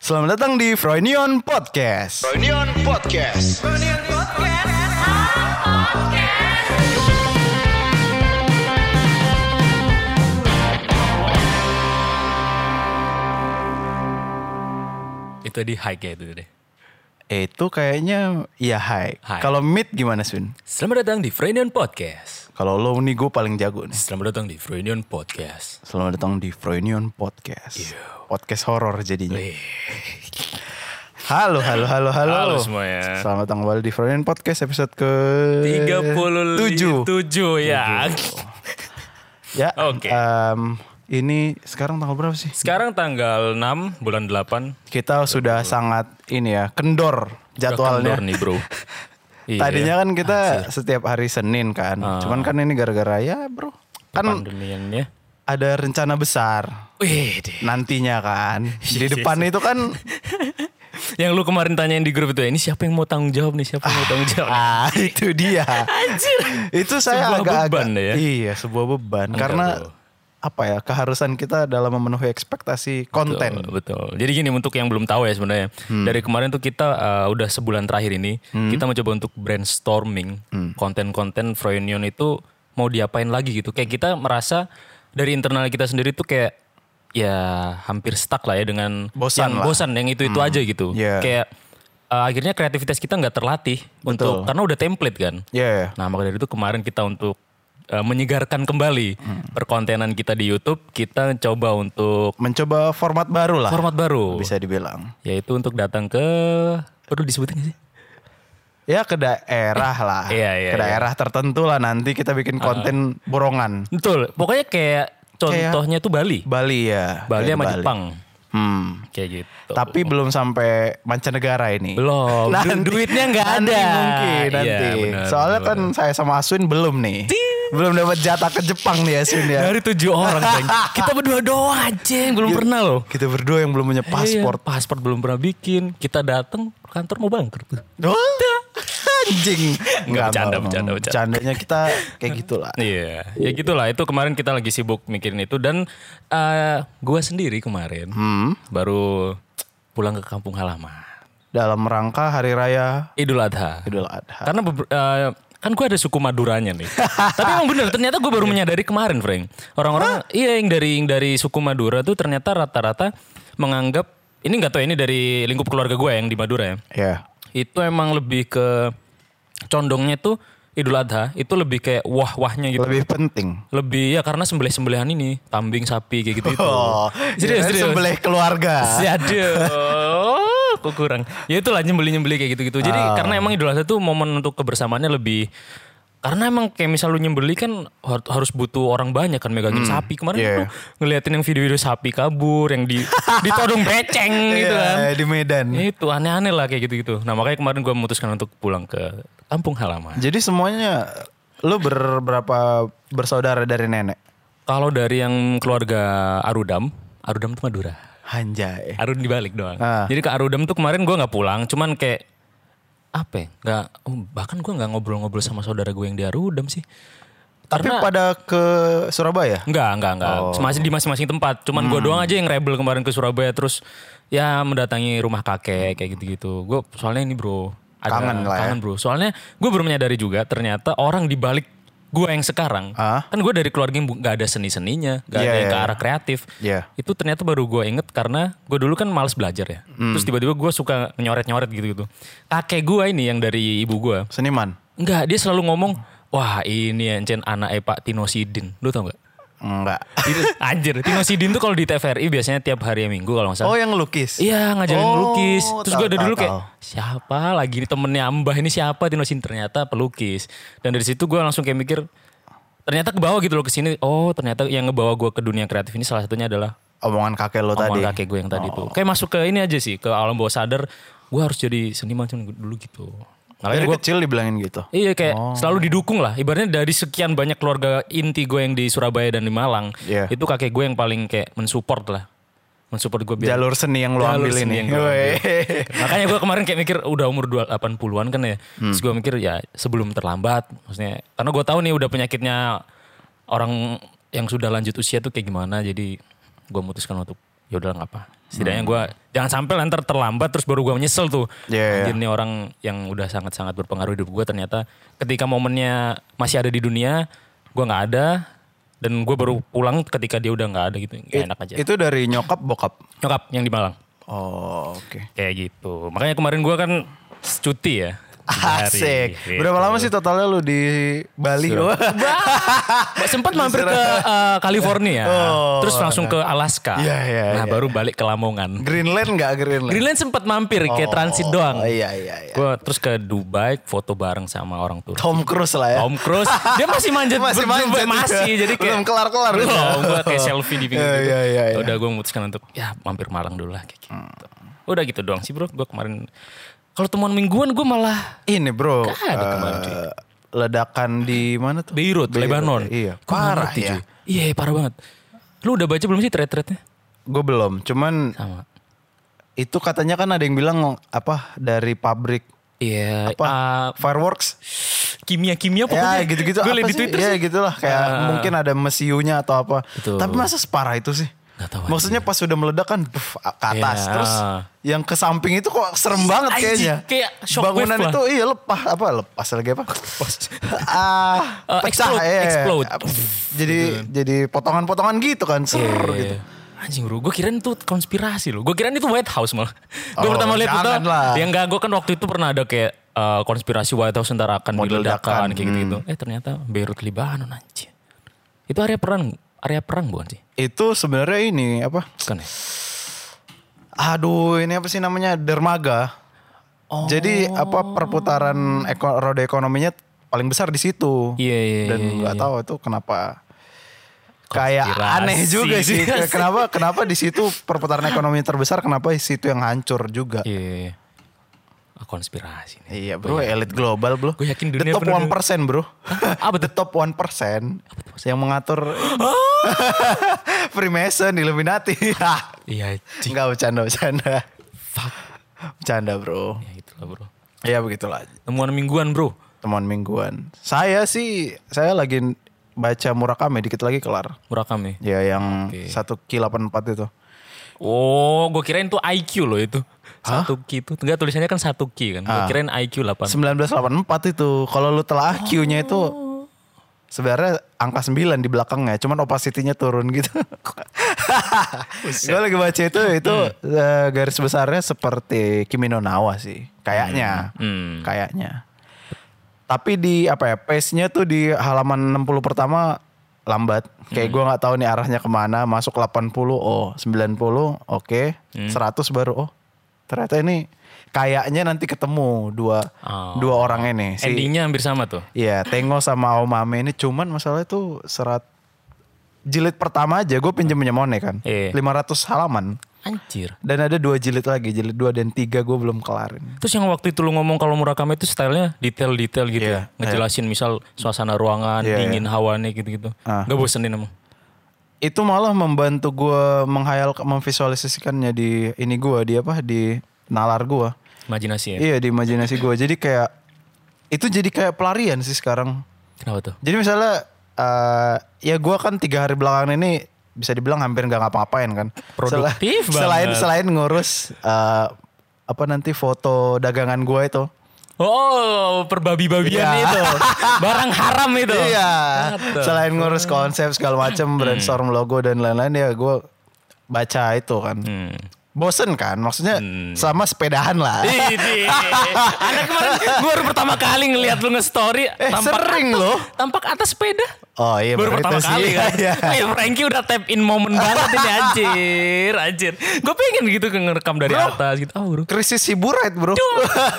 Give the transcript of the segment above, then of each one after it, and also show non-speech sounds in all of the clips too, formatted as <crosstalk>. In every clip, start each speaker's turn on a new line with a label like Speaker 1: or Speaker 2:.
Speaker 1: Selamat datang di Froynion Podcast.
Speaker 2: Reunion Podcast.
Speaker 3: Itu di high ya itu deh.
Speaker 1: Eh, Itu kayaknya ya hai.
Speaker 3: Hai.
Speaker 1: Kalau mid gimana Sun?
Speaker 3: Selamat datang di Freudian Podcast.
Speaker 1: Kalau lo nih gue paling jago nih.
Speaker 3: Selamat datang di Freudian Podcast.
Speaker 1: Selamat datang di Froynion Podcast. Podcast horor jadinya.
Speaker 3: Wih.
Speaker 1: Halo, halo, halo, halo.
Speaker 3: Halo semuanya.
Speaker 1: Selamat datang kembali di Froynion Podcast episode ke
Speaker 3: 37
Speaker 1: 7.
Speaker 3: ya.
Speaker 1: Ya.
Speaker 3: Oke.
Speaker 1: em, ini sekarang tanggal berapa sih?
Speaker 3: Sekarang tanggal 6 bulan 8.
Speaker 1: Kita sudah sangat ini ya, kendor jadwalnya.
Speaker 3: Kendor nih,
Speaker 1: <laughs>
Speaker 3: Bro. Iya. Ah.
Speaker 1: Tadinya kan kita setiap hari Senin kan. Cuman kan ini gara-gara ya, Bro. Kan
Speaker 3: pandemiannya.
Speaker 1: ada rencana besar
Speaker 3: Wih, deh.
Speaker 1: nantinya kan.
Speaker 3: <laughs> Iya,
Speaker 1: Di depan itu kan
Speaker 3: yang lu kemarin tanyain di grup itu "Eh, ini siapa yang mau tanggung jawab nih? Siapa yang
Speaker 1: <laughs>
Speaker 3: mau tanggung jawab?
Speaker 1: ah itu dia. Itu saya
Speaker 3: Sebuah
Speaker 1: agak-agak
Speaker 3: beban ya.
Speaker 1: Iya, sebuah beban
Speaker 3: Enggak,
Speaker 1: karena
Speaker 3: Bro.
Speaker 1: apa ya? Keharusan kita dalam memenuhi ekspektasi konten.
Speaker 3: Betul, betul. Jadi gini untuk yang belum tahu ya sebenarnya.
Speaker 1: Hmm.
Speaker 3: Dari kemarin tuh kita uh, udah sebulan terakhir ini kita mencoba untuk brainstorming
Speaker 1: Hmm.
Speaker 3: konten-konten Froyonion itu mau diapain lagi gitu. Kayak kita merasa dari internal kita sendiri tuh kayak ya hampir stuck lah ya dengan
Speaker 1: Bosan
Speaker 3: yang
Speaker 1: lah.
Speaker 3: bosan yang itu-itu aja gitu.
Speaker 1: Iya.
Speaker 3: Kayak uh, akhirnya kreativitas kita nggak terlatih untuk karena udah template kan.
Speaker 1: Ya, ya.
Speaker 3: Nah maka dari itu kemarin kita untuk uh, menyegarkan kembali
Speaker 1: Hmm.
Speaker 3: perkontenan kita di YouTube, kita coba untuk
Speaker 1: mencoba format baru lah.
Speaker 3: format baru
Speaker 1: Bisa dibilang.
Speaker 3: yaitu untuk datang ke perlu disebutin nggak sih
Speaker 1: Ya ke daerah lah.
Speaker 3: iya, iya, Ah.
Speaker 1: ke daerah tertentu lah nanti kita bikin konten borongan.
Speaker 3: betul pokoknya kayak contohnya tuh Bali
Speaker 1: Bali ya.
Speaker 3: Bali
Speaker 1: kayak
Speaker 3: sama Jepang
Speaker 1: Hmm.
Speaker 3: kayak gitu
Speaker 1: Tapi belum sampai mancanegara ini.
Speaker 3: belum Du-
Speaker 1: Nanti-
Speaker 3: duitnya nggak
Speaker 1: nanti
Speaker 3: ada
Speaker 1: mungkin nanti.
Speaker 3: Iya, benar,
Speaker 1: Soalnya
Speaker 3: benar,
Speaker 1: kan saya sama Aswin belum nih. Belum dapat jatah ke Jepang nih Aswin
Speaker 3: benar.
Speaker 1: ya.
Speaker 3: dari tujuh orang Bang. kita berdua doang aja belum pernah loh
Speaker 1: Kita berdua yang belum punya paspor.
Speaker 3: Iya, paspor belum pernah bikin kita datang kantor mau bangkrut
Speaker 1: Doh, Anjing. Enggak,
Speaker 3: bercanda,
Speaker 1: enggak.
Speaker 3: bercanda, bercanda.
Speaker 1: Bercandanya kita kayak gitulah.
Speaker 3: Iya, ya gitulah. Itu kemarin kita lagi sibuk mikirin itu dan eh gua sendiri kemarin baru pulang ke kampung halaman
Speaker 1: Dalam rangka hari raya
Speaker 3: Idul Adha.
Speaker 1: Idul Adha.
Speaker 3: Karena beber- eh, kan gue ada suku Maduranya nih. Tapi emang bener, ternyata gue baru menyadari kemarin, Frank. Orang-orang, iya yang dari yang dari suku Madura tuh ternyata rata-rata menganggap ini nggak tahu ya, ini dari lingkup keluarga gue yang di Madura ya.
Speaker 1: Ya.
Speaker 3: Itu emang lebih ke condongnya tuh Idul Adha itu lebih kayak wah-wahnya gitu.
Speaker 1: Lebih penting.
Speaker 3: Lebih ya karena sembelih-sembelihan ini, kambing, sapi kayak gitu.
Speaker 1: Oh,
Speaker 3: serius,
Speaker 1: jadi
Speaker 3: serius.
Speaker 1: sembelih keluarga.
Speaker 3: Si aduh, kok kurang. Ya itulah nyembeli-nyembeli kayak gitu-gitu. Jadi karena emang Idul Adha tuh momen untuk kebersamaannya lebih karena emang kayak misal lu nyembeli kan har- harus butuh orang banyak kan megangin sapi. Kemarin
Speaker 1: Yeah.
Speaker 3: lu ngeliatin yang video-video sapi kabur, yang di ditodong beceng gitu kan.
Speaker 1: Iya, di Medan.
Speaker 3: Ya Itu aneh-aneh lah kayak gitu-gitu. Nah makanya kemarin gue memutuskan untuk pulang ke kampung halaman.
Speaker 1: Jadi semuanya lu berberapa bersaudara dari nenek?
Speaker 3: Kalau dari yang keluarga Arudam, Arudam tuh Madura.
Speaker 1: Anjay.
Speaker 3: Arun dibalik doang.
Speaker 1: ya? Ah.
Speaker 3: Jadi ke Arudam tuh kemarin gue nggak pulang, cuman kayak apa? ya, Nggak oh, bahkan gue nggak ngobrol-ngobrol sama saudara gue yang di Arudam sih.
Speaker 1: Tapi pada ke Surabaya?
Speaker 3: Nggak, nggak, nggak.
Speaker 1: Oh.
Speaker 3: Masih di masing-masing tempat. Cuman
Speaker 1: Hmm.
Speaker 3: gue doang aja yang rebel kemarin ke Surabaya terus ya mendatangi rumah kakek kayak gitu-gitu. Gue soalnya ini bro, ada,
Speaker 1: Kangen lah ya.
Speaker 3: kangen bro. Soalnya gue baru menyadari juga ternyata orang di balik gue yang sekarang
Speaker 1: Ah.
Speaker 3: kan gue dari keluarga yang bu- nggak ada seni-seninya, nggak
Speaker 1: Iya,
Speaker 3: ada yang
Speaker 1: iya,
Speaker 3: ke
Speaker 1: iya.
Speaker 3: arah kreatif.
Speaker 1: Iya.
Speaker 3: Itu ternyata baru gue inget karena gue dulu kan males belajar ya.
Speaker 1: Hmm.
Speaker 3: Terus tiba-tiba gue suka nyoret-nyoret gitu-gitu. Kakek gue ini yang dari ibu gue.
Speaker 1: Seniman?
Speaker 3: Enggak, dia selalu ngomong, wah ini anjen anaknya Pak Tino Sidin. Lu tau gak?
Speaker 1: Enggak.
Speaker 3: Itu- Anjir, Tino Sidin tuh kalau di TVRI biasanya tiap hari minggu kalau nggak salah.
Speaker 1: Oh yang lukis?
Speaker 3: Iya ngajarin
Speaker 1: Oh,
Speaker 3: melukis. Terus gue
Speaker 1: tahu,
Speaker 3: ada
Speaker 1: tahu,
Speaker 3: dulu kayak
Speaker 1: tahu.
Speaker 3: siapa lagi ini temennya Ambah ini siapa Tino Sidin ternyata pelukis. Dan dari situ gue langsung kayak mikir ternyata ke bawah gitu loh ke sini. Oh ternyata yang ngebawa gue ke dunia kreatif ini salah satunya adalah
Speaker 1: Omongan kakek lo tadi? Oh.
Speaker 3: omongan kakek gue yang tadi tuh. Kayak masuk ke ini aja sih ke alam bawah sadar. Gue harus jadi seniman cuman dulu gitu. Makanya
Speaker 1: Dari
Speaker 3: gue
Speaker 1: kecil dibilangin gitu?
Speaker 3: Iya kayak selalu didukung lah. Ibaratnya dari sekian banyak keluarga inti gue yang di Surabaya dan di Malang,
Speaker 1: Iya.
Speaker 3: itu kakek gue yang paling kayak mensupport lah, mensupport gue biar.
Speaker 1: Jalur seni yang lo
Speaker 3: Iya. Jalur
Speaker 1: ambil
Speaker 3: seni
Speaker 1: ini?
Speaker 3: yang gua ambil.
Speaker 1: Weh.
Speaker 3: Makanya gue kemarin kayak mikir udah umur 80-an kan ya. Terus gue mikir ya sebelum terlambat, maksudnya karena gue tahu nih udah penyakitnya orang yang sudah lanjut usia tuh kayak gimana. Jadi gue memutuskan untuk ya udah nggak apa. Setidaknya gue jangan sampai lantar terlambat terus baru gue menyesal tuh.
Speaker 1: Iya, iya.
Speaker 3: Anjir nih orang yang udah sangat-sangat berpengaruh hidup gue ternyata ketika momennya masih ada di dunia, gue nggak ada dan gue baru pulang ketika dia udah nggak ada gitu. Nggak enak aja.
Speaker 1: <laughs> Itu dari nyokap bokap.
Speaker 3: Nyokap yang di Malang.
Speaker 1: Oh, oke.
Speaker 3: Kayak gitu. Makanya kemarin gue kan cuti ya. tiga hari.
Speaker 1: Asik.
Speaker 3: Gitu.
Speaker 1: Berapa lama sih totalnya lu di Bali?
Speaker 3: sempat
Speaker 1: <laughs>
Speaker 3: mampir ke eh, California, terus langsung ke Alaska.
Speaker 1: Oh. Iya, iya, iya.
Speaker 3: nah, baru balik ke Lamongan.
Speaker 1: <laughs> Greenland nggak Greenland?
Speaker 3: Greenland sempat mampir kayak transit doang.
Speaker 1: Oh, iya iya iya.
Speaker 3: Gue terus ke Dubai foto bareng sama
Speaker 1: <laughs>
Speaker 3: orang tua.
Speaker 1: Tom Cruise lah ya.
Speaker 3: Om Cruise, dia masih manjat
Speaker 1: Masih
Speaker 3: ber- Dubai,
Speaker 1: manjat,
Speaker 3: masih
Speaker 1: iya.
Speaker 3: jadi kayak
Speaker 1: Belum kelar-kelar.
Speaker 3: Belum,
Speaker 1: <laughs>
Speaker 3: gue kayak selfie di pinggir
Speaker 1: Iya,
Speaker 3: gitu.
Speaker 1: iya, iya, iya.
Speaker 3: Udah gue memutuskan untuk ya mampir Malang dulu lah kayak gitu.
Speaker 1: Hmm.
Speaker 3: Udah gitu doang sih bro, gue kemarin kalau temuan mingguan gue malah
Speaker 1: Ini bro.
Speaker 3: Nggak ada kemarin,
Speaker 1: eh,
Speaker 3: cuy.
Speaker 1: ledakan di mana tuh?
Speaker 3: Beirut, Lebanon.
Speaker 1: Iya.
Speaker 3: Gua nggak
Speaker 1: Parah
Speaker 3: ngerti,
Speaker 1: ya.
Speaker 3: cuy. Iya, parah banget. Lu udah baca belum sih thread-threadnya?
Speaker 1: Gue belum. Cuman
Speaker 3: Sama.
Speaker 1: itu katanya kan ada yang bilang apa dari pabrik
Speaker 3: Iya,
Speaker 1: apa
Speaker 3: ah,
Speaker 1: fireworks
Speaker 3: kimia-kimia
Speaker 1: ya
Speaker 3: pokoknya.
Speaker 1: gitu-gitu
Speaker 3: Gue
Speaker 1: apa
Speaker 3: liat di
Speaker 1: sih?
Speaker 3: Twitter
Speaker 1: ya
Speaker 3: sih. Ah.
Speaker 1: gitulah kayak mungkin ada mesiunya atau apa
Speaker 3: Betul.
Speaker 1: tapi masa separah itu sih
Speaker 3: Nggak tahu
Speaker 1: maksudnya pas sudah meledak kan buf, ke atas
Speaker 3: Iya.
Speaker 1: terus yang ke samping itu kok serem banget
Speaker 3: Anjing,
Speaker 1: kayaknya
Speaker 3: kayak shockwave
Speaker 1: bangunan
Speaker 3: lah.
Speaker 1: itu iya lepas apa lepas lagi apa <laughs> ah
Speaker 3: Eh,
Speaker 1: pecah
Speaker 3: explode,
Speaker 1: ya
Speaker 3: explode. Gitu kan.
Speaker 1: jadi jadi potongan-potongan gitu kan ser
Speaker 3: Iya.
Speaker 1: gitu
Speaker 3: Anjing bro, gue kirain itu konspirasi loh. Gue kirain itu White House malah. Gue
Speaker 1: Oh,
Speaker 3: pertama lihat itu,
Speaker 1: jangan lah.
Speaker 3: yang enggak gue kan waktu itu pernah ada kayak eh, konspirasi White House ntar akan
Speaker 1: Mau
Speaker 3: diledakan
Speaker 1: diledakan,
Speaker 3: kayak gitu-gitu.
Speaker 1: Hmm.
Speaker 3: Eh ternyata Beirut Libanon anjing. Itu area perang, area perang bukan sih?
Speaker 1: itu sebenarnya ini apa
Speaker 3: Bukan ya?
Speaker 1: Aduh, ini apa sih namanya? Dermaga.
Speaker 3: Oh.
Speaker 1: Jadi apa perputaran eko- roda ekonominya paling besar di situ.
Speaker 3: Iya, iya,
Speaker 1: Dan
Speaker 3: iya,
Speaker 1: nggak tahu itu kenapa kayak
Speaker 3: Konspirasi. gitu
Speaker 1: aneh juga sih. kenapa kenapa di situ perputaran ekonomi terbesar kenapa di situ yang hancur juga?
Speaker 3: Iya. iya. Ah, konspirasi nih.
Speaker 1: Iya, Bro, elit global, Bro.
Speaker 3: Gua yakin
Speaker 1: The
Speaker 3: dunia
Speaker 1: top
Speaker 3: bener-bener-
Speaker 1: 1%, Bro.
Speaker 3: Apa
Speaker 1: The top 1% yang
Speaker 3: <gasps>
Speaker 1: mengatur <laughs> Freemason, Illuminati.
Speaker 3: Iya, anjing.
Speaker 1: Enggak bercanda-bercanda.
Speaker 3: fuck.
Speaker 1: Bercanda, Bro.
Speaker 3: Ya gitu lah bro.
Speaker 1: Ya begitulah.
Speaker 3: Temuan mingguan bro.
Speaker 1: teman mingguan. Saya sih saya lagi baca Murakami dikit lagi kelar.
Speaker 3: Murakami.
Speaker 1: Ya yang satu k 84 itu.
Speaker 3: Oh, gue kirain tuh IQ loh itu. Satu Q itu. Enggak tulisannya kan satu Q kan. Gue
Speaker 1: Ah.
Speaker 3: kirain IQ 8.
Speaker 1: 1984 itu. Kalau lu telah Q-nya itu
Speaker 3: Oh.
Speaker 1: sebenarnya angka 9 di belakangnya, cuman opacity-nya turun
Speaker 3: <laughs>
Speaker 1: gitu. Gue lagi baca itu itu
Speaker 3: Hmm.
Speaker 1: eh, garis besarnya seperti Kimi no Nawa sih, kayaknya.
Speaker 3: Hmm.
Speaker 1: Kayaknya. Tapi di apa ya, pace-nya tuh di halaman 60 pertama lambat. Kayak
Speaker 3: Hmm.
Speaker 1: gua nggak tahu nih arahnya kemana. Masuk 80, oh 90, oke.
Speaker 3: Hmm.
Speaker 1: 100 baru, oh ternyata ini kayaknya nanti ketemu dua
Speaker 3: Oh.
Speaker 1: dua orang ini. Si,
Speaker 3: Endingnya hampir sama tuh.
Speaker 1: Iya, Tengo sama Omame ini cuman masalahnya tuh serat jilid pertama aja gue pinjemnya Mone kan.
Speaker 3: Iya.
Speaker 1: 500 halaman.
Speaker 3: Anjir.
Speaker 1: Dan ada dua jilid lagi, jilid 2 dan 3 gue belum kelarin.
Speaker 3: Terus yang waktu itu lu ngomong kalau Murakami itu stylenya detail-detail gitu
Speaker 1: Iya,
Speaker 3: ya. Ngejelasin misal suasana ruangan,
Speaker 1: Iya,
Speaker 3: dingin hawanya gitu-gitu.
Speaker 1: Ah.
Speaker 3: Gak bosenin emang.
Speaker 1: Itu malah membantu gue menghayal memvisualisasikannya di ini gue, di apa? Di nalar gue.
Speaker 3: Imajinasi ya.
Speaker 1: Iya, di imajinasi gue. Jadi kayak itu jadi kayak pelarian sih sekarang.
Speaker 3: Kenapa tuh?
Speaker 1: Jadi misalnya eh, ya gua kan tiga hari belakangan ini bisa dibilang hampir nggak ngapa-ngapain kan.
Speaker 3: Produktif
Speaker 1: Sel- Selain
Speaker 3: banget.
Speaker 1: selain ngurus eh, apa nanti foto dagangan gua itu.
Speaker 3: Oh, perbabi-babian
Speaker 1: Iya.
Speaker 3: itu. Barang haram itu.
Speaker 1: Iya.
Speaker 3: Mantap.
Speaker 1: Selain ngurus konsep segala
Speaker 3: Hmm.
Speaker 1: macam brainstorm logo dan lain-lain ya gua baca itu kan.
Speaker 3: Hmm.
Speaker 1: Bosen kan maksudnya sama sepedahan lah.
Speaker 3: Iya. Ini. Anda kemarin gue baru pertama kali ngelihat lu nge-story
Speaker 1: Eh, sering
Speaker 3: atas,
Speaker 1: loh.
Speaker 3: Tampak atas sepeda.
Speaker 1: Oh iya
Speaker 3: baru
Speaker 1: baru
Speaker 3: pertama
Speaker 1: itu
Speaker 3: kali
Speaker 1: sih.
Speaker 3: kan.
Speaker 1: <laughs> Iya.
Speaker 3: Ayo Frankie udah tap in momen banget
Speaker 1: <laughs>
Speaker 3: ini anjir, anjir. Gue pengen gitu ke- ngerekam dari
Speaker 1: Bro.
Speaker 3: atas gitu. Oh, bro.
Speaker 1: Krisis hiburan bro. <laughs>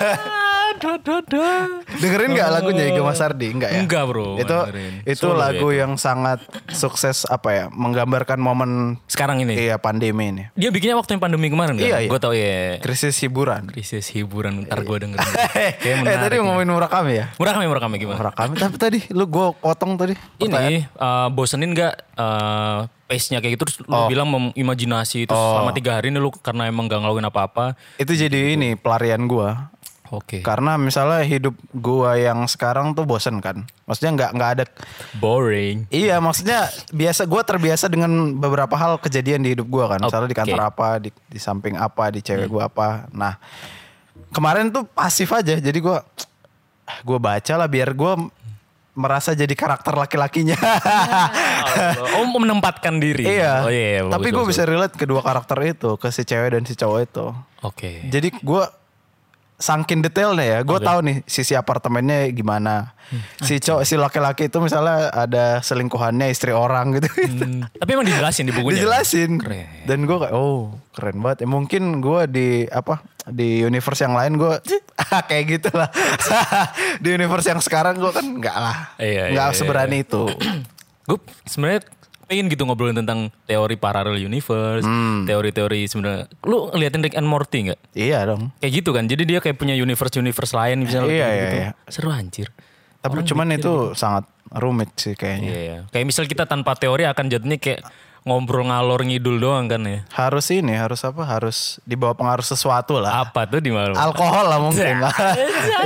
Speaker 3: Aduh, aduh, aduh.
Speaker 1: Dengerin nggak lagunya Iga Mas Sardi? Enggak ya?
Speaker 3: Enggak, bro. Nggak
Speaker 1: Itu
Speaker 3: dengerin.
Speaker 1: itu
Speaker 3: Solo
Speaker 1: lagu yang sangat sukses apa ya? Menggambarkan momen
Speaker 3: Sekarang ini.
Speaker 1: iya pandemi ini.
Speaker 3: Dia bikinnya waktu yang pandemi kemarin kan?
Speaker 1: Iya, iya.
Speaker 3: Gue tau ya.
Speaker 1: Krisis hiburan.
Speaker 3: Krisis hiburan ntar gue dengerin. <laughs> Kayak
Speaker 1: <laughs> eh
Speaker 3: menarik.
Speaker 1: tadi ngomongin Murakami ya?
Speaker 3: Murakami, Murakami gimana?
Speaker 1: Murakami tapi tadi lu gua potong tadi.
Speaker 3: Ini
Speaker 1: ya?
Speaker 3: eh, bosenin gak eh pace-nya kayak gitu terus
Speaker 1: Oh.
Speaker 3: lu bilang mem- imajinasi terus selama tiga hari ini lu karena emang gak ngelakuin apa-apa.
Speaker 1: Itu jadi ini pelarian gua.
Speaker 3: Oke.
Speaker 1: Karena misalnya hidup gua yang sekarang tuh bosen kan. Maksudnya nggak nggak ada <laughs>
Speaker 3: Boring.
Speaker 1: Iya, maksudnya biasa gua terbiasa dengan beberapa hal kejadian di hidup gua kan. Misalnya di kantor apa, di, di samping apa, di
Speaker 3: Hmm.
Speaker 1: cewek gua apa. Nah, kemarin tuh pasif aja. Jadi gua gua baca lah biar gua merasa jadi karakter laki-lakinya.
Speaker 3: <laughs> Oh, menempatkan diri.
Speaker 1: iya.
Speaker 3: Oh iya. iya,
Speaker 1: Tapi
Speaker 3: bagus,
Speaker 1: gua
Speaker 3: bagus.
Speaker 1: bisa relate kedua karakter itu, ke si cewek dan si cowok itu.
Speaker 3: Oke.
Speaker 1: Iya. Jadi gua sangkin detailnya ya. Gue tahu nih sisi apartemennya gimana.
Speaker 3: Hmm.
Speaker 1: Si cowok si laki-laki itu misalnya ada selingkuhannya istri orang gitu. <laughs>
Speaker 3: Hmm, Tapi emang dijelasin di bukunya.
Speaker 1: dijelasin
Speaker 3: Keren.
Speaker 1: dan gue kayak oh keren banget ya, mungkin gue di apa di universe yang lain gue <laughs> kayak gitu lah <laughs> di universe yang sekarang gue kan nggak lah
Speaker 3: Iya,
Speaker 1: nggak
Speaker 3: iya,
Speaker 1: seberani itu <clears throat>
Speaker 3: gue sebenarnya pengen gitu ngobrolin tentang teori parallel universe,
Speaker 1: Hmm.
Speaker 3: teori-teori sebenarnya. Lu ngeliatin Rick and Morty nggak?
Speaker 1: iya dong
Speaker 3: Kayak gitu kan. Jadi dia kayak punya universe-universe lain misalnya
Speaker 1: Iya,
Speaker 3: kayak
Speaker 1: iya,
Speaker 3: gitu.
Speaker 1: iya.
Speaker 3: Seru anjir.
Speaker 1: tapi cuman itu sangat rumit sih
Speaker 3: gitu. Iya,
Speaker 1: kayaknya
Speaker 3: iya. Kayak misal kita tanpa teori akan jadinya kayak ngobrol ngalor ngidul doang kan ya.
Speaker 1: harus ini harus apa harus dibawa pengaruh sesuatu lah
Speaker 3: Apa tuh di malam?
Speaker 1: alkohol lah
Speaker 3: Ya.
Speaker 1: mungkin
Speaker 3: <laughs>
Speaker 1: lah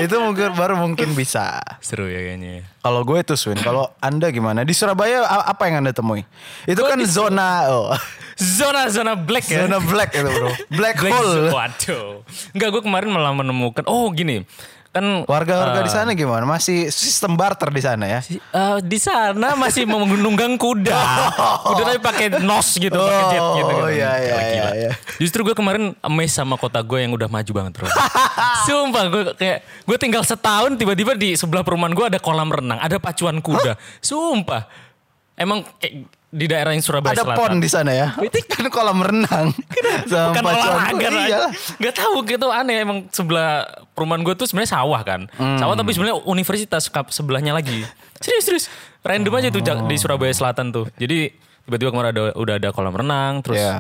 Speaker 1: itu mungkin baru mungkin bisa
Speaker 3: Seru ya kayaknya.
Speaker 1: Kalau gue itu Swin, kalau Anda gimana? Di Surabaya a- apa yang Anda temui? Itu kan zona oh,
Speaker 3: <laughs> Zona-zona black ya.
Speaker 1: zona black itu bro. Black,
Speaker 3: Black
Speaker 1: hole.
Speaker 3: zone. Waduh. Enggak, gue kemarin malah menemukan. Oh gini. Kan
Speaker 1: Warga-warga di sana gimana? Masih sistem barter di sana ya?
Speaker 3: Eh, di sana masih mau menunggang
Speaker 1: <laughs>
Speaker 3: kuda. Kuda tapi pakai nos gitu, pakai jet
Speaker 1: Oh,
Speaker 3: gitu. kan.
Speaker 1: iya, iya,
Speaker 3: Gila.
Speaker 1: iya, iya.
Speaker 3: Justru gue kemarin amazed sama kota gue yang udah maju banget
Speaker 1: <laughs>
Speaker 3: bro. Sumpah gue kayak gue tinggal setahun tiba-tiba di sebelah perumahan gue ada kolam renang, ada pacuan kuda. Sumpah. Emang kayak di daerah yang Surabaya
Speaker 1: Ada
Speaker 3: Selatan.
Speaker 1: pon di sana ya? Itu kan kolam
Speaker 3: <laughs>
Speaker 1: renang. <laughs> Sama
Speaker 3: Bukan
Speaker 1: pacuan
Speaker 3: olahraga
Speaker 1: kuda.
Speaker 3: lah.
Speaker 1: Iyalah.
Speaker 3: Gak tahu gitu aneh emang sebelah perumahan gue tuh sebenarnya sawah kan.
Speaker 1: Hmm.
Speaker 3: Sawah tapi sebenarnya universitas kap- sebelahnya lagi. Serius serius. Random aja tuh ja- di Surabaya Selatan tuh. Jadi tiba-tiba kemarin ada udah ada kolam renang terus
Speaker 1: Iya.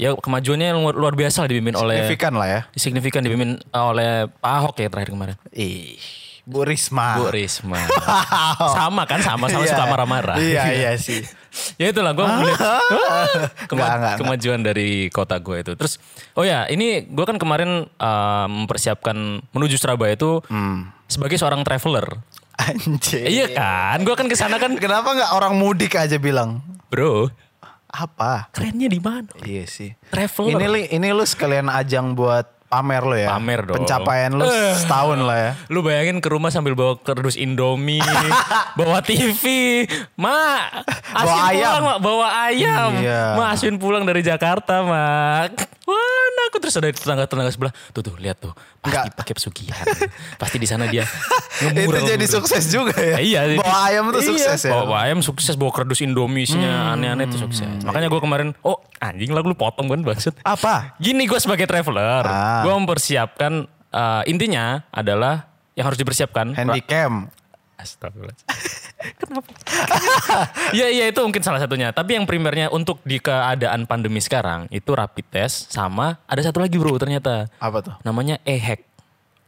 Speaker 3: ya kemajuannya luar, luar biasa lah dipimpin oleh
Speaker 1: Signifikan lah ya.
Speaker 3: signifikan dipimpin eh, oleh Pak Ahok ya terakhir kemarin.
Speaker 1: Ih, Bu Risma.
Speaker 3: Bu
Speaker 1: <laughs>
Speaker 3: Risma. sama kan sama sama suka
Speaker 1: Ah. Iya.
Speaker 3: marah-marah. <laughs>
Speaker 1: Iya, iya sih.
Speaker 3: ya itulah gue melihat
Speaker 1: Ah. Enggak, enggak,
Speaker 3: kemajuan dari kota gue itu. Terus oh ya ini gue kan kemarin eh, mempersiapkan menuju Surabaya itu
Speaker 1: Hmm.
Speaker 3: sebagai seorang traveler.
Speaker 1: Anjir.
Speaker 3: Iya kan, gue kan kesana kan,
Speaker 1: Kenapa nggak orang mudik aja bilang?
Speaker 3: bro.
Speaker 1: Apa?
Speaker 3: Kerennya di mana?
Speaker 1: Iya sih.
Speaker 3: Traveler.
Speaker 1: Ini li, ini lu sekalian ajang buat pamer lo ya.
Speaker 3: Pamer dong.
Speaker 1: Pencapaian lu setahun lah ya.
Speaker 3: Lu bayangin ke rumah sambil bawa kerdus Indomie,
Speaker 1: <laughs>
Speaker 3: bawa TV, Mak, Aswin
Speaker 1: Bawa ayam.
Speaker 3: pulang, Mak, bawa ayam.
Speaker 1: Iya.
Speaker 3: Mak, Aswin pulang dari Jakarta, Mak. Wah, aku terus ada tetangga-tetangga sebelah. Tuh tuh, lihat tuh. Pasti
Speaker 1: Nggak.
Speaker 3: pakai pesugihan. Pasti di sana dia
Speaker 1: <laughs> Itu
Speaker 3: ngebur sama
Speaker 1: jadi
Speaker 3: ngebur.
Speaker 1: sukses juga ya.
Speaker 3: Eh, Iya, jadi-
Speaker 1: Bawa ayam tuh
Speaker 3: Iya,
Speaker 1: sukses ya. Hmm.
Speaker 3: Bawa, bawa ayam sukses, bawa kerdus Indomie isinya aneh-aneh tuh sukses.
Speaker 1: Iya.
Speaker 3: Makanya gue kemarin, oh anjing lah lu potong kan bangset.
Speaker 1: Apa?
Speaker 3: Gini gue sebagai traveler,
Speaker 1: Ah.
Speaker 3: gue mempersiapkan eh, intinya adalah yang harus dipersiapkan.
Speaker 1: Handycam.
Speaker 3: Astagfirullah. <laughs> Kenapa? Iya iya itu mungkin salah satunya. Tapi yang primernya untuk di keadaan pandemi sekarang itu rapid test sama ada satu lagi bro ternyata
Speaker 1: Apa tuh?
Speaker 3: namanya e-hack.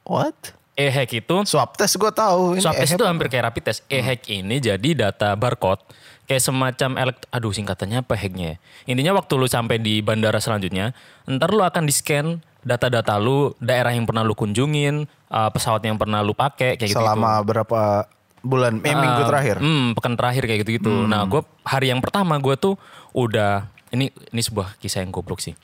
Speaker 1: What?
Speaker 3: E-hack itu
Speaker 1: Swab test gue tahu. Ini
Speaker 3: swab test
Speaker 1: eh,
Speaker 3: itu hampir kayak rapid test. E-hack ini jadi data barcode kayak semacam elekt aduh singkatannya apa hacknya ya? Intinya waktu lu sampai di bandara selanjutnya, ntar lu akan di-scan data-data lu, daerah yang pernah lu kunjungin, eh, pesawat yang pernah lu pakai kayak gitu.
Speaker 1: selama berapa bulan? Eh, minggu terakhir. Hmm.
Speaker 3: Hmm, pekan terakhir kayak gitu-gitu. Nah, gue hari yang pertama gue tuh udah ini ini sebuah kisah yang goblok
Speaker 1: <laughs>
Speaker 3: sih.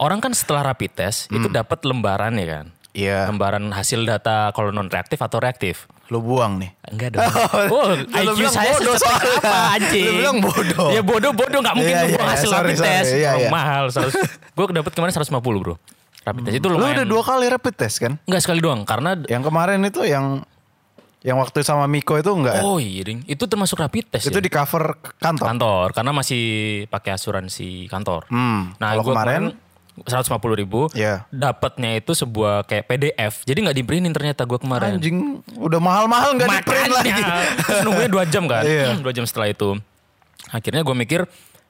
Speaker 3: Orang kan setelah rapid test itu dapat lembaran ya kan.
Speaker 1: Hmm. Iya.
Speaker 3: Lembaran hasil data kalau non reaktif atau reaktif.
Speaker 1: Lu buang nih.
Speaker 3: Enggak
Speaker 1: <laughs>
Speaker 3: dong. Oh,
Speaker 1: Lu
Speaker 3: IQ
Speaker 1: bilang
Speaker 3: saya
Speaker 1: bodoh
Speaker 3: secetek
Speaker 1: soalnya.
Speaker 3: apa anjing?
Speaker 1: Lu bilang bodoh.
Speaker 3: Ya bodoh-bodoh nggak mungkin
Speaker 1: Iya,
Speaker 3: gua
Speaker 1: iya,
Speaker 3: buang hasil
Speaker 1: sorry,
Speaker 3: rapid
Speaker 1: sorry.
Speaker 3: test.
Speaker 1: Iya,
Speaker 3: Orang
Speaker 1: iya.
Speaker 3: mahal. Gue dapet kemarin 150 bro. Rapid test itu
Speaker 1: Lu
Speaker 3: lumayan.
Speaker 1: udah dua Iya, kali rapid test kan?
Speaker 3: Enggak sekali doang karena
Speaker 1: Yang kemarin itu yang yang waktu sama Miko itu enggak. ya?
Speaker 3: Oh iya, Ding. itu termasuk rapid test
Speaker 1: itu iya.
Speaker 3: ya?
Speaker 1: di cover kantor.
Speaker 3: kantor karena masih pakai asuransi kantor. Nah,
Speaker 1: Hmm, kalau
Speaker 3: gua
Speaker 1: kemarin?
Speaker 3: 150 ribu,
Speaker 1: Iya.
Speaker 3: dapatnya itu sebuah kayak PDF, jadi nggak diprintin ternyata gue kemarin.
Speaker 1: Anjing udah mahal-mahal nggak di print lagi. <laughs>
Speaker 3: Terus nunggunya dua jam kan,
Speaker 1: Iya.
Speaker 3: dua jam setelah itu. Akhirnya gue mikir,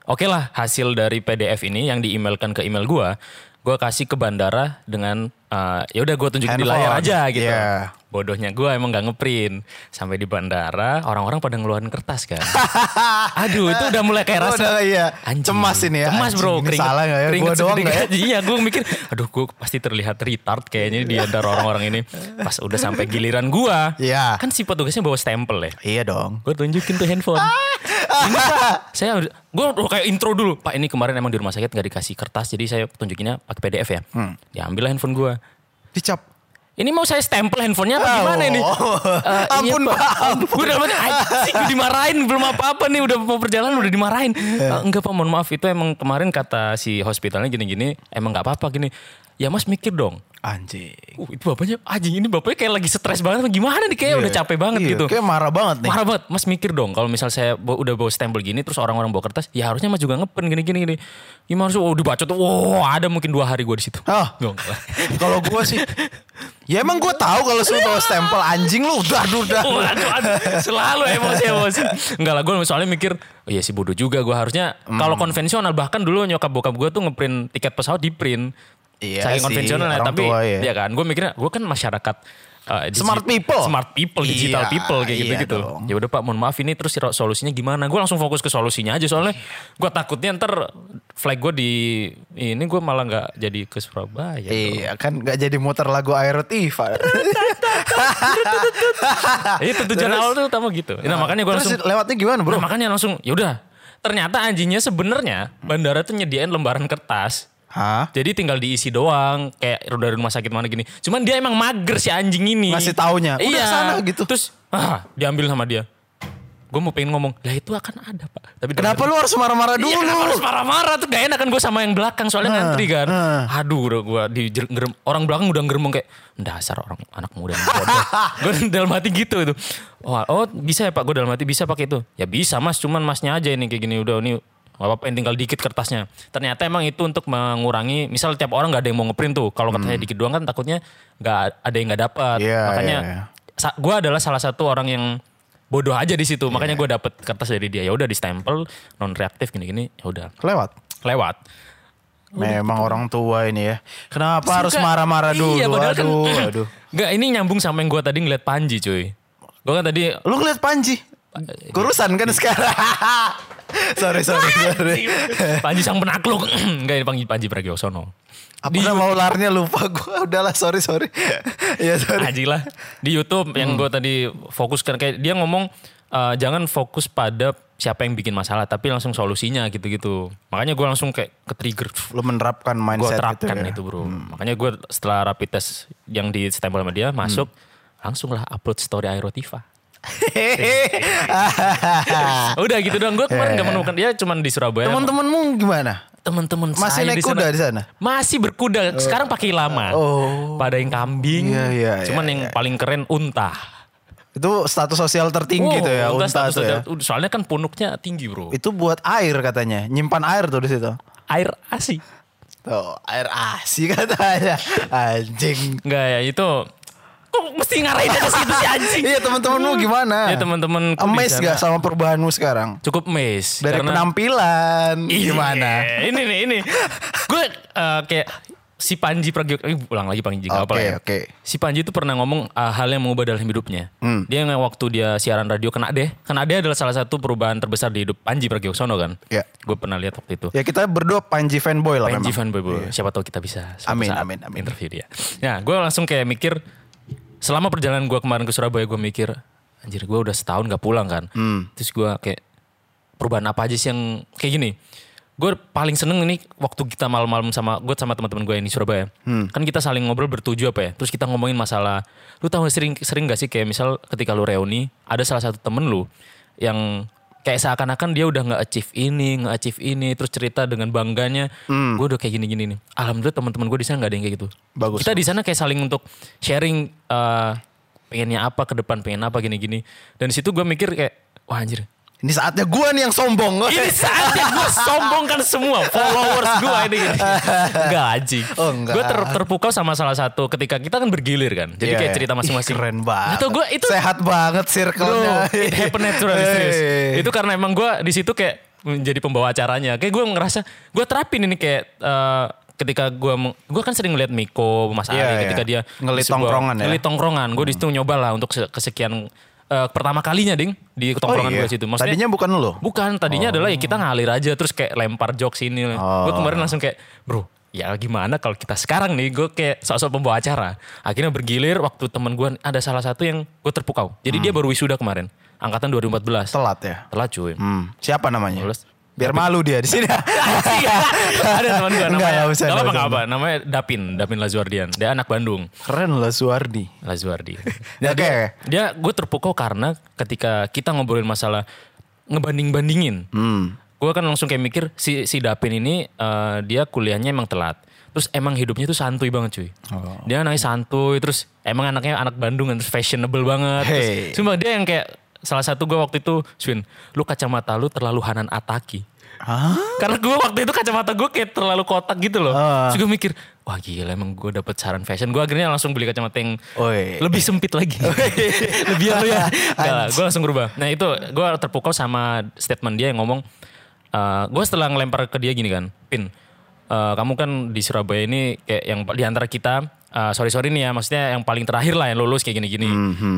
Speaker 3: oke lah hasil dari PDF ini yang di emailkan ke email gue, gue kasih ke bandara dengan eh, ya udah gue tunjukin di
Speaker 1: Handphone.
Speaker 3: layar aja gitu.
Speaker 1: Iya.
Speaker 3: Bodohnya gue emang gak ngeprint. Sampai di bandara orang-orang pada ngeluarin kertas
Speaker 1: <laughs>
Speaker 3: kan. Aduh itu udah mulai kayak
Speaker 1: Itu
Speaker 3: rasa.
Speaker 1: udah, iya.
Speaker 3: anjing,
Speaker 1: Cemas ini ya.
Speaker 3: Cemas bro.
Speaker 1: Anjing, ini salah nggak ya? Gua doang nggak ya?
Speaker 3: <laughs> Iya gue mikir aduh gue pasti terlihat retard kayaknya di antara orang-orang ini. Pas udah sampai giliran gue.
Speaker 1: <laughs> Iya.
Speaker 3: Kan si petugasnya bawa stempel ya.
Speaker 1: Iya dong.
Speaker 3: Gue tunjukin tuh handphone. ini pak, saya gue kayak intro dulu. Pak ini kemarin emang di rumah sakit nggak dikasih kertas, jadi saya tunjukinnya pakai PDF ya.
Speaker 1: Hmm.
Speaker 3: Diambil lah handphone gue.
Speaker 1: Dicap.
Speaker 3: Ini mau saya stempel handphonenya apa gimana ini? Eh,
Speaker 1: Oh. Ampun, Pak.
Speaker 3: Gue udah bener, anjing gue dimarahin belum apa-apa nih udah mau perjalanan udah dimarahin.
Speaker 1: Iya.
Speaker 3: Eh, enggak pak mohon maaf itu emang kemarin kata si hospitalnya gini-gini emang nggak apa-apa gini. Ya mas mikir dong.
Speaker 1: Anjing.
Speaker 3: Uh, itu bapaknya anjing ini bapaknya kayak lagi stres banget apa gimana nih kayak udah capek banget
Speaker 1: Iya,
Speaker 3: gitu.
Speaker 1: Kayak marah banget nih.
Speaker 3: Parah banget, Mas mikir dong kalau misal saya bawa- udah bawa stempel gini terus orang-orang bawa kertas, ya harusnya Mas juga ngepen gini gini gini. Gimana sih? Oh, dibaca tuh. Wow, ada mungkin dua hari gue di situ.
Speaker 1: Oh.
Speaker 3: Nggak, nggak lah.
Speaker 1: <laughs> Kalau gue sih. Ya emang gue tahu kalau lu bawa stempel anjing lu udah udah.
Speaker 3: Oh, aduh, aduh, selalu emosi emosi. Enggak lah, gue soalnya mikir, oh iya sih bodoh juga gue harusnya.
Speaker 1: Hmm.
Speaker 3: Kalau konvensional bahkan dulu nyokap bokap gue tuh ngeprint tiket pesawat di print.
Speaker 1: Iya
Speaker 3: Saking
Speaker 1: sih,
Speaker 3: konvensional ya,
Speaker 1: orang
Speaker 3: tapi
Speaker 1: tua ya.
Speaker 3: ya kan, gue mikirnya gue kan masyarakat eh, digi-
Speaker 1: Smart people.
Speaker 3: smart people,
Speaker 1: Iya,
Speaker 3: digital people kayak
Speaker 1: iya
Speaker 3: gitu-gitu.
Speaker 1: dong.
Speaker 3: Ya udah Pak, mohon maaf ini terus ro- solusinya gimana? Gue langsung fokus ke solusinya aja soalnya gue takutnya ntar flag gue di ini gue malah nggak jadi ke Surabaya.
Speaker 1: Iya kan nggak jadi muter lagu Aero Tiva.
Speaker 3: Itu tujuan awal tuh utama gitu. Nah makanya gue langsung
Speaker 1: Terus lewatnya gimana bro?
Speaker 3: Nah, makanya langsung ya udah. Ternyata anjingnya sebenarnya bandara tuh nyediain lembaran kertas.
Speaker 1: Hah?
Speaker 3: Jadi tinggal diisi doang kayak dari rumah sakit mana gini. Cuman dia emang mager si anjing ini.
Speaker 1: Ngasih taunya, udah
Speaker 3: Iya.
Speaker 1: sana gitu.
Speaker 3: Terus ah, diambil sama dia. Gue mau pengen ngomong, lah itu akan ada pak. Tapi dia
Speaker 1: Kenapa lu Nah, harus marah-marah
Speaker 3: Iya,
Speaker 1: dulu?
Speaker 3: kenapa harus marah-marah tuh gak enak kan gue sama yang belakang soalnya ngantri kan. Aduh udah gue di jer- ngerem- orang belakang udah ngeremong kayak dasar orang anak muda yang bodoh.
Speaker 1: <laughs>
Speaker 3: gue dalam hati gitu itu. Oh, oh bisa ya pak gue dalam hati bisa pakai itu. Ya bisa mas cuman masnya aja ini kayak gini udah ini nggak apa-apa yang tinggal dikit kertasnya. Ternyata emang itu untuk mengurangi misal tiap orang nggak ada yang mau ngeprint tuh. Kalau kertasnya dikit doang kan takutnya nggak ada yang nggak dapat.
Speaker 1: Hmm. Iya,
Speaker 3: Makanya
Speaker 1: iya, iya.
Speaker 3: sa- gue adalah salah satu orang yang bodoh aja di situ
Speaker 1: Iya.
Speaker 3: makanya gue dapet kertas dari dia ya udah di stempel non reaktif gini gini ya udah
Speaker 1: Lewat.
Speaker 3: lewat
Speaker 1: Memang orang tua ini ya. Kenapa harus marah-marah dulu?
Speaker 3: gitu. iya, padahal kan-
Speaker 1: aduh,
Speaker 3: <laughs> <clears throat>
Speaker 1: aduh.
Speaker 3: nggak ini nyambung sama yang gue tadi ngeliat Panji cuy gue kan tadi
Speaker 1: <laughs> Lu ngeliat Panji? Kurusan
Speaker 3: Iya.
Speaker 1: kan sekarang. <laughs> sorry, sorry, sorry.
Speaker 3: Panji sang penakluk <clears throat> nggak ini Panji Panji Pragiwaksono
Speaker 1: Apa nama ularnya lupa gue. <laughs> Udahlah, sorry, sorry. Iya, sorry.
Speaker 3: Anjing lah di YouTube
Speaker 1: Hmm.
Speaker 3: yang gue tadi fokuskan kayak dia ngomong eh, jangan fokus pada siapa yang bikin masalah tapi langsung solusinya gitu-gitu makanya gue langsung kayak ke trigger
Speaker 1: Lu menerapkan
Speaker 3: gue
Speaker 1: mindset
Speaker 3: terapkan
Speaker 1: gitu ya. <laughs>
Speaker 3: itu bro makanya gue setelah rapid test yang di stempel sama
Speaker 1: Hmm.
Speaker 3: dia masuk langsung lah upload story Aerotiva
Speaker 1: Ah.
Speaker 3: udah gitu doang gue
Speaker 1: Eh.
Speaker 3: kemarin nggak menemukan dia cuman di Surabaya
Speaker 1: Temen-temenmu gimana?
Speaker 3: teman-teman
Speaker 1: Masih
Speaker 3: saya
Speaker 1: naik
Speaker 3: di sana-
Speaker 1: kuda di sana?
Speaker 3: masih berkuda sekarang pakai lama
Speaker 1: Oh.
Speaker 3: pada yang kambing
Speaker 1: Iya, iya,
Speaker 3: cuman
Speaker 1: iya,
Speaker 3: yang paling keren unta
Speaker 1: Itu status sosial tertinggi
Speaker 3: Oh,
Speaker 1: tuh ya, unta
Speaker 3: status
Speaker 1: tuh ya.
Speaker 3: sosial. soalnya kan punuknya tinggi bro
Speaker 1: Itu buat air katanya, nyimpan air tuh di situ.
Speaker 3: air asi
Speaker 1: Tuh, air asi katanya. Anjing.
Speaker 3: Enggak ya itu kok mesti ngarahin ke situ si anjing
Speaker 1: <laughs> Iya, teman-temanmu gimana?
Speaker 3: Iya, teman-temanku di
Speaker 1: Amazed
Speaker 3: sana.
Speaker 1: gak sama perubahanmu sekarang?
Speaker 3: cukup mes
Speaker 1: Dari penampilan gimana?
Speaker 3: Iya, Ini nih ini. Gue eh, kayak si Panji Pragiwak eh, ulang lagi Panji
Speaker 1: Oke,
Speaker 3: nggak apa-apa ya.
Speaker 1: oke.
Speaker 3: Si Panji itu pernah ngomong eh, hal yang mengubah dalam hidupnya.
Speaker 1: Hmm.
Speaker 3: Dia nge- waktu dia siaran radio kan kena deh. Kena deh adalah salah satu perubahan terbesar di hidup Panji Pragiwaksono kan.
Speaker 1: Iya.
Speaker 3: Gue pernah lihat waktu itu.
Speaker 1: Ya kita berdua Panji fanboy lah memang.
Speaker 3: Panji
Speaker 1: Iya.
Speaker 3: fanboy bro. Siapa tahu kita bisa suatu
Speaker 1: Amin,
Speaker 3: saat
Speaker 1: amin, amin.
Speaker 3: interview dia. Nah, gue langsung kayak mikir selama perjalanan gue kemarin ke Surabaya gue mikir anjir gue udah setahun gak pulang kan.
Speaker 1: Hmm.
Speaker 3: Terus gue kayak perubahan apa aja sih yang kayak gini. Gue paling seneng ini waktu kita malam-malam sama gue sama teman-teman gue yang di Surabaya.
Speaker 1: Hmm.
Speaker 3: Kan kita saling ngobrol bertuju apa ya. Terus kita ngomongin masalah. Lu tahu sering sering gak sih kayak misal ketika lu reuni ada salah satu temen lu yang kayak seakan-akan dia udah nggak achieve ini, nggak achieve ini, terus cerita dengan bangganya,
Speaker 1: Hmm.
Speaker 3: gue udah kayak gini-gini nih. Alhamdulillah teman-teman gue di sana nggak ada yang kayak gitu.
Speaker 1: Bagus.
Speaker 3: Kita di sana kayak saling untuk sharing eh, pengennya apa ke depan, pengen apa gini-gini. Dan di situ gue mikir kayak, wah
Speaker 1: <laughs>
Speaker 3: anjir,
Speaker 1: Ini saatnya gua nih yang sombong.
Speaker 3: ini saatnya gue sombongkan semua followers gue ini. gini. Enggak anjing.
Speaker 1: Oh, enggak.
Speaker 3: Gue ter- terpukau sama salah satu ketika kita kan bergilir kan. Jadi
Speaker 1: Iya,
Speaker 3: kayak
Speaker 1: iya.
Speaker 3: cerita
Speaker 1: Ih,
Speaker 3: masing-masing.
Speaker 1: Keren banget.
Speaker 3: Atau gue itu
Speaker 1: sehat banget
Speaker 3: <laughs>
Speaker 1: circle-nya.
Speaker 3: Bro, it happen naturally
Speaker 1: Iya,
Speaker 3: serius.
Speaker 1: Hey.
Speaker 3: Itu karena emang gue di situ kayak menjadi pembawa acaranya. Kayak gue ngerasa gue terapin ini kayak eh, ketika gua meng- gua kan sering ngeliat Miko Mas
Speaker 1: Iya, iya.
Speaker 3: Ali ketika dia
Speaker 1: Ngeli
Speaker 3: di sebuah-
Speaker 1: tongkrongan ya. Hmm.
Speaker 3: ngeli tongkrongan gue disitu nyoba lah untuk se- kesekian eh, pertama kalinya ding di tongkrongan
Speaker 1: iya.
Speaker 3: gue situ maksudnya
Speaker 1: Tadinya bukan lo. Oh.
Speaker 3: Bukan, tadinya adalah ya kita ngalir aja terus kayak lempar jokes ini. Gue
Speaker 1: Ah.
Speaker 3: kemarin langsung kayak, bro ya gimana kalau kita sekarang nih gue kayak sok-sok pembawa acara. Akhirnya bergilir waktu temen gue ada salah satu yang gue terpukau. Jadi dia baru wisuda kemarin, angkatan 2014.
Speaker 1: Hmm. Telat ya.
Speaker 3: Telat cuy. <laughs>
Speaker 1: Hmm. Siapa namanya?
Speaker 3: Lulus.
Speaker 1: Biar malu dia di
Speaker 3: <laughs>
Speaker 1: sini.
Speaker 3: Iya. ada teman gue
Speaker 1: Enggak,
Speaker 3: namanya.
Speaker 1: enggak usah,
Speaker 3: Gak
Speaker 1: enggak
Speaker 3: apa-apa,
Speaker 1: usah.
Speaker 3: gak apa. Namanya Dapin, Dapin Lazuardian. Dia anak Bandung.
Speaker 1: Keren lah Suwardi.
Speaker 3: Lazuardi.
Speaker 1: Oke.
Speaker 3: Dia gue terpukau karena ketika kita ngobrolin masalah ngebanding-bandingin.
Speaker 1: Hmm.
Speaker 3: Gue kan langsung kayak mikir si si Dapin ini eh, dia kuliahnya emang telat. Terus emang hidupnya tuh santuy banget cuy.
Speaker 1: Oh.
Speaker 3: Dia anaknya santuy terus emang anaknya anak Bandung terus fashionable banget. Terus,
Speaker 1: Hey.
Speaker 3: cuma dia yang kayak salah satu gue waktu itu Swin, lu kacamata lu terlalu Hanan Ataki.
Speaker 1: Hah?
Speaker 3: Karena gue waktu itu kacamata gue kayak terlalu kotak gitu loh.
Speaker 1: Ah.
Speaker 3: Terus gue mikir, wah gila emang gue dapet saran fashion. Gue akhirnya langsung beli kacamata yang
Speaker 1: Oi.
Speaker 3: lebih sempit lagi.
Speaker 1: <laughs>
Speaker 3: lebih apa ya? gue langsung berubah. Nah itu gue terpukau sama statement dia yang ngomong, gue setelah ngelempar ke dia gini kan, Pin, eh, kamu kan di Surabaya ini kayak yang di antara kita, eh, sorry sorry nih ya, maksudnya yang paling terakhir lah yang lulus kayak gini-gini.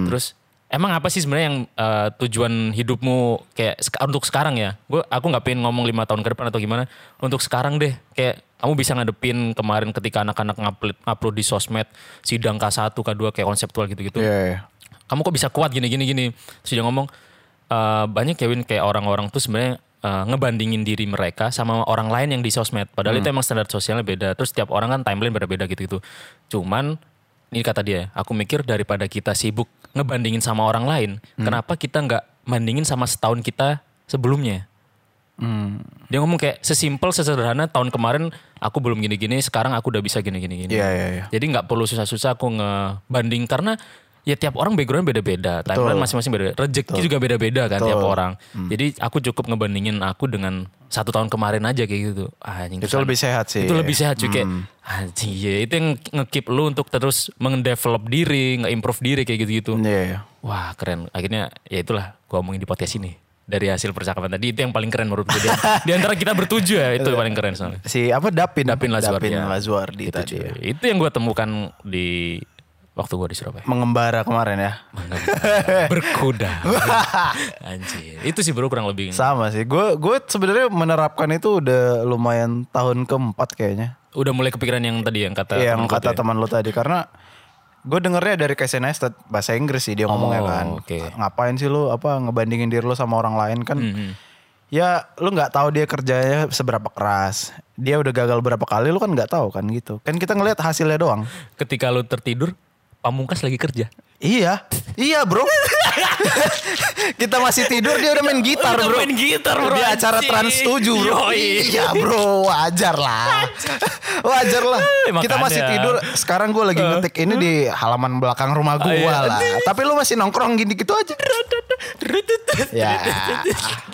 Speaker 3: Terus emang apa sih sebenarnya yang eh, tujuan hidupmu kayak sek- untuk sekarang ya? Gue aku nggak pengen ngomong lima tahun ke depan atau gimana. Untuk sekarang deh, kayak kamu bisa ngadepin kemarin ketika anak-anak ngupload ngupload di sosmed sidang K1, K2 kayak konseptual gitu-gitu
Speaker 1: Iya. iya.
Speaker 3: kamu kok bisa kuat gini gini gini terus dia ngomong "Eh, banyak ya Win kayak orang-orang tuh sebenarnya eh, ngebandingin diri mereka sama orang lain yang di sosmed padahal itu emang standar sosialnya beda terus tiap orang kan timeline beda-beda gitu-gitu cuman ini kata dia aku mikir daripada kita sibuk ngebandingin sama orang lain kenapa kita nggak bandingin sama setahun kita sebelumnya dia ngomong kayak sesimpel sesederhana tahun kemarin aku belum gini-gini sekarang aku udah bisa gini-gini gini.
Speaker 1: Iya, iya, iya.
Speaker 3: Jadi nggak perlu susah-susah aku ngebanding karena ya tiap orang background beda-beda, timeline masing-masing beda, rezeki juga beda-beda kan tiap orang.
Speaker 1: Hmm.
Speaker 3: Jadi aku cukup ngebandingin aku dengan satu tahun kemarin aja kayak gitu. Anjing
Speaker 1: Itu lebih sehat sih. Hmm.
Speaker 3: itu lebih sehat cuy kayak anjing iya itu yang ngekeep lu untuk terus mendevelop diri, nge-improve diri kayak gitu-gitu.
Speaker 1: Iya, iya.
Speaker 3: Wah keren. Akhirnya ya itulah gua omongin di podcast ini. Dari hasil percakapan tadi itu yang paling keren menurut gue. Di, di antara kita bertujuh ya itu paling keren soalnya.
Speaker 1: Si apa Dapin?
Speaker 3: Dapin Lazuardi.
Speaker 1: Dapin Lazuardi
Speaker 3: Itu,
Speaker 1: tadi. ya.
Speaker 3: cuy. itu yang gua temukan di waktu gua di Surabaya.
Speaker 1: Mengembara kemarin ya. <laughs>
Speaker 3: Berkuda. Anjir. Itu sih bro kurang lebih.
Speaker 1: Sama sih. Gue gue sebenarnya menerapkan itu udah lumayan tahun keempat kayaknya.
Speaker 3: Udah mulai kepikiran yang tadi yang kata.
Speaker 1: Iya, yang
Speaker 3: temen gua
Speaker 1: kata
Speaker 3: tuh ya.
Speaker 1: teman lo tadi karena gue dengernya dari Casey Neistat bahasa Inggris sih dia ngomongnya kan.
Speaker 3: Oh, oke.
Speaker 1: Ngapain sih lo apa ngebandingin diri lo sama orang lain kan?
Speaker 3: Mhm.
Speaker 1: Ya lu nggak tahu dia kerjanya seberapa keras. Dia udah gagal berapa kali lu kan nggak tahu kan gitu. Kan kita ngelihat hasilnya doang.
Speaker 3: Ketika lu tertidur, pamungkas lagi kerja.
Speaker 1: Iya. Iya, Bro. kita masih tidur dia udah main gitar,
Speaker 3: Udah
Speaker 1: Bro.
Speaker 3: main gitar, bro,
Speaker 1: Di acara
Speaker 3: anjing.
Speaker 1: Trans 7, Bro.
Speaker 3: Yoi.
Speaker 1: Iya, Bro. Wajar lah. Wajar lah.
Speaker 3: Eh,
Speaker 1: Kita masih
Speaker 3: makanya.
Speaker 1: tidur. Sekarang gue lagi ngetik ini di halaman belakang rumah gue
Speaker 3: iya.
Speaker 1: lah. Tapi lu masih nongkrong gini gitu aja. Ya.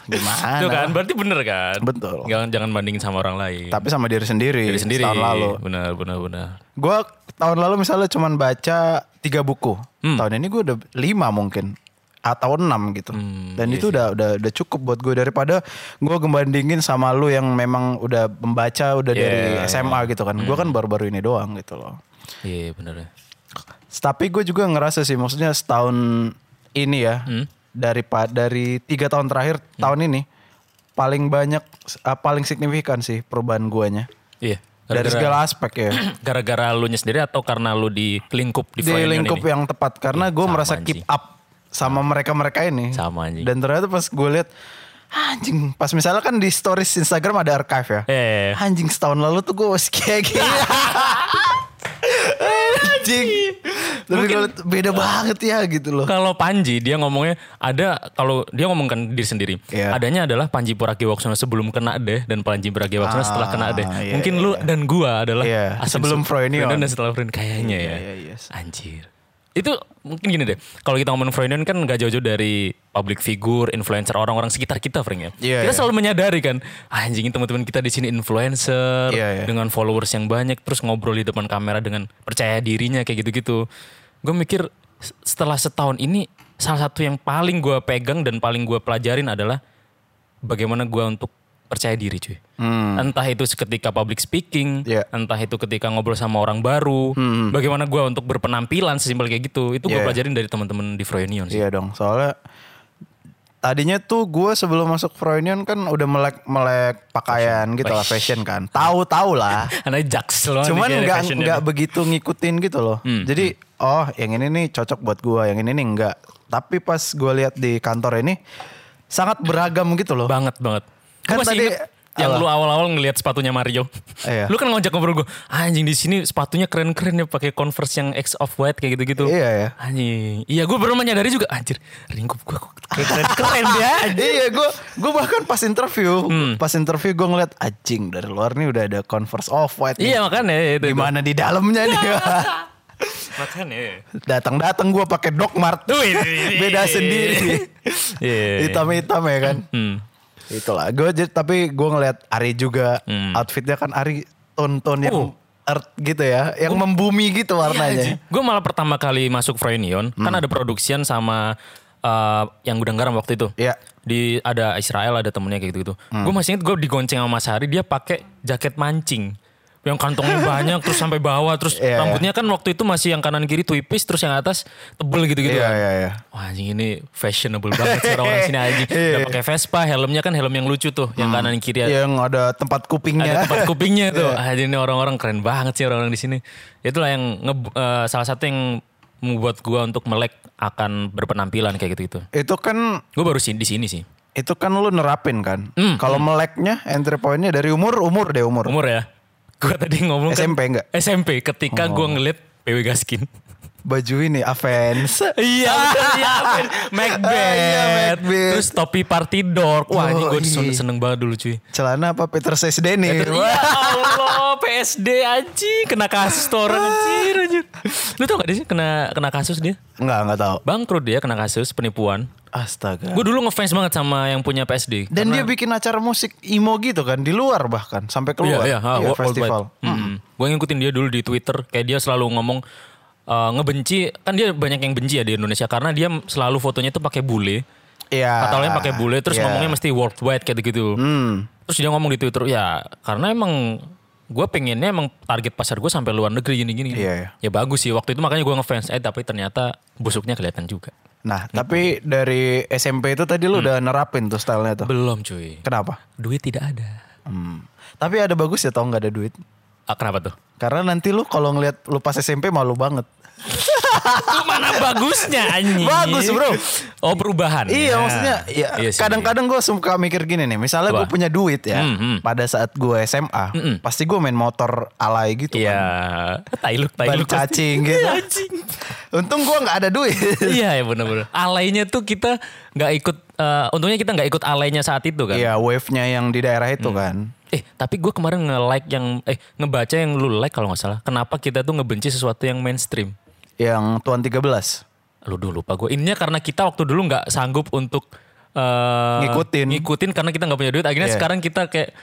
Speaker 3: Itu
Speaker 1: Gimana?
Speaker 3: kan berarti bener kan?
Speaker 1: Betul.
Speaker 3: Jangan jangan bandingin sama orang lain.
Speaker 1: Tapi sama diri sendiri.
Speaker 3: Diri sendiri.
Speaker 1: Tahun lalu.
Speaker 3: Benar benar benar.
Speaker 1: Gue tahun lalu misalnya cuman baca tiga buku. Tahun ini gue udah lima mungkin atau enam gitu. Dan itu udah udah udah cukup buat gue daripada gue gembandingin sama lu yang memang udah membaca udah dari SMA gitu kan. Gue kan baru-baru ini doang gitu loh.
Speaker 3: Iya benar. ya.
Speaker 1: Tapi gue juga ngerasa sih maksudnya setahun ini ya dari pa- dari tiga tahun terakhir tahun ini paling banyak eh, paling signifikan sih perubahan guanya
Speaker 3: Iya. <clears throat>
Speaker 1: dari
Speaker 3: Gara-gara-
Speaker 1: segala aspek ya.
Speaker 3: gara-gara lu nya sendiri atau karena lu di lingkup di,
Speaker 1: di
Speaker 3: Froyonion
Speaker 1: lingkup
Speaker 3: ini? Iya,
Speaker 1: yang tepat karena gue
Speaker 3: sama
Speaker 1: merasa keep
Speaker 3: anjing.
Speaker 1: up sama mereka-mereka ini.
Speaker 3: Sama, anjing.
Speaker 1: Dan ternyata pas gue lihat "Ah, anjing, pas misalnya kan di stories Instagram ada archive ya.
Speaker 3: Eh.
Speaker 1: Anjing setahun lalu tuh gue masih kayak
Speaker 3: <laughs>
Speaker 1: gini. anjing. Tapi gue liat, beda
Speaker 3: Iya.
Speaker 1: banget ya gitu loh.
Speaker 3: Kalau Panji dia ngomongnya ada kalau dia ngomongkan diri sendiri.
Speaker 1: Iya.
Speaker 3: Adanya adalah Panji Pragiwaksono sebelum kena deh dan Panji Pragiwaksono setelah kena deh.
Speaker 1: iya,
Speaker 3: Mungkin lu dan gua adalah
Speaker 1: Iya,
Speaker 3: Asin
Speaker 1: sebelum
Speaker 3: Su-
Speaker 1: Froyonion.
Speaker 3: dan setelah Froyonion kayaknya ya.
Speaker 1: iya, iya, yes.
Speaker 3: Anjir. Itu mungkin gini deh. Kalau kita ngomongin Froyonion kan gak jauh-jauh dari public figure, influencer, orang-orang sekitar kita, Frank ya.
Speaker 1: Iya,
Speaker 3: kita
Speaker 1: iya.
Speaker 3: selalu menyadari kan, anjing teman-teman kita di sini influencer
Speaker 1: Iya, iya.
Speaker 3: dengan followers yang banyak terus ngobrol di depan kamera dengan percaya dirinya kayak gitu-gitu. Gue mikir s- setelah setahun ini salah satu yang paling gue pegang dan paling gue pelajarin adalah bagaimana gue untuk percaya diri cuy. Entah itu ketika public speaking,
Speaker 1: Hmm. Iya. Hmm.
Speaker 3: entah itu ketika ngobrol sama orang baru, bagaimana gue untuk berpenampilan sesimpel kayak gitu, itu gue
Speaker 1: Iya.
Speaker 3: pelajarin dari teman-teman di Froyonion sih.
Speaker 1: Iya dong, soalnya tadinya tuh gue sebelum masuk Froynion kan udah melek melek pakaian gitu lah fashion kan, tahu tahu lah.
Speaker 3: Karena jaks loh.
Speaker 1: Cuman nggak
Speaker 3: nih, kayak Oh, fashion Hmm,
Speaker 1: nggak
Speaker 3: dan-
Speaker 1: begitu ngikutin gitu loh. Jadi oh yang ini nih cocok buat gue, yang ini nih enggak. Tapi pas gue lihat di kantor ini sangat beragam gitu loh.
Speaker 3: banget banget. Gua
Speaker 1: Kan
Speaker 3: masih
Speaker 1: tadi-
Speaker 3: inget yang
Speaker 1: Alah.
Speaker 3: lu awal-awal ngelihat sepatunya Mario.
Speaker 1: Iya.
Speaker 3: <laughs> Lu kan ngajak ngobrol gue, anjing di sini sepatunya keren-keren ya pakai Converse yang X off white kayak gitu-gitu.
Speaker 1: Iya, ya.
Speaker 3: Anjing. Iya, gue baru menyadari juga anjir, lingkup gue kok kayak
Speaker 1: <laughs>
Speaker 3: keren-keren ya. Hmm.
Speaker 1: iya gue gue bahkan pas interview pas interview gue ngeliat anjing dari luar nih udah ada converse off white
Speaker 3: Iya makanya itu.
Speaker 1: gimana di dalamnya nih
Speaker 3: <laughs> Makanya.
Speaker 1: datang datang gue pakai Doc Mart
Speaker 3: Tuh, ini.
Speaker 1: beda sendiri
Speaker 3: Iya. Hmm.
Speaker 1: hitam hitam ya kan itulah gue tapi gue ngeliat Ari juga outfitnya kan Ari ton-ton yang
Speaker 3: Hmm. Oh. Iya,
Speaker 1: earth gitu ya yang membumi gitu warnanya
Speaker 3: Gue malah pertama kali masuk Froynion, kan
Speaker 1: Hmm.
Speaker 3: ada produksian sama eh, yang gudang garam waktu itu.
Speaker 1: Iya.
Speaker 3: Di ada Israel ada temennya kayak gitu-gitu.
Speaker 1: Hmm.
Speaker 3: Gue masih inget gue digonceng sama Mas Hari, dia pakai jaket mancing. Yang kantongnya banyak terus sampai bawah terus
Speaker 1: Iya, iya.
Speaker 3: rambutnya kan waktu itu masih yang kanan kiri tuipis terus yang atas tebel gitu-gitu
Speaker 1: Iya,
Speaker 3: kan.
Speaker 1: iya, iya.
Speaker 3: Wah anjing ini fashionable banget sekarang
Speaker 1: <laughs>
Speaker 3: orang sini anjing. Udah pakai Vespa, helmnya kan helm yang lucu tuh, yang
Speaker 1: Hmm.
Speaker 3: kanan kiri
Speaker 1: yang ada tempat kupingnya
Speaker 3: Iya. ada tempat
Speaker 1: <laughs>
Speaker 3: kupingnya tuh.
Speaker 1: Iya.
Speaker 3: Ah, jadi ini orang-orang keren banget sih orang-orang di sini. Itulah yang nge- eh, salah satu yang membuat gua untuk melek akan berpenampilan kayak gitu-gitu.
Speaker 1: itu kan
Speaker 3: Gue baru sih di sini sih.
Speaker 1: itu kan lu nerapin kan.
Speaker 3: Hmm,
Speaker 1: Kalau meleknya entry pointnya dari umur umur deh umur.
Speaker 3: Umur ya. Gua tadi ngomong kan-
Speaker 1: SMP enggak?
Speaker 3: SMP ketika gua ngeliat PW <laughs> Gaskin.
Speaker 1: Baju ini Avens.
Speaker 3: Iya, betul, iya, Ben. <laughs> Macbeth.
Speaker 1: Iya, Macbeth.
Speaker 3: Terus topi party door. Wah, ini gue
Speaker 1: Yoi.
Speaker 3: seneng banget dulu cuy.
Speaker 1: Celana apa Peter Sesdeni.
Speaker 3: Ya Allah, PSD anjing kena kasus tuh orang anjir anjir. Lu tau gak dia sih kena kena kasus dia?
Speaker 1: Enggak, enggak tahu.
Speaker 3: Bangkrut dia kena kasus penipuan.
Speaker 1: Astaga.
Speaker 3: Gue dulu ngefans banget sama yang punya PSD.
Speaker 1: Dan dia bikin acara musik emo gitu kan di luar bahkan sampai
Speaker 3: Iya,
Speaker 1: keluar.
Speaker 3: iya, ha,
Speaker 1: Iya,
Speaker 3: world-
Speaker 1: festival.
Speaker 3: worldwide. Mm-mm. Gue ngikutin dia dulu di Twitter, kayak dia selalu ngomong eh, ngebenci, kan dia banyak yang benci ya di Indonesia karena dia selalu fotonya tuh pakai bule.
Speaker 1: Iya.
Speaker 3: Katanya pakai bule terus
Speaker 1: Iya. Hmm.
Speaker 3: ngomongnya mesti worldwide kayak gitu. Terus dia ngomong di Twitter, ya karena emang gue pengennya emang target pasar gue sampai luar negeri gini-gini.
Speaker 1: Iya, iya.
Speaker 3: Ya bagus sih waktu itu makanya gue ngefans. Eh tapi ternyata busuknya kelihatan juga.
Speaker 1: Nah, tapi dari SMP itu tadi lu
Speaker 3: Hmm.
Speaker 1: udah nerapin tuh stylenya tuh.
Speaker 3: Belum cuy.
Speaker 1: Kenapa?
Speaker 3: Duit tidak ada.
Speaker 1: Hmm. Tapi ada bagus ya tau nggak ada duit.
Speaker 3: Ah, kenapa tuh?
Speaker 1: Karena nanti lu kalau ngelihat lu pas SMP malu banget.
Speaker 3: Lu mana bagusnya anjing?
Speaker 1: Bagus, bro.
Speaker 3: Oh perubahan.
Speaker 1: Iya
Speaker 3: Ya.
Speaker 1: maksudnya ya
Speaker 3: Iya sih.
Speaker 1: kadang-kadang gue suka mikir gini nih misalnya gue punya duit ya
Speaker 3: Hmm, hmm.
Speaker 1: pada saat gue SMA pasti gue main motor alay gitu
Speaker 3: Iya. Tai lu, tai
Speaker 1: kan ban
Speaker 3: lu.
Speaker 1: cacing gitu
Speaker 3: Anjing.
Speaker 1: untung gue nggak ada duit
Speaker 3: <laughs> Iya ya bener-bener. Alaynya tuh kita nggak ikut. eh, untungnya kita nggak ikut alaynya saat itu kan.
Speaker 1: Iya wave nya yang di daerah itu kan
Speaker 3: Eh tapi gue kemarin nge-like yang eh ngebaca yang lu like kalau nggak salah. Kenapa kita tuh ngebenci sesuatu yang mainstream?
Speaker 1: yang tuan 13
Speaker 3: Lu dulu lupa gue. Ininya karena kita waktu dulu nggak sanggup untuk eh,
Speaker 1: Ngikutin.
Speaker 3: ngikutin karena kita nggak punya duit. Akhirnya
Speaker 1: Iya.
Speaker 3: sekarang kita kayak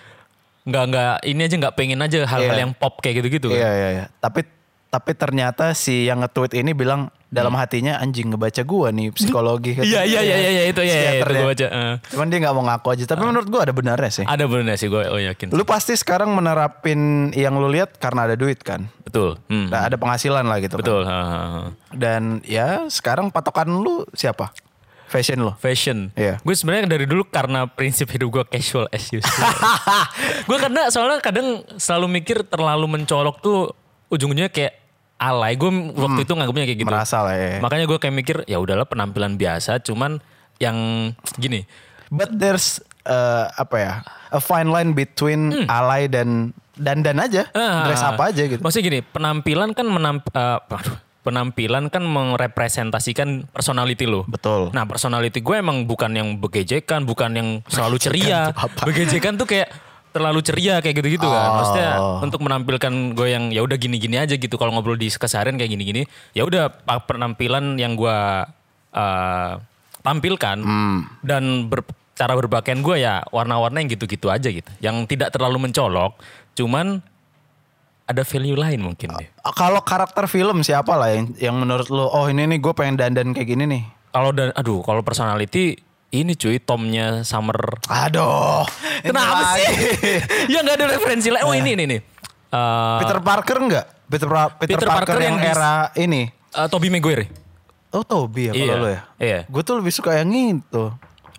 Speaker 3: nggak nggak ini aja nggak pengen aja hal-hal
Speaker 1: Iya.
Speaker 3: yang pop kayak gitu-gitu. kan.
Speaker 1: Iya iya iya tapi tapi ternyata si yang nge-tweet ini bilang dalam hatinya anjing ngebaca gue nih psikologi
Speaker 3: Hmm. <laughs> Iya iya iya iya iya, itu ya itu
Speaker 1: Psikiaternya.
Speaker 3: gue baca. Eh,
Speaker 1: cuman dia Iya. nggak mau ngaku aja tapi menurut gue ada benarnya sih
Speaker 3: ada benernya sih gue oh, yakin.
Speaker 1: lu pasti sekarang menerapin yang lu lihat karena ada duit kan
Speaker 3: Betul. Hmm,
Speaker 1: Nah, ada penghasilan lah gitu. kan.
Speaker 3: Betul. ha, ha, ha.
Speaker 1: Dan ya sekarang patokan lu siapa? Fashion lo.
Speaker 3: Fashion.
Speaker 1: Iya.
Speaker 3: Gue sebenarnya dari dulu karena prinsip hidup gue casual
Speaker 1: <laughs>
Speaker 3: as usual. gue karena soalnya kadang selalu mikir terlalu mencolok tuh ujung-ujungnya kayak alay. Gue waktu itu nganggapnya kayak gitu.
Speaker 1: Hmm. Merasa lah ya.
Speaker 3: Makanya gue kayak mikir ya udahlah penampilan biasa cuman yang gini.
Speaker 1: But there's eh, apa ya? A fine line between alay dan dan dan aja.
Speaker 3: Hmm. Ah.
Speaker 1: Dress apa aja gitu.
Speaker 3: Maksudnya gini, penampilan kan menamp eh, aduh, penampilan kan merepresentasikan personality lo.
Speaker 1: Betul.
Speaker 3: Nah, personality gue emang bukan yang begejekan, bukan yang selalu ceria. Begejekan tuh kayak terlalu ceria kayak gitu-gitu kan. Maksudnya untuk menampilkan gue yang ya udah gini-gini aja gitu kalau ngobrol di keseharian kayak gini-gini, ya udah pa- penampilan yang gue eh, tampilkan dan ber- cara berpakaian gue ya warna-warna yang gitu-gitu aja gitu. Yang tidak terlalu mencolok, cuman ada value lain mungkin deh.
Speaker 1: Kalau karakter film siapa lah yang yang menurut lu oh ini nih gue pengen dandan kayak gini nih.
Speaker 3: Kalau dan aduh kalau personality ini cuy Tomnya Summer
Speaker 1: Aduh. ini
Speaker 3: Kenapa
Speaker 1: lagi.
Speaker 3: sih? <laughs> ya nggak ada referensi lain. Oh ini ini nih. Eh,
Speaker 1: <laughs> Peter Parker enggak? Peter, Pra- Peter,
Speaker 3: Peter
Speaker 1: Parker,
Speaker 3: Parker
Speaker 1: yang,
Speaker 3: yang di-
Speaker 1: era ini.
Speaker 3: eh, Tobey Maguire.
Speaker 1: Oh Toby ya kalau
Speaker 3: Iya,
Speaker 1: lo ya?
Speaker 3: iya.
Speaker 1: Gue tuh lebih suka yang itu.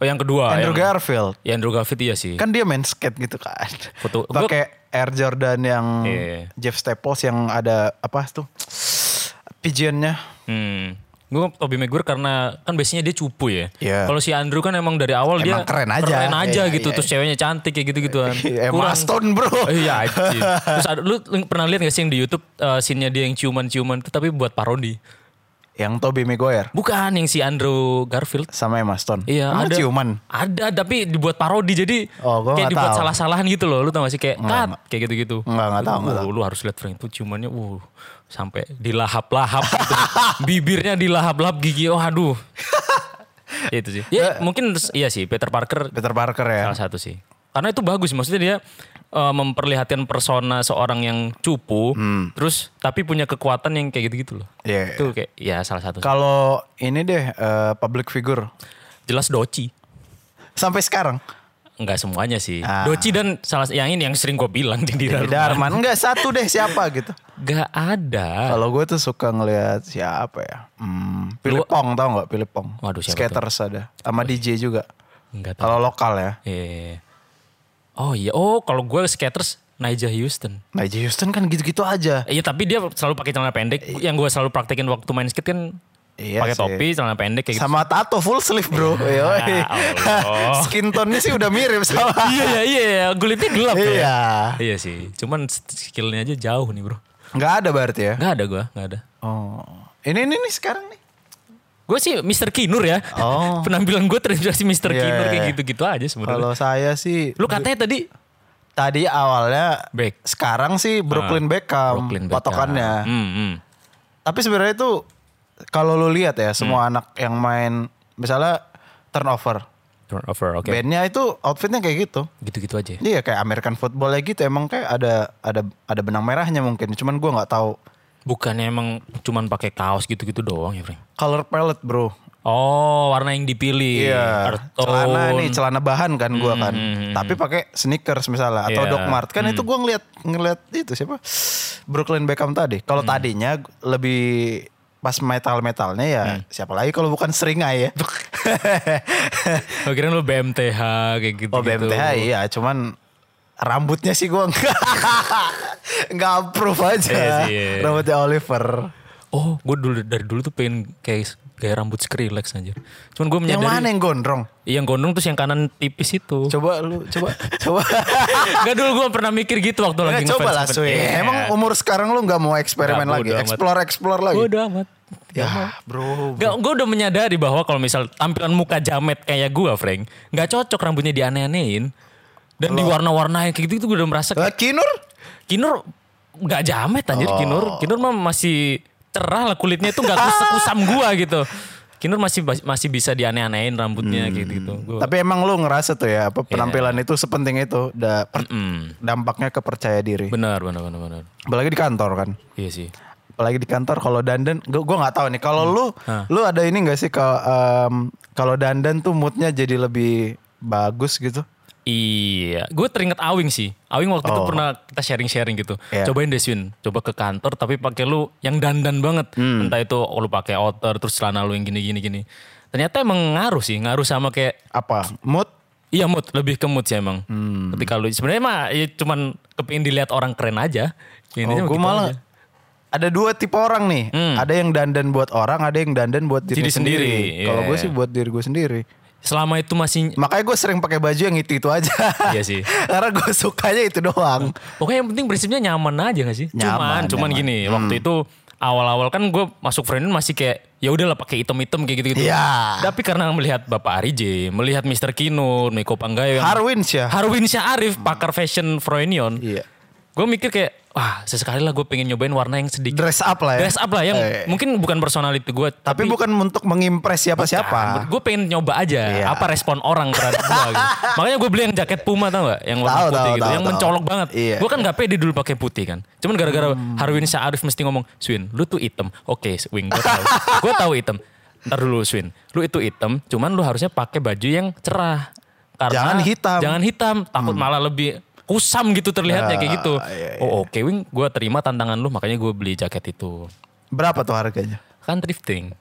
Speaker 3: Oh yang kedua.
Speaker 1: Andrew
Speaker 3: yang,
Speaker 1: Garfield.
Speaker 3: ya, Andrew Garfield iya sih.
Speaker 1: Kan dia main skate gitu kan.
Speaker 3: Foto- gua-
Speaker 1: Pakai Air Jordan yang
Speaker 3: Iya.
Speaker 1: Jeff Staples yang ada apa tuh? Pigeonnya.
Speaker 3: Hmm. Gue Tobey Maguire karena kan biasanya dia cupu ya.
Speaker 1: Iya.
Speaker 3: Kalau si Andrew kan emang dari awal dia
Speaker 1: Emang keren aja.
Speaker 3: Keren aja
Speaker 1: Iya,
Speaker 3: gitu
Speaker 1: iya,
Speaker 3: terus ceweknya cantik kayak
Speaker 1: <laughs>
Speaker 3: gitu-gituan.
Speaker 1: Emma Stone bro.
Speaker 3: Oh, <laughs>
Speaker 1: <laughs>
Speaker 3: Iya, anjing. Terus ada, lu pernah lihat gak sih yang di YouTube eh, scene-nya dia yang ciuman-ciuman itu tapi buat parodi.
Speaker 1: Yang Toby Maguire
Speaker 3: Bukan yang si Andrew Garfield.
Speaker 1: sama Emma Stone.
Speaker 3: Iya
Speaker 1: Emang
Speaker 3: ada
Speaker 1: ciuman.
Speaker 3: Ada tapi dibuat parodi jadi
Speaker 1: Oh, gua nggak
Speaker 3: kayak dibuat
Speaker 1: tahu.
Speaker 3: salah-salahan gitu loh. Lu tau gak sih kayak cut kayak gitu-gitu.
Speaker 1: Nggak, nggak tahu, nggak
Speaker 3: Uh, Lu harus lihat Frank itu ciumannya uh sampai dilahap-lahap
Speaker 1: <laughs>
Speaker 3: gitu. Bibirnya dilahap-lahap gigi. Oh aduh. ya itu sih. Ya
Speaker 1: Eh.
Speaker 3: mungkin iya sih Peter Parker
Speaker 1: Peter Parker ya.
Speaker 3: salah satu sih. Karena itu bagus maksudnya dia eh, memperlihatkan persona seorang yang cupu terus tapi punya kekuatan yang kayak gitu-gitu loh.
Speaker 1: Hmm. Iya.
Speaker 3: Itu kayak ya salah satu.
Speaker 1: Kalau ini deh eh, public figure
Speaker 3: Jelas Doci.
Speaker 1: sampai sekarang.
Speaker 3: Enggak semuanya sih.
Speaker 1: Ah.
Speaker 3: Doci dan salah yang ini yang sering gue bilang di
Speaker 1: Edi Darman enggak satu deh siapa
Speaker 3: <laughs>
Speaker 1: gitu.
Speaker 3: Gak ada.
Speaker 1: Kalau gue tuh suka ngelihat siapa ya? Hmm, Philip Pong tau nggak Philip Pong?
Speaker 3: Waduh, siapa
Speaker 1: Skaters ada, sama DJ juga.
Speaker 3: Enggak tahu.
Speaker 1: Kalau lokal ya,
Speaker 3: Eh. Oh iya. Oh kalau gue skaters Naija Houston.
Speaker 1: Najee Houston kan gitu-gitu aja.
Speaker 3: Iya tapi dia selalu pakai celana pendek. Yang gue selalu praktekin waktu main skate kan
Speaker 1: Iya
Speaker 3: pakai
Speaker 1: sih.
Speaker 3: topi, celana pendek kayak gitu.
Speaker 1: Sama tato full sleeve bro. Yoi.
Speaker 3: Allah.
Speaker 1: <laughs> Skin tone-nya sih udah mirip sama.
Speaker 3: Iya iya iya. Gulitnya gelap ya.
Speaker 1: iya.
Speaker 3: Iya sih. Cuman skillnya aja jauh nih bro.
Speaker 1: Nggak ada berarti ya?
Speaker 3: Gak ada gue. Gak ada.
Speaker 1: Oh, ini ini nih sekarang nih.
Speaker 3: Gue sih Mr. Kinur ya.
Speaker 1: Oh.
Speaker 3: <laughs> Penampilan gue terinspirasi Mr.
Speaker 1: Iya,
Speaker 3: Kinur
Speaker 1: iya,
Speaker 3: kayak
Speaker 1: iya.
Speaker 3: gitu-gitu aja sebenarnya.
Speaker 1: Kalau saya sih
Speaker 3: Lu katanya tadi
Speaker 1: tadi awalnya
Speaker 3: Back.
Speaker 1: sekarang sih Ah, Brooklyn Beckham
Speaker 3: Brooklyn Beckham.
Speaker 1: patokannya.
Speaker 3: Hmm, hmm.
Speaker 1: Tapi sebenarnya itu kalau lu lihat ya semua anak yang main misalnya turnover,
Speaker 3: Turnover, oke.
Speaker 1: bandnya itu outfitnya kayak gitu.
Speaker 3: Gitu-gitu aja. ya?
Speaker 1: Iya kayak American football ya gitu emang kayak ada ada ada benang merahnya mungkin. Cuman gua nggak tahu
Speaker 3: Bukannya emang cuman pakai kaos gitu-gitu doang ya, Frank?
Speaker 1: color palette bro.
Speaker 3: Oh, warna yang dipilih.
Speaker 1: Iya.
Speaker 3: Kartun.
Speaker 1: Celana nih celana bahan kan gua kan. Tapi pakai sneakers misalnya atau
Speaker 3: Hmm, Iya.
Speaker 1: Doc Mart kan itu gua ngeliat ngeliat itu siapa Brooklyn Beckham tadi.
Speaker 3: Hmm.
Speaker 1: Kalau tadinya lebih pas metal metalnya ya
Speaker 3: Hmm.
Speaker 1: siapa lagi kalau bukan seringai
Speaker 3: <laughs>
Speaker 1: ya.
Speaker 3: Gua kirain Oh, lu BMTH kayak gitu.
Speaker 1: Oh BMTH iya, cuman rambutnya sih gua nggak <laughs> nggak approve aja.
Speaker 3: Iya sih, iya.
Speaker 1: Rambutnya Oliver.
Speaker 3: Oh, gue dulu dari dulu tuh pengen kayak gaya rambut Skrillex anjir. Cuman gue
Speaker 1: Yang
Speaker 3: menyadari iya,
Speaker 1: mana yang gondrong?
Speaker 3: yang gondrong terus yang kanan tipis itu. <laughs>
Speaker 1: Coba lu coba coba.
Speaker 3: Gak dulu gue pernah mikir gitu waktu lagi
Speaker 1: Nggak, Ya, coba lah
Speaker 3: ngefans.
Speaker 1: Sui.
Speaker 3: Iya.
Speaker 1: Emang umur sekarang lu nggak mau eksperimen
Speaker 3: Nggak,
Speaker 1: lagi,
Speaker 3: bodo amat.
Speaker 1: explore explore lagi.
Speaker 3: Bodo amat.
Speaker 1: Ya bro.
Speaker 3: Gak, gue udah menyadari bahwa kalau misal tampilan muka jamet kayak gue, Frank, nggak cocok rambutnya dianeh-anehin dan diwarna-warnain kayak gitu, gue udah merasa kayak,
Speaker 1: Eh, Kinur?
Speaker 3: Kinur nggak jamet anjir Kinur, Kinur mah masih cerah lah kulitnya itu nggak kusam kusam gue gitu. Kinur masih masih bisa dianeh-anehin rambutnya kayak gitu. Gua,
Speaker 1: Tapi emang lu ngerasa tuh ya apa penampilan
Speaker 3: Iya.
Speaker 1: itu sepenting itu da, per- dampaknya ke percaya diri.
Speaker 3: benar, benar, benar, benar.
Speaker 1: Apalagi di kantor kan.
Speaker 3: Iya sih.
Speaker 1: Apalagi di kantor kalau dandan gue gua nggak tahu nih kalau lu
Speaker 3: Mm.
Speaker 1: lu ada ini gak sih kalau em, kalau dandan tuh moodnya jadi lebih bagus gitu.
Speaker 3: Iya, gue teringat Awing sih. Awing waktu itu pernah kita sharing-sharing gitu.
Speaker 1: Iya.
Speaker 3: Cobain deh Swin, coba ke kantor tapi pakai lu yang dandan banget. Entah itu oh, lu pakai outer terus celana lu yang gini-gini gini. Ternyata emang ngaruh sih, ngaruh sama kayak
Speaker 1: Apa? Mood
Speaker 3: iya mood, lebih ke mood sih emang.
Speaker 1: Hmm.
Speaker 3: Ketika lu sebenarnya mah ya cuman kepingin dilihat orang keren aja. Ya,
Speaker 1: Oh,
Speaker 3: intinya
Speaker 1: gue
Speaker 3: begitu
Speaker 1: malah
Speaker 3: aja.
Speaker 1: ada dua tipe orang nih. Ada yang dandan buat orang, ada yang dandan buat diri
Speaker 3: Diri sendiri,
Speaker 1: sendiri. Kalau
Speaker 3: iya.
Speaker 1: gue sih buat diri gue sendiri.
Speaker 3: selama itu masih
Speaker 1: Makanya gue sering pakai baju yang itu itu aja.
Speaker 3: <laughs> Iya sih.
Speaker 1: <laughs> Karena gue sukanya itu doang.
Speaker 3: Pokoknya yang penting prinsipnya nyaman aja gak sih?
Speaker 1: Nyaman,
Speaker 3: cuman, cuman
Speaker 1: nyaman. Hmm.
Speaker 3: gini, waktu itu awal-awal kan gue masuk friendin masih kayak ya udahlah pakai item-item kayak gitu-gitu.
Speaker 1: Iya.
Speaker 3: Tapi karena melihat Bapak Arije, melihat Mr. Kinur, Miko Panggayo, yang-
Speaker 1: Harwin sih ya.
Speaker 3: Harwin Syarif, pakar fashion Froenion.
Speaker 1: Iya.
Speaker 3: Gue mikir kayak, wah sesekali lah gue pengen nyobain warna yang sedikit.
Speaker 1: Dress up lah ya.
Speaker 3: Iya. Dress up lah yang
Speaker 1: Eh.
Speaker 3: mungkin bukan personality gue.
Speaker 1: Tapi, bukan untuk mengimpress siapa-siapa.
Speaker 3: Gue pengen nyoba aja
Speaker 1: Iya.
Speaker 3: apa respon orang terhadap gue.
Speaker 1: <laughs>
Speaker 3: gitu. Makanya gue beli yang jaket Puma tau gak? Yang warna
Speaker 1: Tahu,
Speaker 3: putih
Speaker 1: tahu,
Speaker 3: gitu.
Speaker 1: tahu,
Speaker 3: yang
Speaker 1: tahu.
Speaker 3: mencolok banget.
Speaker 1: Iya. Hmm.
Speaker 3: Gue kan gak pede dulu pakai putih kan. Cuman
Speaker 1: <laughs>
Speaker 3: gara-gara Harwin Syarif mesti ngomong, Swin lu tuh item. Oke Swin gue tau. gue tau item. Ntar dulu Swin, lu itu hitam, cuman lu harusnya pakai baju yang cerah.
Speaker 1: Jangan
Speaker 3: Karena
Speaker 1: hitam. Hmm.
Speaker 3: Jangan hitam, takut malah lebih kusam gitu terlihatnya kayak gitu.
Speaker 1: Ah, iya,
Speaker 3: Oh oke Wing, gue terima tantangan lu makanya gue beli jaket itu.
Speaker 1: Berapa tuh harganya?
Speaker 3: Kan thrifting.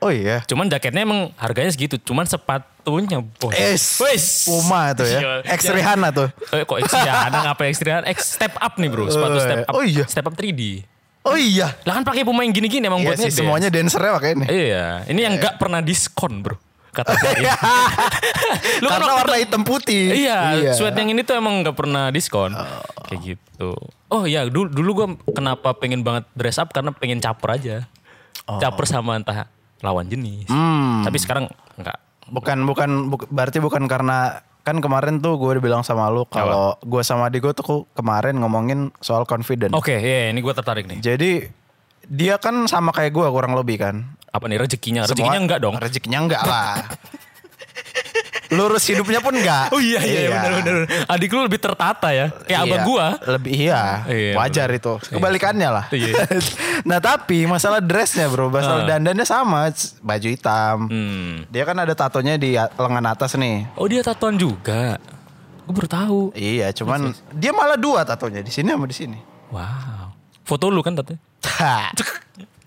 Speaker 1: Oh iya.
Speaker 3: Cuman jaketnya emang harganya segitu, cuman sepatunya bos.
Speaker 1: Es.
Speaker 3: Wes.
Speaker 1: Puma tuh ya.
Speaker 3: <laughs> Iya.
Speaker 1: Ex Rihanna tuh.
Speaker 3: Eh kok X Rihanna ngapa X Rihanna? X step up nih bro, sepatu step up.
Speaker 1: Oh iya.
Speaker 3: Step up 3D.
Speaker 1: Oh iya.
Speaker 3: Lah kan pakai pemain gini-gini emang
Speaker 1: Iya
Speaker 3: buatnya
Speaker 1: sih,
Speaker 3: dance.
Speaker 1: semuanya Eh. dancernya pakai ini.
Speaker 3: Iya, ini yang nggak pernah diskon bro.
Speaker 1: <laughs>
Speaker 3: Kata saya. Lu kan
Speaker 1: Karena
Speaker 3: waktu
Speaker 1: warna hitam putih.
Speaker 3: Iya, sweat yang ini tuh emang nggak pernah diskon. Kayak gitu. Oh iya, dulu, dulu gue kenapa pengen banget dress up karena pengen caper aja.
Speaker 1: Oh.
Speaker 3: Caper sama entah lawan jenis.
Speaker 1: Hmm.
Speaker 3: Tapi sekarang nggak.
Speaker 1: Bukan bukan buk- berarti bukan karena kan kemarin tuh gue udah bilang sama lu kalau gue sama Digo tuh ku- kemarin ngomongin soal confident.
Speaker 3: Oke, iya ini gue tertarik nih.
Speaker 1: Jadi dia kan sama kayak gue kurang lebih kan.
Speaker 3: Apa nih rezekinya? Nah, Rezekinya
Speaker 1: Semua-
Speaker 3: enggak dong.
Speaker 1: Rezekinya enggak lah. Lurus hidupnya pun enggak.
Speaker 3: Oh iya iya, benar benar. Adik lu lebih tertata ya. Kayak abang gua.
Speaker 1: Lebih iya.
Speaker 3: Iya,
Speaker 1: wajar itu. Kebalikannya lah.
Speaker 3: Iya.
Speaker 1: <laughs>
Speaker 3: Ah.
Speaker 1: nah tapi masalah dressnya bro. Masalah dandannya sama. c- Baju hitam.
Speaker 3: Hmm.
Speaker 1: Dia kan ada tatonya di a- lengan atas nih.
Speaker 3: Oh dia tatoan juga. Gue baru tahu.
Speaker 1: Iya cuman dia malah dua tatonya. Di sini sama di sini.
Speaker 3: Wow. Foto lu kan tatonya?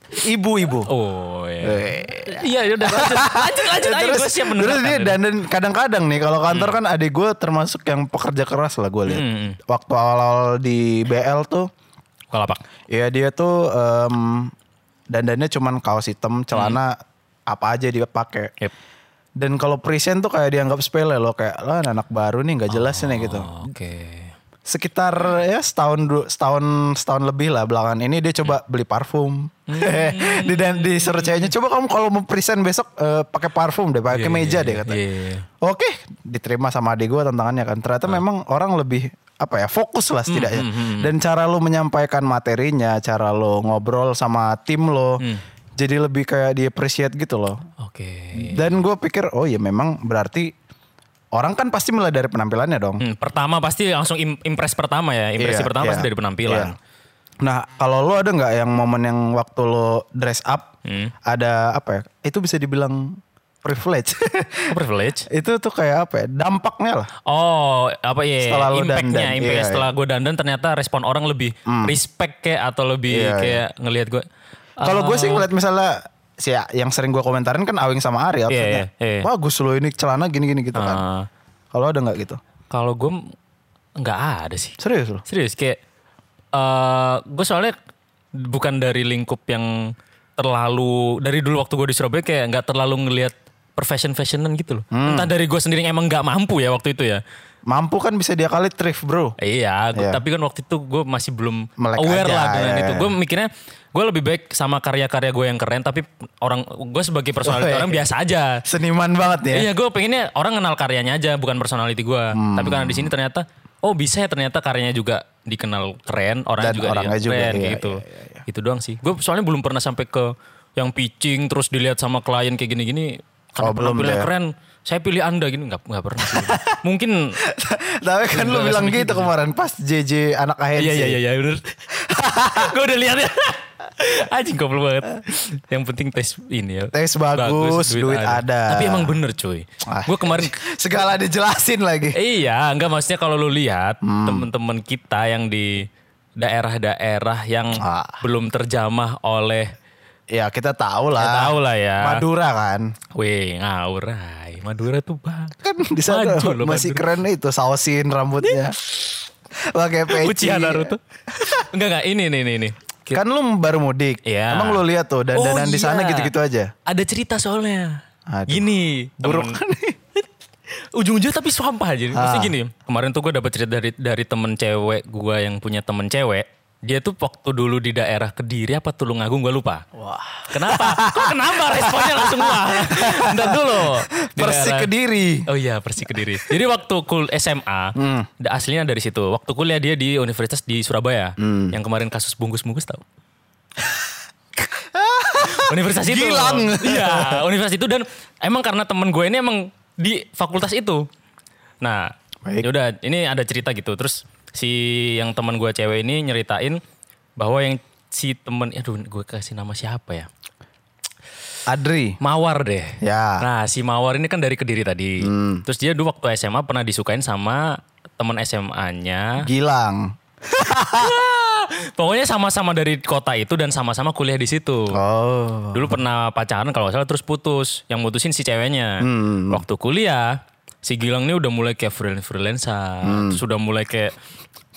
Speaker 1: Ibu-ibu.
Speaker 3: Oh iya.
Speaker 1: Eh.
Speaker 3: Iya ya udah lanjut lanjut lanjut ayo gue siap
Speaker 1: terus
Speaker 3: mendengarkan.
Speaker 1: dia
Speaker 3: ini.
Speaker 1: dan dan kadang-kadang nih kalau kantor kan adik gue termasuk yang pekerja keras lah gue lihat waktu awal-awal di BL tuh
Speaker 3: Kalapak.
Speaker 1: ya dia tuh em, dandannya cuman kaos hitam celana apa aja dia pakai
Speaker 3: Yep.
Speaker 1: dan kalau present tuh kayak dianggap sepele loh kayak lah anak baru nih nggak jelas nih gitu
Speaker 3: Oke.
Speaker 1: sekitar ya setahun du- setahun setahun lebih lah belakangan ini dia coba beli parfum
Speaker 3: Hmm.
Speaker 1: <laughs> di dan di suruh ceweknya coba kamu kalau mau present besok eh, pakai parfum deh pakai meja deh kata
Speaker 3: Iya, iya. Ah.
Speaker 1: oke diterima sama adik gue tantangannya kan ternyata memang orang lebih apa ya fokus lah setidaknya
Speaker 3: Hmm,
Speaker 1: dan cara lo menyampaikan materinya cara lo ngobrol sama tim lo
Speaker 3: Hmm.
Speaker 1: jadi lebih kayak di appreciate gitu loh
Speaker 3: Oke.
Speaker 1: dan gue pikir oh ya memang berarti orang kan pasti mulai dari penampilannya dong
Speaker 3: Hmm, pertama pasti langsung im- impress pertama ya. Impresi
Speaker 1: Iya, iya.
Speaker 3: pertama pasti dari penampilan.
Speaker 1: Iya. Nah, kalau lo ada nggak yang momen yang waktu lo dress up
Speaker 3: Hmm.
Speaker 1: ada apa ya? Itu bisa dibilang privilege. <laughs>
Speaker 3: Oh, Privilege.
Speaker 1: itu tuh kayak apa ya? Dampaknya lah.
Speaker 3: Oh, apa ya?
Speaker 1: Setelah lu
Speaker 3: Impactnya,
Speaker 1: dandan.
Speaker 3: impact
Speaker 1: Iya, Hmm.
Speaker 3: setelah gue dandan ternyata respon orang lebih respect kayak atau lebih
Speaker 1: Iya,
Speaker 3: kayak ngelihat gue.
Speaker 1: Kalau gue
Speaker 3: Oh.
Speaker 1: sih ngeliat misalnya si yang sering gue komentarin kan Awing sama Ariel.
Speaker 3: Iya,
Speaker 1: maksudnya,
Speaker 3: iya, iya.
Speaker 1: Bagus lo ini celana gini-gini gitu kan.
Speaker 3: Ah.
Speaker 1: Kalau ada nggak gitu?
Speaker 3: Kalau gue nggak ada sih.
Speaker 1: Serius lo?
Speaker 3: Serius kayak eh gue soalnya bukan dari lingkup yang terlalu dari dulu waktu gue di Surabaya kayak nggak terlalu ngelihat perfashion fashionan gitu loh.
Speaker 1: Hmm.
Speaker 3: Entah dari gue sendiri yang emang nggak mampu ya waktu itu ya.
Speaker 1: Mampu kan bisa dia kali thrift bro.
Speaker 3: Iya, gua-
Speaker 1: Iya.
Speaker 3: tapi kan waktu itu gue masih belum
Speaker 1: Melek
Speaker 3: aware
Speaker 1: aja,
Speaker 3: lah dengan
Speaker 1: iya,
Speaker 3: itu.
Speaker 1: iya.
Speaker 3: Gue mikirnya gue lebih baik sama karya-karya gue yang keren, tapi orang gue sebagai
Speaker 1: Oh,
Speaker 3: personality
Speaker 1: iya.
Speaker 3: orang biasa aja.
Speaker 1: Seniman banget ya.
Speaker 3: Iya, gue pengennya orang kenal karyanya aja, bukan personality gue.
Speaker 1: Hmm.
Speaker 3: Tapi karena di sini ternyata, oh bisa ya ternyata karyanya juga dikenal keren, orangnya
Speaker 1: Dan
Speaker 3: juga
Speaker 1: orangnya
Speaker 3: dikenal
Speaker 1: juga,
Speaker 3: keren,
Speaker 1: iya,
Speaker 3: kayak gitu. Itu doang sih. Gue soalnya belum pernah sampai ke yang pitching terus dilihat sama klien kayak gini-gini.
Speaker 1: Oh,
Speaker 3: Karena
Speaker 1: belum
Speaker 3: penampilannya
Speaker 1: ya.
Speaker 3: keren, saya pilih anda gini nggak nggak pernah.
Speaker 1: <laughs>
Speaker 3: sih. Mungkin
Speaker 1: Tapi kan lo bilang gitu kemarin pas JJ anak AHC.
Speaker 3: Iya iya iya iya <laughs> bener. gue udah lihat ya. Anjing goblok banget. Yang penting tes ini ya.
Speaker 1: Tes Eh. bagus, duit ada.
Speaker 3: Tapi emang bener cuy.
Speaker 1: Ah.
Speaker 3: Gue kemarin
Speaker 1: Segala dijelasin lagi.
Speaker 3: Iya, enggak maksudnya kalau lu lihat
Speaker 1: Hmm.
Speaker 3: temen-temen kita yang di daerah-daerah yang
Speaker 1: Ah.
Speaker 3: belum terjamah oleh
Speaker 1: Ya kita tahu lah.
Speaker 3: Ya, tahu lah ya.
Speaker 1: Madura kan.
Speaker 3: Weh, ngawur ay. Madura tuh bang.
Speaker 1: Kan di sana
Speaker 3: Maju loh
Speaker 1: masih
Speaker 3: Madura.
Speaker 1: keren itu sausin rambutnya. Pakai
Speaker 3: <laughs>
Speaker 1: peci. <laughs>
Speaker 3: Uchiha Naruto. enggak enggak ini nih nih nih.
Speaker 1: Kan lu baru mudik.
Speaker 3: Iya.
Speaker 1: Emang lu lihat tuh dandanan
Speaker 3: Oh,
Speaker 1: di sana
Speaker 3: iya.
Speaker 1: gitu-gitu aja.
Speaker 3: Ada cerita soalnya.
Speaker 1: Aduh.
Speaker 3: Gini,
Speaker 1: Buruk kan?
Speaker 3: temen- Ujung-ujungnya tapi sampah
Speaker 1: Ah.
Speaker 3: aja. Maksudnya gini, kemarin tuh gue dapat cerita dari dari temen cewek gue yang punya temen cewek. Dia tuh waktu dulu di daerah Kediri apa Tulungagung gue lupa. Wah. Kenapa? Kok kenapa responnya langsung
Speaker 1: <laughs>
Speaker 3: wah? Bentar dulu. Di
Speaker 1: <laughs> Persik
Speaker 3: daerah-
Speaker 1: Kediri.
Speaker 3: Oh iya Persik Kediri. Jadi waktu kul SMA,
Speaker 1: Hmm.
Speaker 3: da- aslinya dari situ. Waktu kuliah dia di Universitas di Surabaya.
Speaker 1: Hmm.
Speaker 3: Yang kemarin kasus bungkus-bungkus
Speaker 1: <laughs>
Speaker 3: tau. universitas itu.
Speaker 1: Gilang.
Speaker 3: Iya, universitas itu dan emang karena temen gue ini emang di fakultas itu. Nah,
Speaker 1: Baik.
Speaker 3: yaudah ini ada cerita gitu. Terus si yang temen gue cewek ini nyeritain bahwa yang si temen, aduh gue kasih nama siapa ya?
Speaker 1: Adri.
Speaker 3: Mawar deh.
Speaker 1: Ya. Hmm.
Speaker 3: Nah, si Mawar ini kan dari Kediri tadi. Terus dia dulu waktu SMA pernah disukain sama teman SMA-nya.
Speaker 1: Gilang.
Speaker 3: Pokoknya sama-sama dari kota itu dan sama-sama kuliah di situ.
Speaker 1: Oh.
Speaker 3: Dulu pernah pacaran kalau nggak salah terus putus. Yang mutusin si ceweknya.
Speaker 1: Hmm,
Speaker 3: Waktu kuliah, si Gilang ini udah mulai kayak freelance freelancer, sudah mulai kayak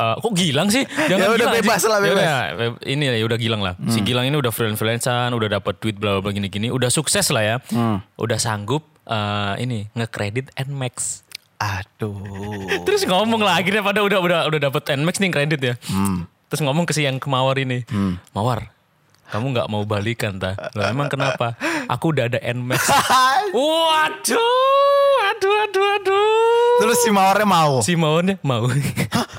Speaker 3: eh, kok Gilang sih? Jangan
Speaker 1: Hmm. <laughs> Ya udah
Speaker 3: Gilang,
Speaker 1: bebas
Speaker 3: Ji.
Speaker 1: lah,
Speaker 3: Ya
Speaker 1: bebas. Hmm.
Speaker 3: udah, be- ini ya udah Gilang lah. Si Gilang ini udah freelance freelancer, udah dapat duit bla bla bla gini gini, udah sukses lah ya.
Speaker 1: Hmm.
Speaker 3: Udah sanggup eh, ini ngekredit Nmax.
Speaker 1: Aduh. <laughs>
Speaker 3: Terus ngomong lah akhirnya pada udah udah udah dapet Nmax nih kredit ya. Terus ngomong ke si yang kemawar ini. Mawar, kamu nggak mau balikan ta? Loh, emang kenapa? Aku udah ada
Speaker 1: <laughs>
Speaker 3: Nmax. Waduh, aduh, aduh, aduh.
Speaker 1: Terus si Mawarnya mau.
Speaker 3: Si Mawarnya mau.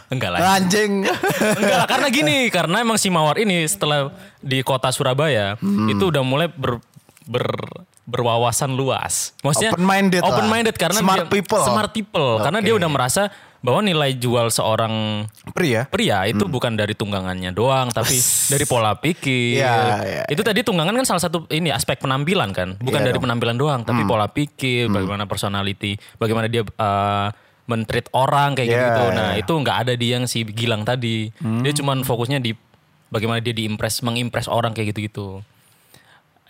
Speaker 3: Enggak lah.
Speaker 1: Anjing. <laughs>
Speaker 3: Enggak lah, karena gini, karena emang si Mawar ini setelah di kota Surabaya
Speaker 1: Hmm.
Speaker 3: itu udah mulai ber, ber- berwawasan luas. Maksudnya
Speaker 1: Open-minded lah.
Speaker 3: open minded karena
Speaker 1: Smart
Speaker 3: dia-
Speaker 1: people.
Speaker 3: Smart people, karena dia udah merasa bahwa nilai jual seorang
Speaker 1: Pria.
Speaker 3: pria itu
Speaker 1: Hmm.
Speaker 3: bukan dari tunggangannya doang tapi dari pola pikir.
Speaker 1: Iya, iya.
Speaker 3: Itu tadi tunggangan kan salah satu ini aspek penampilan kan, bukan
Speaker 1: Iya Hmm.
Speaker 3: dari penampilan doang tapi pola pikir, bagaimana personality, bagaimana dia uh, mentreat orang kayak
Speaker 1: Iya,
Speaker 3: gitu.
Speaker 1: iya. Hmm.
Speaker 3: Nah, itu nggak ada di yang si Gilang tadi. Dia cuman fokusnya di bagaimana dia diimpress, mengimpress orang kayak gitu-gitu.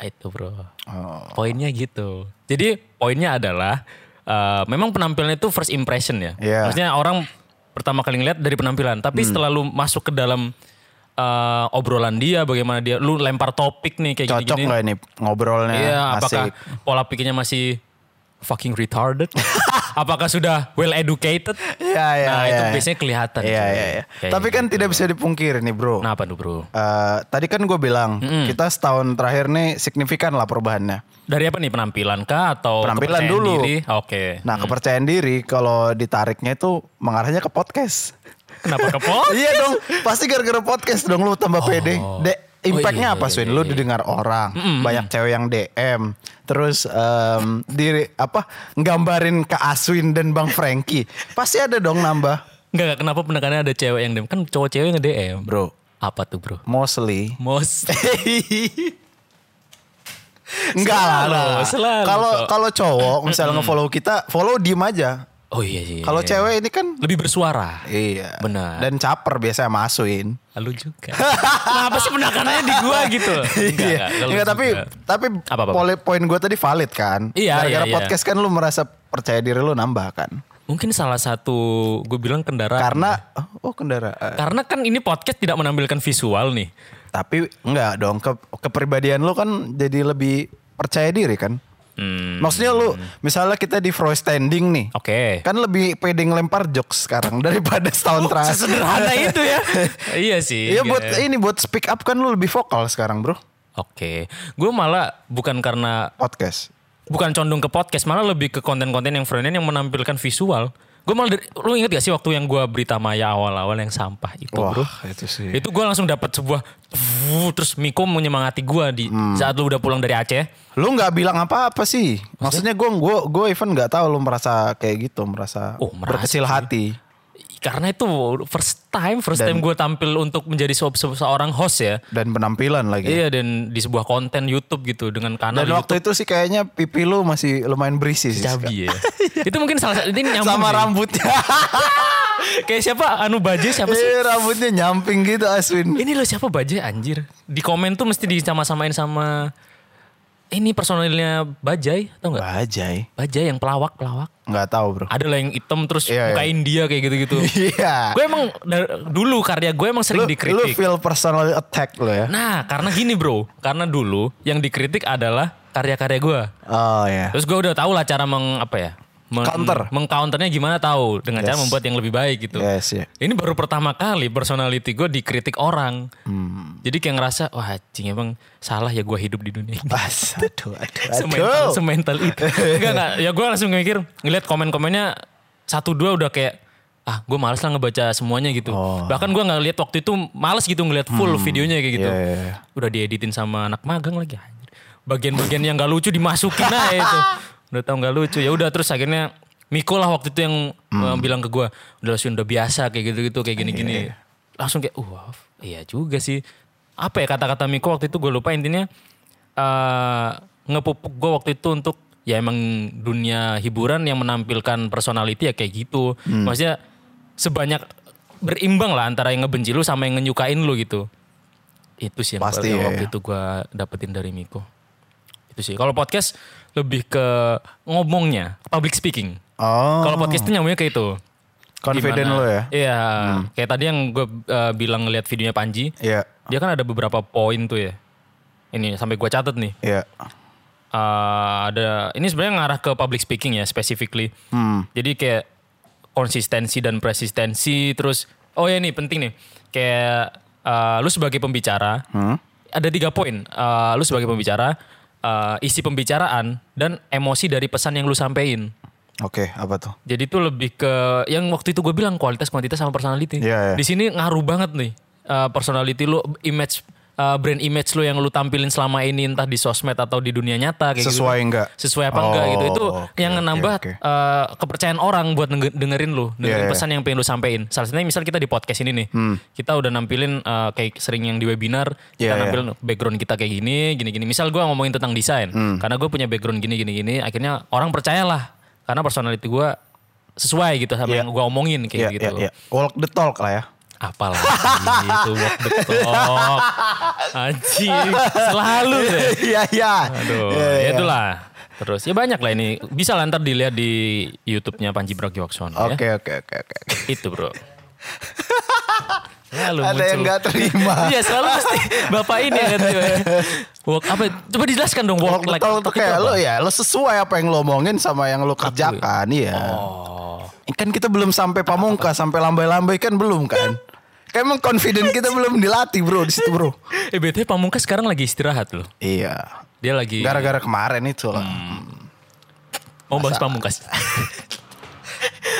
Speaker 3: Itu, Bro.
Speaker 1: Oh.
Speaker 3: Poinnya gitu. Jadi poinnya adalah eh, memang penampilan itu first impression ya.
Speaker 1: Iya.
Speaker 3: Maksudnya orang pertama kali ngeliat dari penampilan,
Speaker 1: Hmm.
Speaker 3: tapi setelah lu masuk ke dalam eh, obrolan dia, bagaimana dia, lu lempar topik nih kayak
Speaker 1: Cocok
Speaker 3: gini-gini.
Speaker 1: nggak ini ngobrolnya?
Speaker 3: Iya, apakah
Speaker 1: asik.
Speaker 3: pola pikirnya masih fucking
Speaker 1: <laughs>
Speaker 3: retarded? apakah sudah well educated?
Speaker 1: Iya, iya,
Speaker 3: nah,
Speaker 1: iya,
Speaker 3: itu
Speaker 1: iya.
Speaker 3: biasanya kelihatan.
Speaker 1: Iya,
Speaker 3: cuy.
Speaker 1: iya, iya.
Speaker 3: Kayak
Speaker 1: Tapi kan
Speaker 3: gitu. Nah,
Speaker 1: tidak bisa dipungkiri nih bro.
Speaker 3: Kenapa tuh, Bro?
Speaker 1: Eh, tadi kan gue bilang kita setahun terakhir nih signifikan lah perubahannya.
Speaker 3: Dari apa nih penampilan kah atau
Speaker 1: Penampilan
Speaker 3: kepercayaan
Speaker 1: dulu.
Speaker 3: diri? Oke.
Speaker 1: Nah kepercayaan diri kalau ditariknya itu mengarahnya ke podcast.
Speaker 3: Kenapa ke
Speaker 1: <laughs>
Speaker 3: podcast?
Speaker 1: iya dong, pasti gara-gara podcast dong lu tambah pede. De, impactnya
Speaker 3: Oh, iya,
Speaker 1: apa
Speaker 3: iya,
Speaker 1: Swin?
Speaker 3: iya,
Speaker 1: Lu
Speaker 3: iya.
Speaker 1: didengar orang, banyak cewek yang DM, terus em, diri apa nggambarin ke Aswin dan Bang Frankie. Pasti ada dong nambah,
Speaker 3: Enggak, enggak, kenapa penekanannya ada cewek yang DM? Kan cowok cewek yang DM.
Speaker 1: bro.
Speaker 3: Apa tuh bro?
Speaker 1: Mostly.
Speaker 3: Mos.
Speaker 1: Enggak lah. enggak lah.
Speaker 3: Selalu, selalu
Speaker 1: Kalau
Speaker 3: kok.
Speaker 1: kalau cowok misalnya nge-follow kita, follow diem aja.
Speaker 3: Oh iya iya.
Speaker 1: Kalau
Speaker 3: iya.
Speaker 1: cewek ini kan
Speaker 3: lebih bersuara.
Speaker 1: Iya.
Speaker 3: Benar.
Speaker 1: Dan caper biasanya masukin.
Speaker 3: Lu
Speaker 1: <laughs>
Speaker 3: juga. Kenapa sih penekanannya di gua gitu?
Speaker 1: Iya.
Speaker 3: lu
Speaker 1: Enggak, tapi
Speaker 3: juga.
Speaker 1: tapi
Speaker 3: Apa, apa, apa?
Speaker 1: poli- poin gue tadi valid kan.
Speaker 3: Iya,
Speaker 1: Gara-gara
Speaker 3: iya, iya.
Speaker 1: podcast kan lu merasa percaya diri lu nambah kan.
Speaker 3: mungkin salah satu gue bilang kendaraan.
Speaker 1: Karena oh kendaraan.
Speaker 3: Karena kan ini podcast tidak menampilkan visual nih.
Speaker 1: Tapi enggak dong ke kepribadian lu kan jadi lebih percaya diri kan.
Speaker 3: Hmm.
Speaker 1: Maksudnya lu misalnya kita di floor standing nih.
Speaker 3: Oke.
Speaker 1: Kan lebih pede ngelempar jokes sekarang <laughs> daripada
Speaker 3: Oh,
Speaker 1: setahun terakhir. <laughs>
Speaker 3: Sederhana itu ya. iya sih.
Speaker 1: Iya
Speaker 3: Iya.
Speaker 1: buat ini buat speak up kan lu lebih vokal sekarang, Bro.
Speaker 3: Oke. Gue malah bukan karena
Speaker 1: Podcast.
Speaker 3: bukan condong ke podcast malah lebih ke konten-konten yang frontend yang menampilkan visual gue malah dari- lu inget gak sih waktu yang gue berita Maya awal-awal yang sampah itu bro
Speaker 1: itu sih.
Speaker 3: itu gue langsung dapat sebuah wuh, terus Miko menyemangati gue di
Speaker 1: Hmm.
Speaker 3: saat lu udah pulang dari Aceh
Speaker 1: Lu nggak bilang apa-apa sih. Maksudnya gue gue gue even nggak tahu lu merasa kayak gitu, merasa,
Speaker 3: Oh, merasa
Speaker 1: berkecil hati.
Speaker 3: karena itu first time first time gue tampil untuk menjadi se- se- seorang host ya
Speaker 1: dan penampilan lagi.
Speaker 3: iya dan di sebuah konten YouTube gitu dengan kanal
Speaker 1: Dan waktu itu sih kayaknya pipi lu masih lumayan berisi sih. <laughs>
Speaker 3: YouTube Cabi ya itu mungkin salah satu ini nyambung
Speaker 1: Iya. Sama
Speaker 3: sih.
Speaker 1: rambutnya.
Speaker 3: kayak siapa Anu Baje siapa sih
Speaker 1: Eh, rambutnya nyamping gitu Aswin.
Speaker 3: Ini loh siapa Baja anjir. Di komen tuh mesti disama-samain sama ini personilnya Bajai atau enggak?
Speaker 1: Bajai.
Speaker 3: Bajai yang pelawak-pelawak.
Speaker 1: Nggak tahu, Bro.
Speaker 3: Ada lah yang hitam terus
Speaker 1: Iya, iya.
Speaker 3: mukain dia kayak gitu-gitu.
Speaker 1: <laughs> Iya.
Speaker 3: gue emang dar- dulu karya gue emang
Speaker 1: Lu,
Speaker 3: sering
Speaker 1: lu
Speaker 3: dikritik.
Speaker 1: feel personal attack lo ya.
Speaker 3: Nah, karena gini bro, karena dulu yang dikritik adalah karya-karya gue.
Speaker 1: Oh ya.
Speaker 3: Terus gue udah tahu lah cara meng apa ya? Meng,
Speaker 1: Counter.
Speaker 3: mengcounternya gimana tahu dengan cara
Speaker 1: Yes.
Speaker 3: membuat yang lebih baik gitu.
Speaker 1: Yes, ya.
Speaker 3: Ini baru pertama kali personality gue dikritik orang.
Speaker 1: Hmm.
Speaker 3: Jadi kayak ngerasa wah anjing emang salah ya gue hidup di dunia ini.
Speaker 1: Pas.
Speaker 3: <laughs>
Speaker 1: Aduh, aduh,
Speaker 3: semental,
Speaker 1: aduh.
Speaker 3: semental itu. Enggak enggak. Ya gue langsung mikir ngeliat komen-komennya satu dua udah kayak ah gue males lah ngebaca semuanya gitu.
Speaker 1: Oh.
Speaker 3: Bahkan gue nggak lihat waktu itu males gitu ngeliat full videonya kayak gitu.
Speaker 1: Iya, iya, iya.
Speaker 3: Udah dieditin sama anak magang lagi. anjir. Bagian-bagian yang gak lucu dimasukin aja itu. Udah tau gak lucu. Ya udah terus akhirnya Miko lah waktu itu yang eh, bilang ke gue udah sih udah biasa kayak gitu-gitu kayak gini-gini. Langsung kayak "Uh, wah iya juga sih. Apa ya kata-kata Miko waktu itu gue lupa intinya eh ngepupuk gue waktu itu untuk ya emang dunia hiburan yang menampilkan personality ya kayak gitu. Maksudnya sebanyak berimbang lah antara yang ngebenci lu sama yang nyukain lu gitu. Itu sih yang,
Speaker 1: Pasti
Speaker 3: yang
Speaker 1: ya,
Speaker 3: waktu
Speaker 1: ya.
Speaker 3: itu gue dapetin dari Miko. Itu sih. Kalau podcast lebih ke ngomongnya, public speaking.
Speaker 1: Oh,
Speaker 3: Kalau podcast itu nyambungnya kayak itu.
Speaker 1: confident
Speaker 3: Gimana?
Speaker 1: lo ya?
Speaker 3: Iya. Kayak tadi yang gue bilang ngeliat videonya Panji.
Speaker 1: Iya,
Speaker 3: Dia kan ada beberapa poin tuh ya. Ini sampai gue catat nih.
Speaker 1: iya.
Speaker 3: Eh, ada ini sebenarnya ngarah ke public speaking ya specifically.
Speaker 1: Hmm.
Speaker 3: Jadi kayak konsistensi dan persistensi terus oh ya ini penting nih. Kayak eh, lu sebagai pembicara
Speaker 1: Hmm.
Speaker 3: ada tiga poin. Eh, lu sebagai pembicara eh, isi pembicaraan dan emosi dari pesan yang lu sampein.
Speaker 1: Oke, apa tuh?
Speaker 3: Jadi itu lebih ke yang waktu itu gue bilang kualitas kuantitas sama personality.
Speaker 1: Iya, iya.
Speaker 3: Di sini ngaruh banget nih uh, personality lu, image uh, brand image lu yang lu tampilin selama ini entah di sosmed atau di dunia nyata kayak
Speaker 1: Sesuai
Speaker 3: gitu.
Speaker 1: enggak?
Speaker 3: Sesuai apa enggak
Speaker 1: Oh,
Speaker 3: gitu. Itu
Speaker 1: oke,
Speaker 3: yang
Speaker 1: oke,
Speaker 3: nambah
Speaker 1: oke.
Speaker 3: uh, kepercayaan orang buat nenge- dengerin lu, dengerin
Speaker 1: Iya, iya.
Speaker 3: pesan yang pengen lu sampein. Salah satunya misal kita di podcast ini nih.
Speaker 1: Hmm.
Speaker 3: Kita udah nampilin uh, kayak sering yang di webinar,
Speaker 1: Iya, iya.
Speaker 3: kita nampilin background kita kayak gini, gini-gini. Misal gue ngomongin tentang desain,
Speaker 1: Hmm.
Speaker 3: karena gue punya background gini-gini-gini, akhirnya orang percayalah karena personality gue sesuai gitu sama
Speaker 1: Iya.
Speaker 3: yang gue omongin
Speaker 1: Iya,
Speaker 3: kayak gitu.
Speaker 1: iya, iya. Walk the talk lah ya.
Speaker 3: <laughs> Apalah itu walk the talk.
Speaker 1: <laughs>
Speaker 3: Anjing, selalu deh.
Speaker 1: Iya, iya.
Speaker 3: Aduh,
Speaker 1: Iya,
Speaker 3: ya
Speaker 1: iya.
Speaker 3: itulah. Terus ya banyak lah ini. Bisa lah ntar dilihat di YouTube-nya Panji Pragiwaksono ya.
Speaker 1: Oke, oke, oke,
Speaker 3: <laughs>
Speaker 1: oke. <laughs>
Speaker 3: Itu, Bro. Selalu
Speaker 1: Ada yang
Speaker 3: muncul.
Speaker 1: nggak terima.
Speaker 3: <laughs> Iya selalu pasti bapak ini ya kan. Walk apa? Coba dijelaskan dong
Speaker 1: Walk
Speaker 3: walk,
Speaker 1: the
Speaker 3: like
Speaker 1: talk tuh
Speaker 3: itu
Speaker 1: kayak
Speaker 3: apa?
Speaker 1: lo ya, lo sesuai apa yang lo omongin sama yang lo kerjakan, iya.
Speaker 3: Oh.
Speaker 1: Kan kita belum sampai pamungkas, sampai lambai-lambai kan belum kan?
Speaker 3: Iya.
Speaker 1: Kayak emang confident kita belum dilatih bro di situ bro.
Speaker 3: Eh BTW Pamungkas sekarang lagi istirahat loh.
Speaker 1: Iya.
Speaker 3: Dia lagi
Speaker 1: Gara-gara kemarin itu lah.
Speaker 3: Hmm. mau bahas Pamungkas.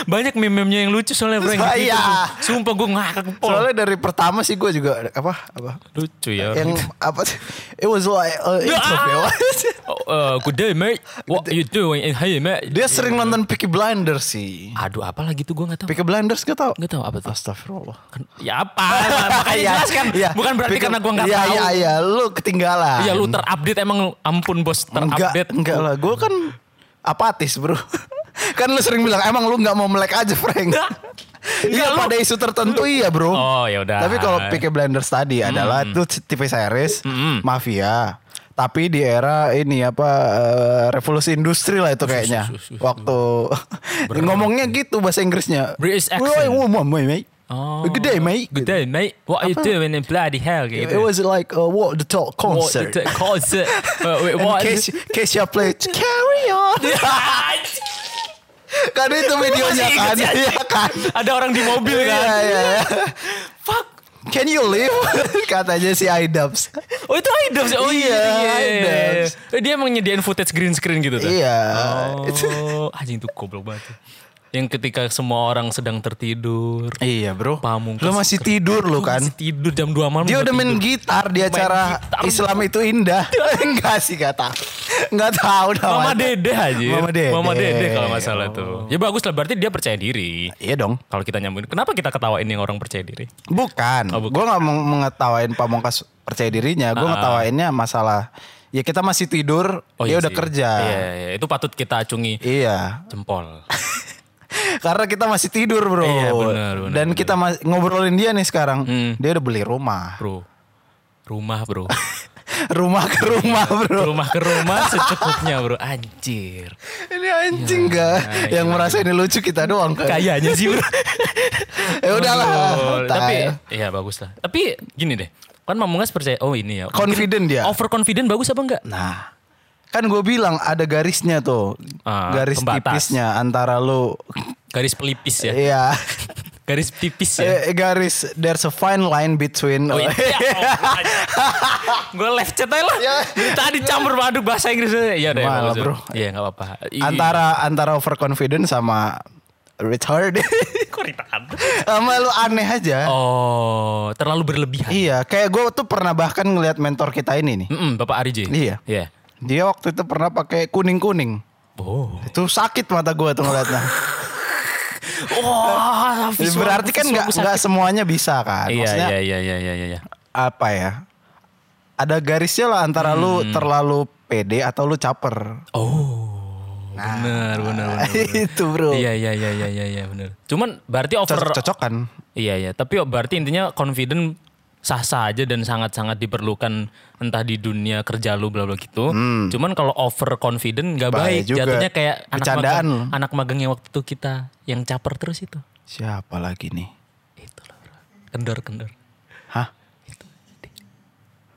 Speaker 3: Banyak meme-memenya yang lucu soalnya Frank.
Speaker 1: Iya.
Speaker 3: Di Twitter tuh. Sumpah gue ngakak pol.
Speaker 1: Soalnya dari pertama sih gue juga apa apa
Speaker 3: Lucu ya.
Speaker 1: yang apa sih? It was like uh, it's
Speaker 3: <laughs>
Speaker 1: okay, what?
Speaker 3: Oh, uh, good day mate. What you doing in here mate?
Speaker 1: Dia sering nonton Peaky Blinders sih.
Speaker 3: Aduh apa lagi tuh gue gak tahu.
Speaker 1: Peaky Blinders gak tau?
Speaker 3: Gak tahu apa tuh.
Speaker 1: Astagfirullah.
Speaker 3: <laughs> Ya apa? Makanya jelaskan.
Speaker 1: <laughs> Iya.
Speaker 3: Bukan berarti
Speaker 1: Peaky-
Speaker 3: karena gue gak
Speaker 1: iya,
Speaker 3: tahu.
Speaker 1: Iya iya lu ketinggalan.
Speaker 3: Iya lu terupdate emang ampun bos
Speaker 1: Enggak,
Speaker 3: terupdate.
Speaker 1: enggak lah. Gue kan apatis bro. <laughs> kan lu sering bilang emang lu nggak mau melek aja Frank. <laughs> Iya
Speaker 3: lu-
Speaker 1: pada isu tertentu iya bro.
Speaker 3: Oh, Hmm. yaudah.
Speaker 1: Tapi kalau Peaky Blinders tadi adalah itu TV series
Speaker 3: Hmm.
Speaker 1: mafia. Tapi di era ini apa eh, revolusi industri lah itu kayaknya.
Speaker 3: sus, sus, sus. <laughs>
Speaker 1: Waktu <laughs> ngomongnya gitu bahasa Inggrisnya.
Speaker 3: British
Speaker 1: Woi,
Speaker 3: accent.
Speaker 1: woi, woi, mate.
Speaker 3: Oh.
Speaker 1: Good day, mate.
Speaker 3: Good day mate. What you doing in bloody hell kayak gitu.
Speaker 1: It was like uh, what the talk concert.
Speaker 3: What,
Speaker 1: <laughs>
Speaker 3: concert. Wait, wait,
Speaker 1: In
Speaker 3: what?
Speaker 1: case, case you play carry
Speaker 3: <laughs>
Speaker 1: on. kan itu videonya
Speaker 3: masih
Speaker 1: kan.
Speaker 3: inget sih,
Speaker 1: Iya kan.
Speaker 3: <laughs> Ada orang di mobil
Speaker 1: Iya
Speaker 3: kan.
Speaker 1: iya. iya.
Speaker 3: Fuck.
Speaker 1: Can you leave? <laughs> Katanya si Idubs.
Speaker 3: Oh itu Idubs. ya? Oh iya.
Speaker 1: Iya,
Speaker 3: iya, iya, iya.
Speaker 1: Idubs.
Speaker 3: Dia emang nyediain footage green screen gitu tuh.
Speaker 1: Iya.
Speaker 3: Oh, anjing itu goblok banget. tuh. Yang ketika semua orang sedang tertidur.
Speaker 1: Iya bro.
Speaker 3: Pamungkas.
Speaker 1: Lu masih tidur lu kan.
Speaker 3: Masih tidur jam 2 malam.
Speaker 1: Dia
Speaker 3: udah
Speaker 1: udah main
Speaker 3: tidur.
Speaker 1: gitar di acara
Speaker 3: gitar.
Speaker 1: Islam itu indah. <laughs> Enggak sih gak tahu. Enggak tahu
Speaker 3: Mama
Speaker 1: namanya.
Speaker 3: Dede aja.
Speaker 1: Oh, Mama Dede. Oh.
Speaker 3: Mama Dede kalau nggak salah tuh. Ya bagus lah berarti dia percaya diri.
Speaker 1: Iya dong.
Speaker 3: Kalau kita nyambungin, kenapa kita ketawain yang orang percaya diri?
Speaker 1: Bukan. Ah.
Speaker 3: Oh, bukan.
Speaker 1: Gue nggak mau mengetawain pamungkas percaya dirinya. Gue ngetawainnya masalah. Ya kita masih tidur. dia udah
Speaker 3: sih.
Speaker 1: kerja.
Speaker 3: Oh, Iya, iya, itu patut kita acungi
Speaker 1: Iya.
Speaker 3: jempol.
Speaker 1: <laughs> Karena kita masih tidur bro.
Speaker 3: Iya, benar, benar,
Speaker 1: Dan kita mas- ngobrolin dia nih sekarang.
Speaker 3: Hmm.
Speaker 1: Dia udah beli rumah. <laughs>
Speaker 3: Bro. Rumah, Bro.
Speaker 1: rumah ke rumah bro.
Speaker 3: rumah ke
Speaker 1: <laughs>
Speaker 3: rumah secukupnya, Bro. Anjir.
Speaker 1: Ini anjing
Speaker 3: Iya,
Speaker 1: gak? Yang merasa ini lucu kita doang kan.
Speaker 3: Kayaknya sih,
Speaker 1: <laughs>
Speaker 3: Bro.
Speaker 1: Ya udahlah.
Speaker 3: Betul. Tapi
Speaker 1: Tai.
Speaker 3: ya bagus lah. Tapi gini deh. Kan Mamungas percaya oh ini ya.
Speaker 1: Confident dia.
Speaker 3: Over confident bagus apa enggak?
Speaker 1: Nah, kan gue bilang ada garisnya tuh,
Speaker 3: Ah,
Speaker 1: garis
Speaker 3: pembatas.
Speaker 1: tipisnya antara lu,
Speaker 3: Garis pelipis ya. <laughs>
Speaker 1: iya,
Speaker 3: Garis tipis ya.
Speaker 1: Eh, garis there's a fine line between. <laughs>
Speaker 3: Oh, iya. Gue left chat aja lah.
Speaker 1: Ya.
Speaker 3: Dari Tadi campur aduk bahasa Inggris. Iya deh.
Speaker 1: Malah,
Speaker 3: bagus,
Speaker 1: bro.
Speaker 3: Iya enggak apa-apa. I-
Speaker 1: antara antara overconfident sama retard,
Speaker 3: <laughs> Kok retardan?
Speaker 1: sama lu aneh aja.
Speaker 3: Oh, terlalu berlebihan.
Speaker 1: Iya, kayak gue tuh pernah bahkan ngelihat mentor kita ini nih,
Speaker 3: Mm-mm, Bapak Arije.
Speaker 1: Iya.
Speaker 3: Iya.
Speaker 1: dia waktu itu pernah pakai kuning kuning.
Speaker 3: Oh.
Speaker 1: Itu sakit mata gue tuh ngeliatnya.
Speaker 3: Wah, <laughs> visual-
Speaker 1: Berarti kan nggak
Speaker 3: visual-
Speaker 1: nggak semuanya bisa kan?
Speaker 3: Iya,
Speaker 1: Maksudnya
Speaker 3: iya, iya, iya, iya, iya.
Speaker 1: apa ya ada garisnya lah antara lu terlalu pede atau lu caper. Nah.
Speaker 3: Hmm. Oh, benar, benar, benar.
Speaker 1: <laughs> itu bro.
Speaker 3: Iya, iya, iya, iya, iya, iya, benar. Cuman berarti over,
Speaker 1: Cocok-cocokan.
Speaker 3: iya, iya. Tapi berarti intinya confident sah-sah aja dan sangat-sangat diperlukan entah di dunia kerja lu bla bla gitu. Cuman kalau over confident nggak
Speaker 1: Bahaya
Speaker 3: baik,
Speaker 1: juga.
Speaker 3: jatuhnya kayak anak
Speaker 1: Bercandaan
Speaker 3: magang, anak magang yang waktu itu kita yang caper terus itu.
Speaker 1: Siapa lagi nih?
Speaker 3: Itu loh, bro. kendor-kendor.
Speaker 1: Hah?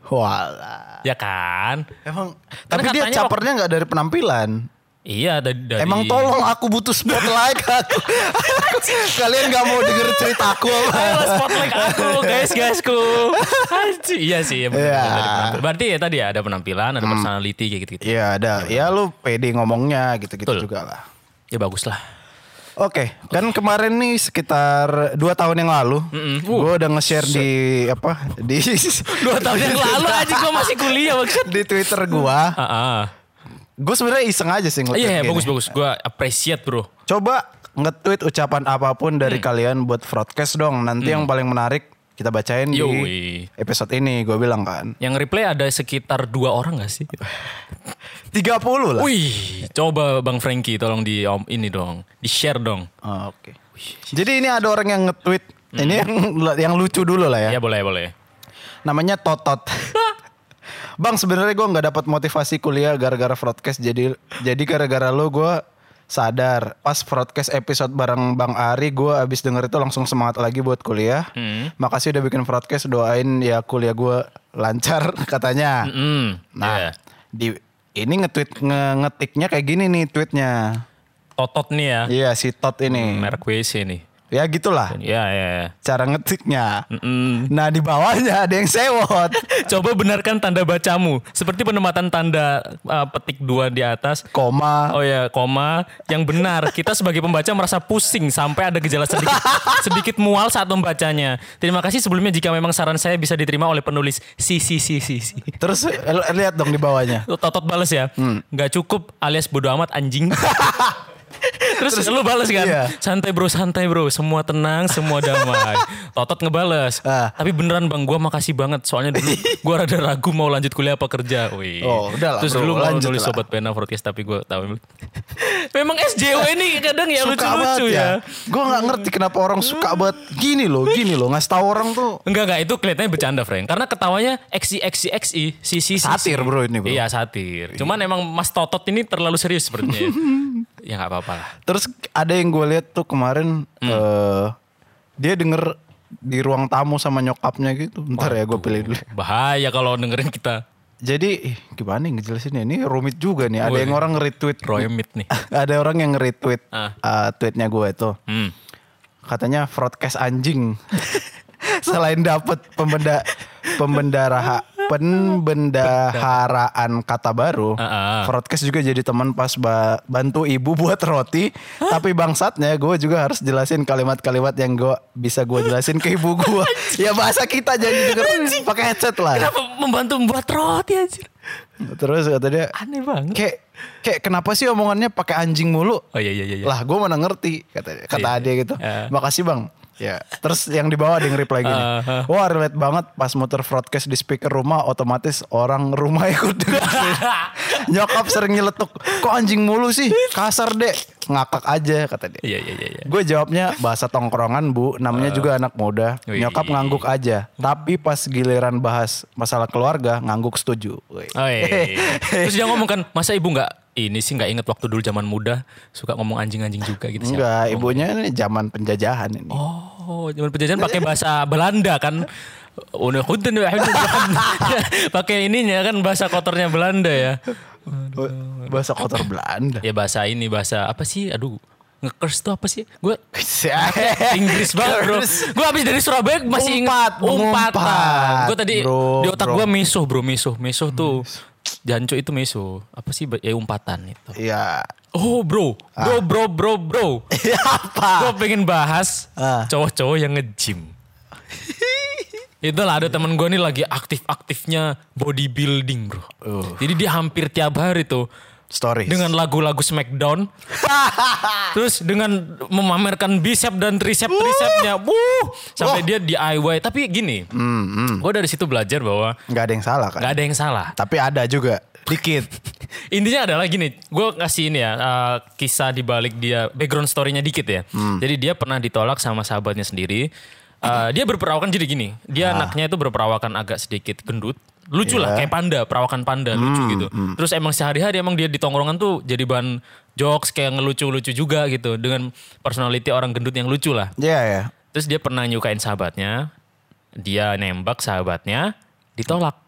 Speaker 1: Walah.
Speaker 3: Ya kan?
Speaker 1: Emang
Speaker 3: Karena
Speaker 1: tapi dia
Speaker 3: katanya
Speaker 1: capernya nggak dari penampilan.
Speaker 3: Iya dari, dari
Speaker 1: Emang
Speaker 3: <laughs>
Speaker 1: tolong aku butuh spotlight <laughs> aku. Kalian nggak mau denger cerita aku apa?
Speaker 3: Ayolah spotlight aku guys guysku. <laughs> Anjir. Iya sih. Ya
Speaker 1: Iya.
Speaker 3: bener, bener, dari penampilan. Berarti ya tadi ya, ada penampilan, ada personality kayak gitu-gitu.
Speaker 1: Iya ada. Ya lu pede ngomongnya gitu-gitu
Speaker 3: Betul.
Speaker 1: juga lah.
Speaker 3: Ya bagus lah.
Speaker 1: Oke, kan kemarin nih sekitar dua tahun yang lalu, gue udah nge-share di apa <laughs> di
Speaker 3: Dua tahun yang lalu aja gue masih kuliah maksud.
Speaker 1: di Twitter gua.
Speaker 3: Ah, ah.
Speaker 1: Gue sebenarnya iseng aja sih ngeliat
Speaker 3: Iya, iya,
Speaker 1: gini.
Speaker 3: bagus bagus. Gue appreciate bro.
Speaker 1: Coba nge-tweet ucapan apapun dari kalian buat broadcast dong. Nanti yang paling menarik kita bacain di
Speaker 3: Yoi.
Speaker 1: episode ini. Gue bilang kan,
Speaker 3: Yang replay ada sekitar dua orang gak sih?
Speaker 1: 30 lah.
Speaker 3: Wih, coba Bang Frankie tolong di om ini dong, di share dong.
Speaker 1: Oh, Oke. Jadi ini ada orang yang nge-tweet. Ini yang <laughs> yang lucu dulu lah ya.
Speaker 3: Ya boleh boleh.
Speaker 1: Namanya Totot. Bang sebenarnya gue nggak dapat motivasi kuliah gara-gara broadcast jadi jadi gara-gara lo gue sadar pas broadcast episode bareng Bang Ari gue abis denger itu langsung semangat lagi buat kuliah. Makasih udah bikin broadcast doain ya kuliah gue lancar <laughs> katanya.
Speaker 3: Hmm.
Speaker 1: Nah
Speaker 3: Nah,
Speaker 1: di ini nge-tweet nge- ngetiknya kayak gini nih tweetnya.
Speaker 3: totot nih ya,
Speaker 1: Iya si Tot ini.
Speaker 3: merek WC nih.
Speaker 1: Ya gitulah
Speaker 3: Ya ya. ya.
Speaker 1: cara ngetiknya.
Speaker 3: Mm.
Speaker 1: Nah di bawahnya ada yang sewot.
Speaker 3: <laughs> Coba benarkan tanda bacamu. Seperti penempatan tanda uh, petik dua di atas.
Speaker 1: koma
Speaker 3: Oh ya, koma yang benar. Kita sebagai pembaca merasa pusing sampai ada gejala sedikit sedikit mual saat membacanya. Terima kasih sebelumnya jika memang saran saya bisa diterima oleh penulis. Si si si si si.
Speaker 1: Terus eh, lihat dong di bawahnya.
Speaker 3: Lu Totot bales ya.
Speaker 1: Hmm.
Speaker 3: nggak cukup alias bodo amat
Speaker 1: <laughs>
Speaker 3: anjing. Terus, lu bales kan?
Speaker 1: iya.
Speaker 3: Santai bro, santai bro. Semua tenang, semua
Speaker 1: <laughs>
Speaker 3: damai. Totot ngebales.
Speaker 1: Ah.
Speaker 3: Tapi beneran bang, gua makasih banget. Soalnya
Speaker 1: <laughs>
Speaker 3: dulu gua rada ragu mau lanjut kuliah apa kerja. Wih.
Speaker 1: Oh, udah lah,
Speaker 3: Terus
Speaker 1: bro,
Speaker 3: dulu mau
Speaker 1: lanjut
Speaker 3: nulis
Speaker 1: lah.
Speaker 3: sobat pena podcast tapi gua
Speaker 1: <laughs>
Speaker 3: tahu. Memang SJW ini kadang ya lucu-lucu ya.
Speaker 1: Gue nggak ngerti kenapa orang suka banget gini loh, gini loh. Ngasih tahu orang tuh
Speaker 3: Enggak enggak itu kelihatannya bercanda, Frank. Karena ketawanya XI XI XI si si si,
Speaker 1: Satir,
Speaker 3: si.
Speaker 1: bro, ini, bro.
Speaker 3: Iya, satir. Cuman emang Mas Totot ini terlalu serius sepertinya. ya. ya enggak apa-apa lah.
Speaker 1: Terus ada yang gue lihat tuh kemarin
Speaker 3: Mm.
Speaker 1: eh, dia denger di ruang tamu sama nyokapnya gitu. Ntar ya gue pilih dulu.
Speaker 3: Bahaya kalau dengerin kita
Speaker 1: Jadi ih, gimana nih ngejelasinnya? Ini rumit juga nih. Ada
Speaker 3: Woi.
Speaker 1: yang orang retweet.
Speaker 3: royemit nih.
Speaker 1: <laughs> ada orang yang retweet
Speaker 3: Ah.
Speaker 1: eh, tweetnya gue itu.
Speaker 3: Hmm.
Speaker 1: Katanya broadcast anjing. <laughs> Selain dapat pembenda pembendaraha pembendaharaan kata baru,
Speaker 3: Ah, ah.
Speaker 1: broadcast juga jadi teman pas ba- bantu ibu buat roti. Tapi bangsatnya gue juga harus jelasin kalimat-kalimat yang gue bisa gue jelasin ke ibu gue. ya bahasa kita jadi denger pakai headset lah.
Speaker 3: Kenapa membantu membuat roti anjir?
Speaker 1: Terus kata dia,
Speaker 3: Aneh banget.
Speaker 1: kayak kayak kenapa sih omongannya pakai anjing mulu?
Speaker 3: Oh iya iya iya. iya.
Speaker 1: lah gue mana ngerti kata kata
Speaker 3: Iya.
Speaker 1: dia gitu
Speaker 3: Ya.
Speaker 1: makasih bang ya terus yang di bawah ada yang
Speaker 3: <laughs>
Speaker 1: reply gini
Speaker 3: Ah, ah.
Speaker 1: wah relate banget pas muter broadcast di speaker rumah otomatis orang rumah <laughs> ikut dengerin." nyokap sering nyeletuk kok anjing mulu sih kasar dek ngakak aja kata dia
Speaker 3: Iya iya iya iya.
Speaker 1: Gue jawabnya bahasa tongkrongan bu, namanya juga anak muda.
Speaker 3: Wih.
Speaker 1: Nyokap ngangguk aja, tapi pas giliran bahas masalah keluarga ngangguk setuju. Wih.
Speaker 3: Oh, iya, iya, iya. Terus dia ngomong kan, masa ibu nggak ini sih nggak inget waktu dulu zaman muda suka ngomong anjing-anjing juga gitu siapa?
Speaker 1: Enggak, ibunya ini zaman penjajahan ini.
Speaker 3: Oh, zaman penjajahan pakai bahasa Belanda kan. Udah kunden <laughs> pakai ininya kan bahasa kotornya Belanda ya.
Speaker 1: Bahasa kotor Belanda.
Speaker 3: Ya bahasa ini bahasa apa sih? Aduh, ngekers tuh apa sih? Gue
Speaker 1: <laughs> Inggris
Speaker 3: <laughs> Inggris banget bro. Gue habis dari Surabaya
Speaker 1: Umpat,
Speaker 3: masih ingat
Speaker 1: mengumpat,
Speaker 3: Gue tadi
Speaker 1: bro,
Speaker 3: di otak
Speaker 1: bro.
Speaker 3: gue meso bro, meso, meso tuh. Jancu itu meso. Apa sih ya umpatan itu.
Speaker 1: Iya.
Speaker 3: Oh bro, bro bro bro bro.
Speaker 1: Iya
Speaker 3: Gue
Speaker 1: apa?
Speaker 3: pengen bahas
Speaker 1: Ah.
Speaker 3: cowok-cowok yang nge-gym. <laughs> Itulah ada temen gue nih Uh. lagi aktif-aktifnya bodybuilding bro. Jadi dia hampir tiap hari tuh
Speaker 1: Stories.
Speaker 3: dengan lagu-lagu Smackdown. Terus dengan memamerkan bicep dan tricep tricepnya. Wuh, sampai dia DIY. Tapi gini, gue dari situ belajar bahwa
Speaker 1: nggak ada yang salah kan.
Speaker 3: nggak ada yang salah.
Speaker 1: Tapi ada juga dikit.
Speaker 3: Intinya adalah gini, gue kasih ini ya uh, kisah di balik dia background story-nya dikit ya. Jadi dia pernah ditolak sama sahabatnya sendiri. Uh, dia berperawakan jadi gini, dia anaknya itu berperawakan agak sedikit gendut, lucu lah kayak panda, perawakan panda lucu gitu. Terus emang sehari-hari emang dia di tongkrongan tuh jadi bahan jokes kayak ngelucu-lucu juga gitu dengan personality orang gendut yang lucu lah.
Speaker 1: Iya ya.
Speaker 3: Terus dia pernah nyukain sahabatnya, dia nembak sahabatnya, ditolak.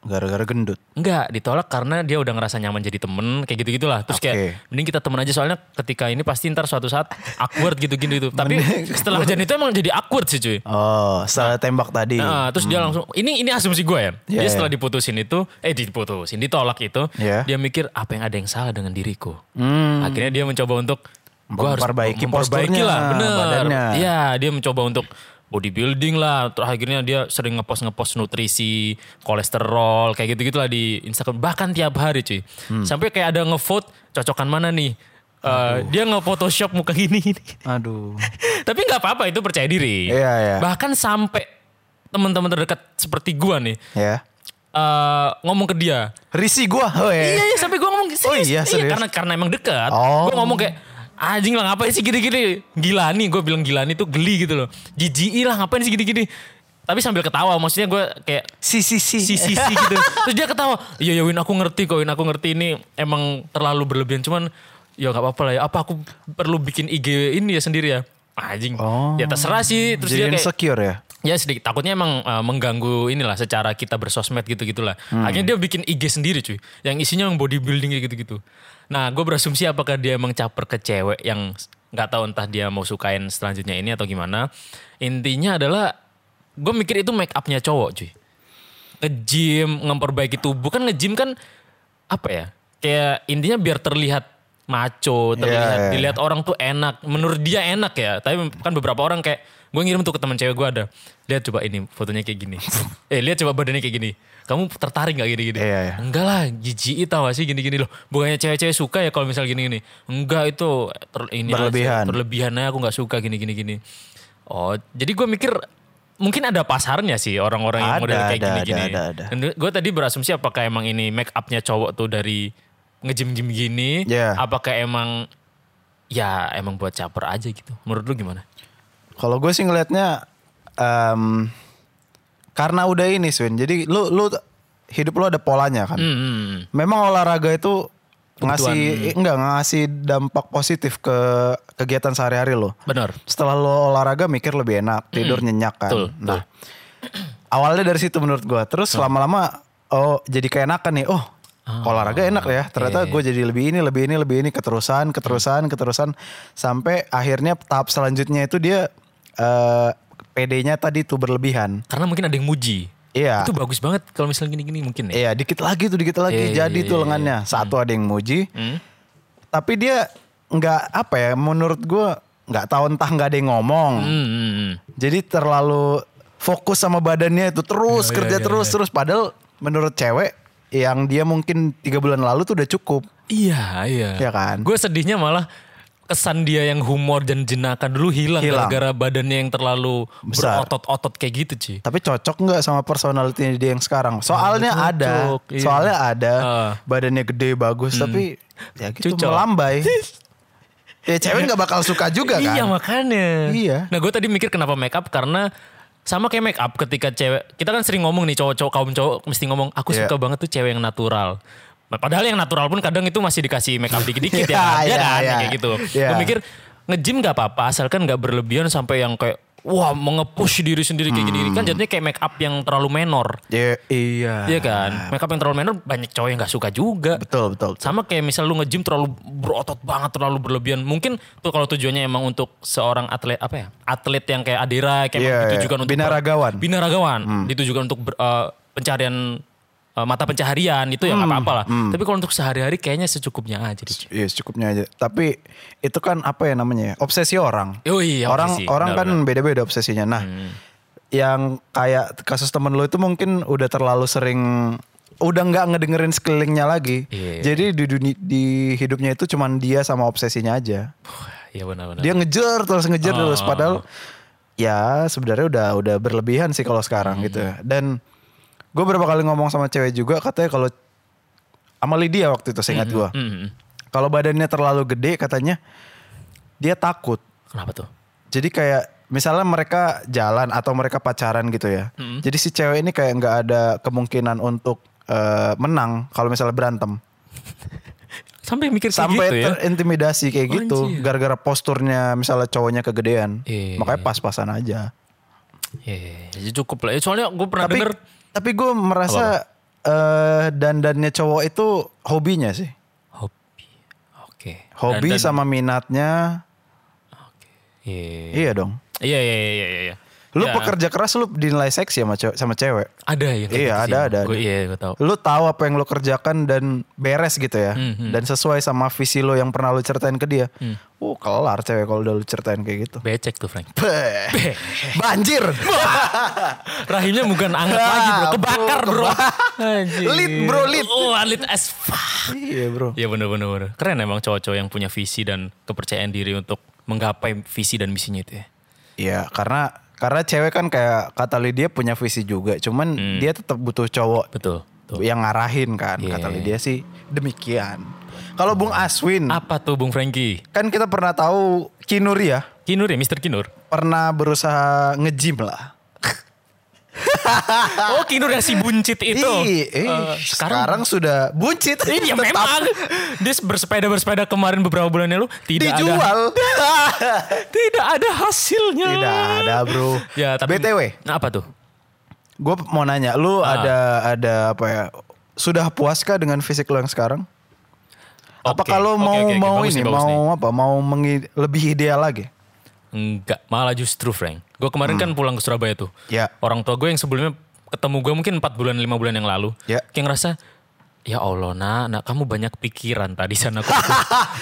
Speaker 1: Gara-gara gendut.
Speaker 3: Enggak, ditolak karena dia udah ngerasa nyaman jadi temen, kayak gitu-gitulah. Terus kayak,
Speaker 1: Oke.
Speaker 3: mending kita temen aja soalnya ketika ini pasti ntar suatu saat awkward gitu-gitu. gitu. Tapi setelah kejadian itu emang jadi awkward sih cuy.
Speaker 1: Oh, setelah tembak tadi. Hmm.
Speaker 3: Nah, terus dia langsung, ini ini asumsi gue ya.
Speaker 1: Iya,
Speaker 3: dia
Speaker 1: iya.
Speaker 3: setelah diputusin itu, eh diputusin, ditolak itu.
Speaker 1: Iya.
Speaker 3: Dia mikir, apa yang ada yang salah dengan diriku? Akhirnya dia mencoba untuk, gue harus
Speaker 1: Hmm. Memperbaiki
Speaker 3: memperbaiki
Speaker 1: posturnya,
Speaker 3: lah, bener.
Speaker 1: badannya.
Speaker 3: Iya, dia mencoba untuk bodybuilding lah. Terus akhirnya dia sering ngepost ngepost nutrisi, kolesterol, kayak gitu gitulah di Instagram. Bahkan tiap hari cuy.
Speaker 1: Hmm.
Speaker 3: Sampai kayak ada ngevote cocokan mana nih. Eh, dia nge-photoshop muka gini gini.
Speaker 1: Aduh.
Speaker 3: Tapi nggak apa-apa itu percaya diri.
Speaker 1: Iya, iya.
Speaker 3: Bahkan sampai teman-teman terdekat seperti gua nih
Speaker 1: ya.
Speaker 3: eh, ngomong ke dia.
Speaker 1: Risi gua.
Speaker 3: Iya,
Speaker 1: Hei.
Speaker 3: iya sampai gua ngomong
Speaker 1: Oh
Speaker 3: serius.
Speaker 1: iya, serius?
Speaker 3: karena karena emang dekat.
Speaker 1: Oh.
Speaker 3: Gua ngomong kayak anjing lah ngapain sih gini-gini. Gilani gue bilang Gilani tuh geli gitu loh. Jijik lah ngapain sih gini-gini. Tapi sambil ketawa maksudnya gue kayak
Speaker 1: Si si si.
Speaker 3: sisi-sisi gitu. Terus dia ketawa, iya ya Win aku ngerti kok Win aku ngerti ini emang terlalu berlebihan cuman ya nggak apa-apa lah ya. Apa aku perlu bikin IG ini ya sendiri ya? Anjing.
Speaker 1: Oh.
Speaker 3: Ya terserah sih. Terus dia
Speaker 1: Jadi
Speaker 3: kayak
Speaker 1: insecure ya.
Speaker 3: Ya sedikit takutnya emang uh, mengganggu inilah secara kita bersosmed gitu-gitulah.
Speaker 1: Hmm.
Speaker 3: Akhirnya dia bikin IG sendiri cuy, yang isinya yang bodybuilding kayak gitu-gitu. Nah, gue berasumsi apakah dia emang caper ke cewek yang nggak tahu entah dia mau sukain selanjutnya ini atau gimana. Intinya adalah gue mikir itu make upnya cowok cuy. Nge-gym, memperbaiki tubuh kan nge-gym kan apa ya? Kayak intinya biar terlihat maco,
Speaker 1: iya.
Speaker 3: terlihat dilihat orang tuh enak. Menurut dia enak ya, tapi kan beberapa orang kayak gue ngirim tuh ke teman cewek gue ada. Lihat coba ini fotonya kayak gini. <laughs> eh, lihat coba badannya kayak gini. Kamu tertarik gak gini-gini?
Speaker 1: Iya, iya.
Speaker 3: Enggak lah, jijik tau gak sih gini-gini loh. Bukannya cewek-cewek suka ya kalau misal gini-gini. Enggak itu ter- ini aja,
Speaker 1: Berlebihan.
Speaker 3: berlebihannya aku nggak suka gini-gini gini. Oh, jadi gue mikir mungkin ada pasarnya sih orang-orang yang
Speaker 1: Ada,
Speaker 3: model kayak
Speaker 1: ada,
Speaker 3: gini-gini.
Speaker 1: ada, ada, ada.
Speaker 3: Gue tadi berasumsi apakah emang ini make upnya cowok tuh dari ngejim-jim gini,
Speaker 1: Iya.
Speaker 3: apakah emang ya emang buat caper aja gitu. Menurut lu gimana?
Speaker 1: Kalau gue sih ngelihatnya em, karena udah ini Swin. Jadi lu lu hidup lu ada polanya kan.
Speaker 3: Hmm,
Speaker 1: Memang olahraga itu
Speaker 3: Kebutuhan.
Speaker 1: ngasih enggak ngasih dampak positif ke kegiatan sehari-hari lo.
Speaker 3: benar.
Speaker 1: Setelah lo olahraga mikir lebih enak, tidur nyenyak kan.
Speaker 3: Hmm. Betul,
Speaker 1: Nah. Awalnya dari situ menurut gua. Terus lama-lama oh jadi keenakan nih. Oh,
Speaker 3: Ah,
Speaker 1: olahraga enak ya.
Speaker 3: iya,
Speaker 1: Ternyata gue jadi lebih ini, lebih ini, lebih ini keterusan, keterusan, keterusan sampai akhirnya tahap selanjutnya itu dia eh PD-nya tadi tuh berlebihan.
Speaker 3: Karena mungkin ada yang muji.
Speaker 1: Iya.
Speaker 3: Itu bagus banget kalau misalnya gini-gini mungkin ya.
Speaker 1: Iya, dikit lagi tuh, dikit lagi
Speaker 3: Iya, Hmm.
Speaker 1: jadi tuh lengannya. Satu ada yang muji, tapi dia nggak apa ya? Menurut gua nggak tahu entah nggak ada yang ngomong.
Speaker 3: Hmm, hmm, hmm.
Speaker 1: Jadi terlalu fokus sama badannya itu terus
Speaker 3: Iya,
Speaker 1: kerja
Speaker 3: iya,
Speaker 1: terus terus. Padahal menurut cewek yang dia mungkin tiga bulan lalu tuh udah cukup.
Speaker 3: Iya, iya.
Speaker 1: Iya kan?
Speaker 3: Gue sedihnya malah kesan dia yang humor dan jenaka dulu hilang,
Speaker 1: Hilang.
Speaker 3: gara-gara badannya yang terlalu
Speaker 1: Besar.
Speaker 3: berotot-otot kayak gitu, Ci.
Speaker 1: Tapi cocok nggak sama personality dia yang sekarang? Soalnya
Speaker 3: Cocok,
Speaker 1: ada,
Speaker 3: iya.
Speaker 1: soalnya ada
Speaker 3: Ah. Hmm.
Speaker 1: badannya gede bagus, tapi ya gitu
Speaker 3: Cucok. <laughs>
Speaker 1: melambai. ya cewek nggak bakal suka juga kan?
Speaker 3: Iya makanya.
Speaker 1: Iya.
Speaker 3: Nah gue tadi mikir kenapa make up karena sama kayak make up ketika cewek kita kan sering ngomong nih cowok-cowok kaum cowok mesti ngomong aku
Speaker 1: Iya.
Speaker 3: suka banget tuh cewek yang natural. Nah, Padahal yang natural pun kadang itu masih dikasih make up dikit-dikit ya.
Speaker 1: Iya,
Speaker 3: Iya kan
Speaker 1: iya.
Speaker 3: kayak gitu.
Speaker 1: Iya.
Speaker 3: Gue mikir nge-gym gak apa-apa asalkan gak berlebihan sampai yang kayak wah mengepush diri sendiri kayak gini kan jadinya kayak make up yang terlalu menor.
Speaker 1: Ya, Hmm. iya.
Speaker 3: Iya kan? Make up yang terlalu menor banyak cowok yang gak suka juga.
Speaker 1: Betul, betul.
Speaker 3: Sama kayak misal lu nge-gym terlalu berotot banget, terlalu berlebihan. Mungkin tuh kalau tujuannya emang untuk seorang atlet apa ya? Atlet yang kayak Adira kayak
Speaker 1: Iya,
Speaker 3: emang
Speaker 1: iya.
Speaker 3: ditujukan untuk
Speaker 1: Binaragawan. Hmm.
Speaker 3: binaragawan, ditujukan untuk ber- eh, pencarian eh, mata pencaharian itu ya nggak
Speaker 1: Hmm,
Speaker 3: apa-apa lah. Tapi kalau untuk sehari-hari kayaknya secukupnya aja deh.
Speaker 1: Iya, secukupnya aja. Tapi itu kan apa ya namanya? ya? Obsesi orang.
Speaker 3: Oh iya,
Speaker 1: orang
Speaker 3: obsesi.
Speaker 1: orang
Speaker 3: Benar, Hmm.
Speaker 1: kan beda-beda obsesinya. Nah, yang kayak kasus temen lo itu mungkin udah terlalu sering udah nggak ngedengerin sekelilingnya lagi.
Speaker 3: Iya.
Speaker 1: Jadi di dunia di hidupnya itu cuman dia sama obsesinya aja.
Speaker 3: Iya benar-benar.
Speaker 1: Dia ngejar terus ngejar
Speaker 3: Oh.
Speaker 1: terus padahal ya sebenarnya udah udah berlebihan sih kalau
Speaker 3: Hmm.
Speaker 1: sekarang gitu. Dan gue berapa kali ngomong sama cewek juga katanya kalau sama Lydia waktu itu seingat gue.
Speaker 3: Hmm.
Speaker 1: Kalau badannya terlalu gede katanya dia takut.
Speaker 3: Kenapa tuh?
Speaker 1: Jadi kayak misalnya mereka jalan atau mereka pacaran gitu ya. Jadi si cewek ini kayak nggak ada kemungkinan untuk eh, menang kalau misalnya berantem.
Speaker 3: Sampai mikir kayak
Speaker 1: Sampai
Speaker 3: gitu ya.
Speaker 1: terintimidasi kayak gitu
Speaker 3: Anjir.
Speaker 1: gara-gara posturnya misalnya cowoknya kegedean.
Speaker 3: Iya.
Speaker 1: Makanya pas-pasan aja.
Speaker 3: Iya, iya, iya. Ya, cukup lah. Eh, Soalnya gue pernah
Speaker 1: Tapi
Speaker 3: denger
Speaker 1: tapi gue merasa eh dandannya cowok itu hobinya sih.
Speaker 3: hobi. Oke.
Speaker 1: Hobi
Speaker 3: Dan- dan-
Speaker 1: sama minatnya.
Speaker 3: Iya.
Speaker 1: Iya dong.
Speaker 3: Iya iya iya iya iya.
Speaker 1: Lu
Speaker 3: Ya,
Speaker 1: pekerja keras lu dinilai seksi sama cewek- sama cewek.
Speaker 3: ada
Speaker 1: Iya,
Speaker 3: ya. kayak gitu sih.
Speaker 1: ada, ada,
Speaker 3: Gua,
Speaker 1: ada.
Speaker 3: iya, gue tahu.
Speaker 1: lu tahu apa yang lu kerjakan dan beres gitu ya dan sesuai sama visi lo yang pernah lu ceritain ke dia uh kelar cewek kalau udah lu ceritain kayak gitu
Speaker 3: Becek tuh Frank.
Speaker 1: Beh. banjir
Speaker 3: Rahimnya bukan
Speaker 1: <laughs>
Speaker 3: anget lagi bro,
Speaker 1: Ah,
Speaker 3: kebakar
Speaker 1: bro,
Speaker 3: bro.
Speaker 1: kebakar.
Speaker 3: <laughs> Anjir.
Speaker 1: Lit, bro, lit.
Speaker 3: Oh, lit as fuck.
Speaker 1: iya bro
Speaker 3: Iya bener bener bener. Keren emang cowok-cowok yang punya visi dan kepercayaan diri untuk menggapai visi dan misinya itu ya.
Speaker 1: iya karena karena cewek kan kayak kata Lydia punya visi juga cuman dia tetap butuh cowok
Speaker 3: Betul. Tuh.
Speaker 1: yang ngarahin kan kata Lydia sih demikian kalau Bung Aswin
Speaker 3: Apa tuh Bung Franky?
Speaker 1: kan kita pernah tahu Kinur ya
Speaker 3: Kinur ya, Mr. Kinur.
Speaker 1: pernah berusaha ngejim lah
Speaker 3: Oh Kinur yang si buncit itu.
Speaker 1: Ah. Ih, ih,
Speaker 3: Eh,
Speaker 1: sekarang, sudah buncit Tetap
Speaker 3: Iya memang. Dia bersepeda-bersepeda kemarin beberapa bulannya lu tidak ada <laughs>
Speaker 1: dijual.
Speaker 3: tidak ada hasilnya.
Speaker 1: Tidak ada bro.
Speaker 3: Ya, tapi
Speaker 1: BTW,
Speaker 3: Apa tuh?
Speaker 1: gue mau nanya, lu
Speaker 3: Ah.
Speaker 1: ada ada apa ya? Sudah puaskah dengan fisik lo yang sekarang? Apa
Speaker 3: Oke,
Speaker 1: kalau
Speaker 3: oke,
Speaker 1: mau
Speaker 3: oke, oke.
Speaker 1: mau
Speaker 3: Bagus
Speaker 1: ini
Speaker 3: nih, bagus
Speaker 1: mau apa? Mau mengi- lebih ideal lagi?
Speaker 3: Enggak, malah justru Frank. Gue kemarin kan pulang ke Surabaya tuh.
Speaker 1: Hmm. Ya.
Speaker 3: Orang tua gue yang sebelumnya ketemu gue mungkin 4 bulan 5 bulan yang lalu.
Speaker 1: Ya.
Speaker 3: Kayak ngerasa, ya Allah nak, nak kamu banyak pikiran tadi sana.
Speaker 1: <laughs>
Speaker 3: Aku-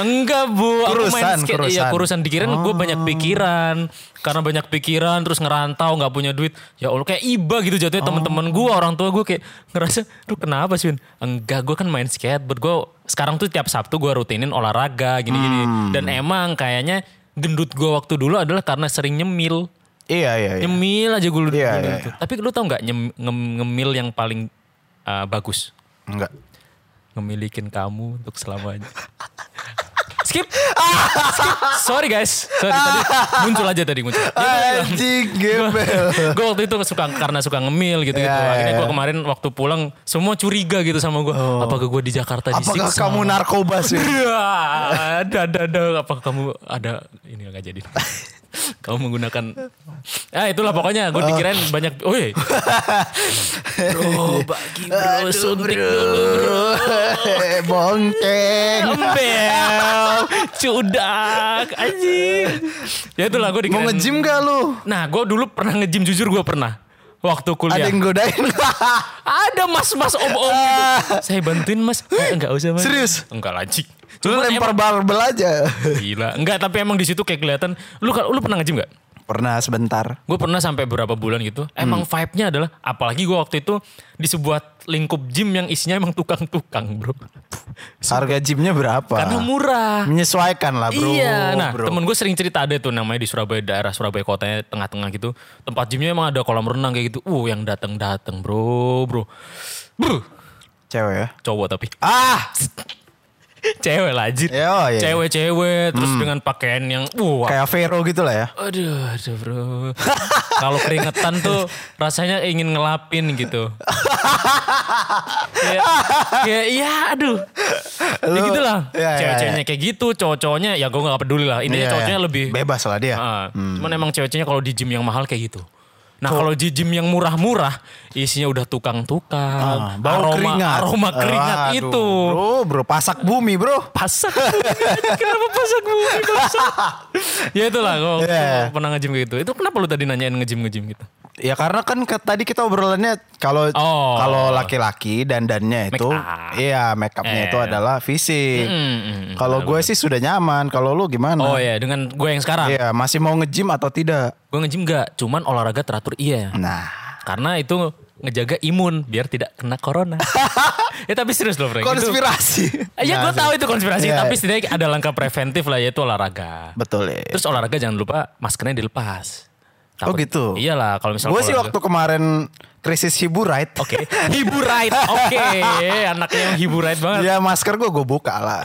Speaker 3: Enggak bu, aku main
Speaker 1: Kurusan,
Speaker 3: skate. Iya
Speaker 1: kurusan. Oh.
Speaker 3: kurusan dikiran gue banyak pikiran. Karena banyak pikiran terus ngerantau gak punya duit. Ya Allah kayak iba gitu jatuhnya
Speaker 1: Oh.
Speaker 3: teman-teman gue, orang tua gue kayak ngerasa, lu kenapa sih Win? Enggak, gue kan main skateboard. Gue sekarang tuh tiap Sabtu gue rutinin olahraga gini-gini.
Speaker 1: Hmm.
Speaker 3: Dan emang kayaknya gendut gue waktu dulu adalah karena sering nyemil.
Speaker 1: Iya iya. iya.
Speaker 3: Nyemil aja gue dulu.
Speaker 1: Iya,
Speaker 3: dulu
Speaker 1: iya,
Speaker 3: tuh. Tapi lu tau gak nyem- ngem- ngemil yang paling uh, bagus?
Speaker 1: Enggak.
Speaker 3: Ngemilikin kamu untuk selamanya.
Speaker 1: <laughs>
Speaker 3: Skip. Skip. Sorry guys. Sorry tadi muncul aja tadi muncul.
Speaker 1: Anjing gembel.
Speaker 3: gue waktu itu suka karena suka ngemil gitu gitu.
Speaker 1: Ya, ya,
Speaker 3: Akhirnya gue
Speaker 1: ya. Oh.
Speaker 3: kemarin waktu pulang semua curiga gitu sama gue. Apakah gue di Jakarta
Speaker 1: Apakah
Speaker 3: disiksa?
Speaker 1: kamu narkoba sih?
Speaker 3: Ya, ada, ada, ada. Apakah kamu ada ini nggak jadi? kamu menggunakan, ah itulah pokoknya. Gue dikirain banyak. Oh,
Speaker 1: <laughs>
Speaker 3: bro, bagi bro, suntik dulu.
Speaker 1: <laughs> Bongkeng.
Speaker 3: Embel, cudak, anjing. Ya itulah
Speaker 1: Mau
Speaker 3: gue dikirain.
Speaker 1: nge-gym gak lu?
Speaker 3: Nah, gue dulu pernah ngejim jujur gue pernah. Waktu
Speaker 1: Ada
Speaker 3: kuliah.
Speaker 1: yang godain. <laughs>
Speaker 3: Ada mas-mas om-om gitu. Saya bantuin mas. Eh, enggak usah mas.
Speaker 1: Serius?
Speaker 3: Enggak lancik.
Speaker 1: lu
Speaker 3: Cuman
Speaker 1: lempar barbel aja.
Speaker 3: Gila. Enggak, tapi emang di situ kayak kelihatan. Lu kalau lu pernah nge-gym gak?
Speaker 1: Pernah sebentar.
Speaker 3: Gue pernah sampai berapa bulan gitu.
Speaker 1: Hmm.
Speaker 3: Emang vibe-nya adalah apalagi gue waktu itu di sebuah lingkup gym yang isinya emang tukang-tukang, Bro.
Speaker 1: Harga gymnya berapa?
Speaker 3: Karena murah.
Speaker 1: menyesuaikan lah bro.
Speaker 3: iya, nah
Speaker 1: bro.
Speaker 3: temen gue sering cerita ada tuh namanya di Surabaya daerah Surabaya kotanya tengah-tengah gitu. Tempat gymnya emang ada kolam renang kayak gitu. Uh, yang dateng-dateng bro, bro, bro,
Speaker 1: cewek ya.
Speaker 3: cowok tapi
Speaker 1: Ah,
Speaker 3: cewek lah anjir.
Speaker 1: Ya, oh, iya. Hmm.
Speaker 3: cewek-cewek terus dengan pakaian yang uh
Speaker 1: kayak Vero gitu lah ya.
Speaker 3: Aduh, aduh bro. <laughs> Kalau keringetan tuh rasanya ingin ngelapin gitu. kayak, kayak iya aduh. ya
Speaker 1: Lu-
Speaker 3: gitulah.
Speaker 1: Iya, iya,
Speaker 3: Cewek-ceweknya kayak gitu, cowok-cowoknya ya gue gak peduli lah. Intinya
Speaker 1: Iya,
Speaker 3: cowok-cowoknya
Speaker 1: iya.
Speaker 3: lebih.
Speaker 1: bebas Hmm. lah dia.
Speaker 3: Ah, Cuman emang cewek-ceweknya kalau di gym yang mahal kayak gitu. Nah kalau di gym yang murah-murah isinya udah tukang-tukang,
Speaker 1: Ah, bau
Speaker 3: aroma
Speaker 1: keringat.
Speaker 3: aroma keringat
Speaker 1: Waduh,
Speaker 3: itu.
Speaker 1: Bro, bro, pasak bumi bro.
Speaker 3: Pasak, kenapa pasak bumi
Speaker 1: <laughs>
Speaker 3: pasak? ya itulah gue waktu
Speaker 1: Iya.
Speaker 3: pernah nge-gym kayak gitu. Itu kenapa lu tadi nanyain nge-gym nge-gym gitu?
Speaker 1: Ya karena kan ke- tadi kita obrolannya kalau
Speaker 3: Oh.
Speaker 1: kalau laki-laki dandannya itu,
Speaker 3: Make up. Eh.
Speaker 1: iya make upnya itu adalah fisik. kalau gue sih sudah nyaman. Kalau lu
Speaker 3: Oh
Speaker 1: gimana?
Speaker 3: ya dengan gue yang sekarang.
Speaker 1: Iya, masih mau nge-gym atau tidak?
Speaker 3: Gue nge-gym gak, cuman olahraga teratur iya.
Speaker 1: Nah,
Speaker 3: Karena itu ngejaga imun biar tidak kena corona.
Speaker 1: <laughs>
Speaker 3: ya tapi serius loh Frank. itu-
Speaker 1: Konspirasi.
Speaker 3: <laughs> Iya gue tahu itu konspirasi
Speaker 1: Iya.
Speaker 3: tapi setidaknya ada langkah preventif lah yaitu olahraga.
Speaker 1: Betul ya.
Speaker 3: Terus olahraga jangan lupa maskernya dilepas.
Speaker 1: Oh, gitu?
Speaker 3: Iyalah kalau misalnya
Speaker 1: Gue sih
Speaker 3: <laughs> olahraga-
Speaker 1: waktu kemarin krisis hiburait.
Speaker 3: Oke, hiburait. Oke, anaknya yang hiburait banget.
Speaker 1: <laughs> Ya masker gue gue buka lah.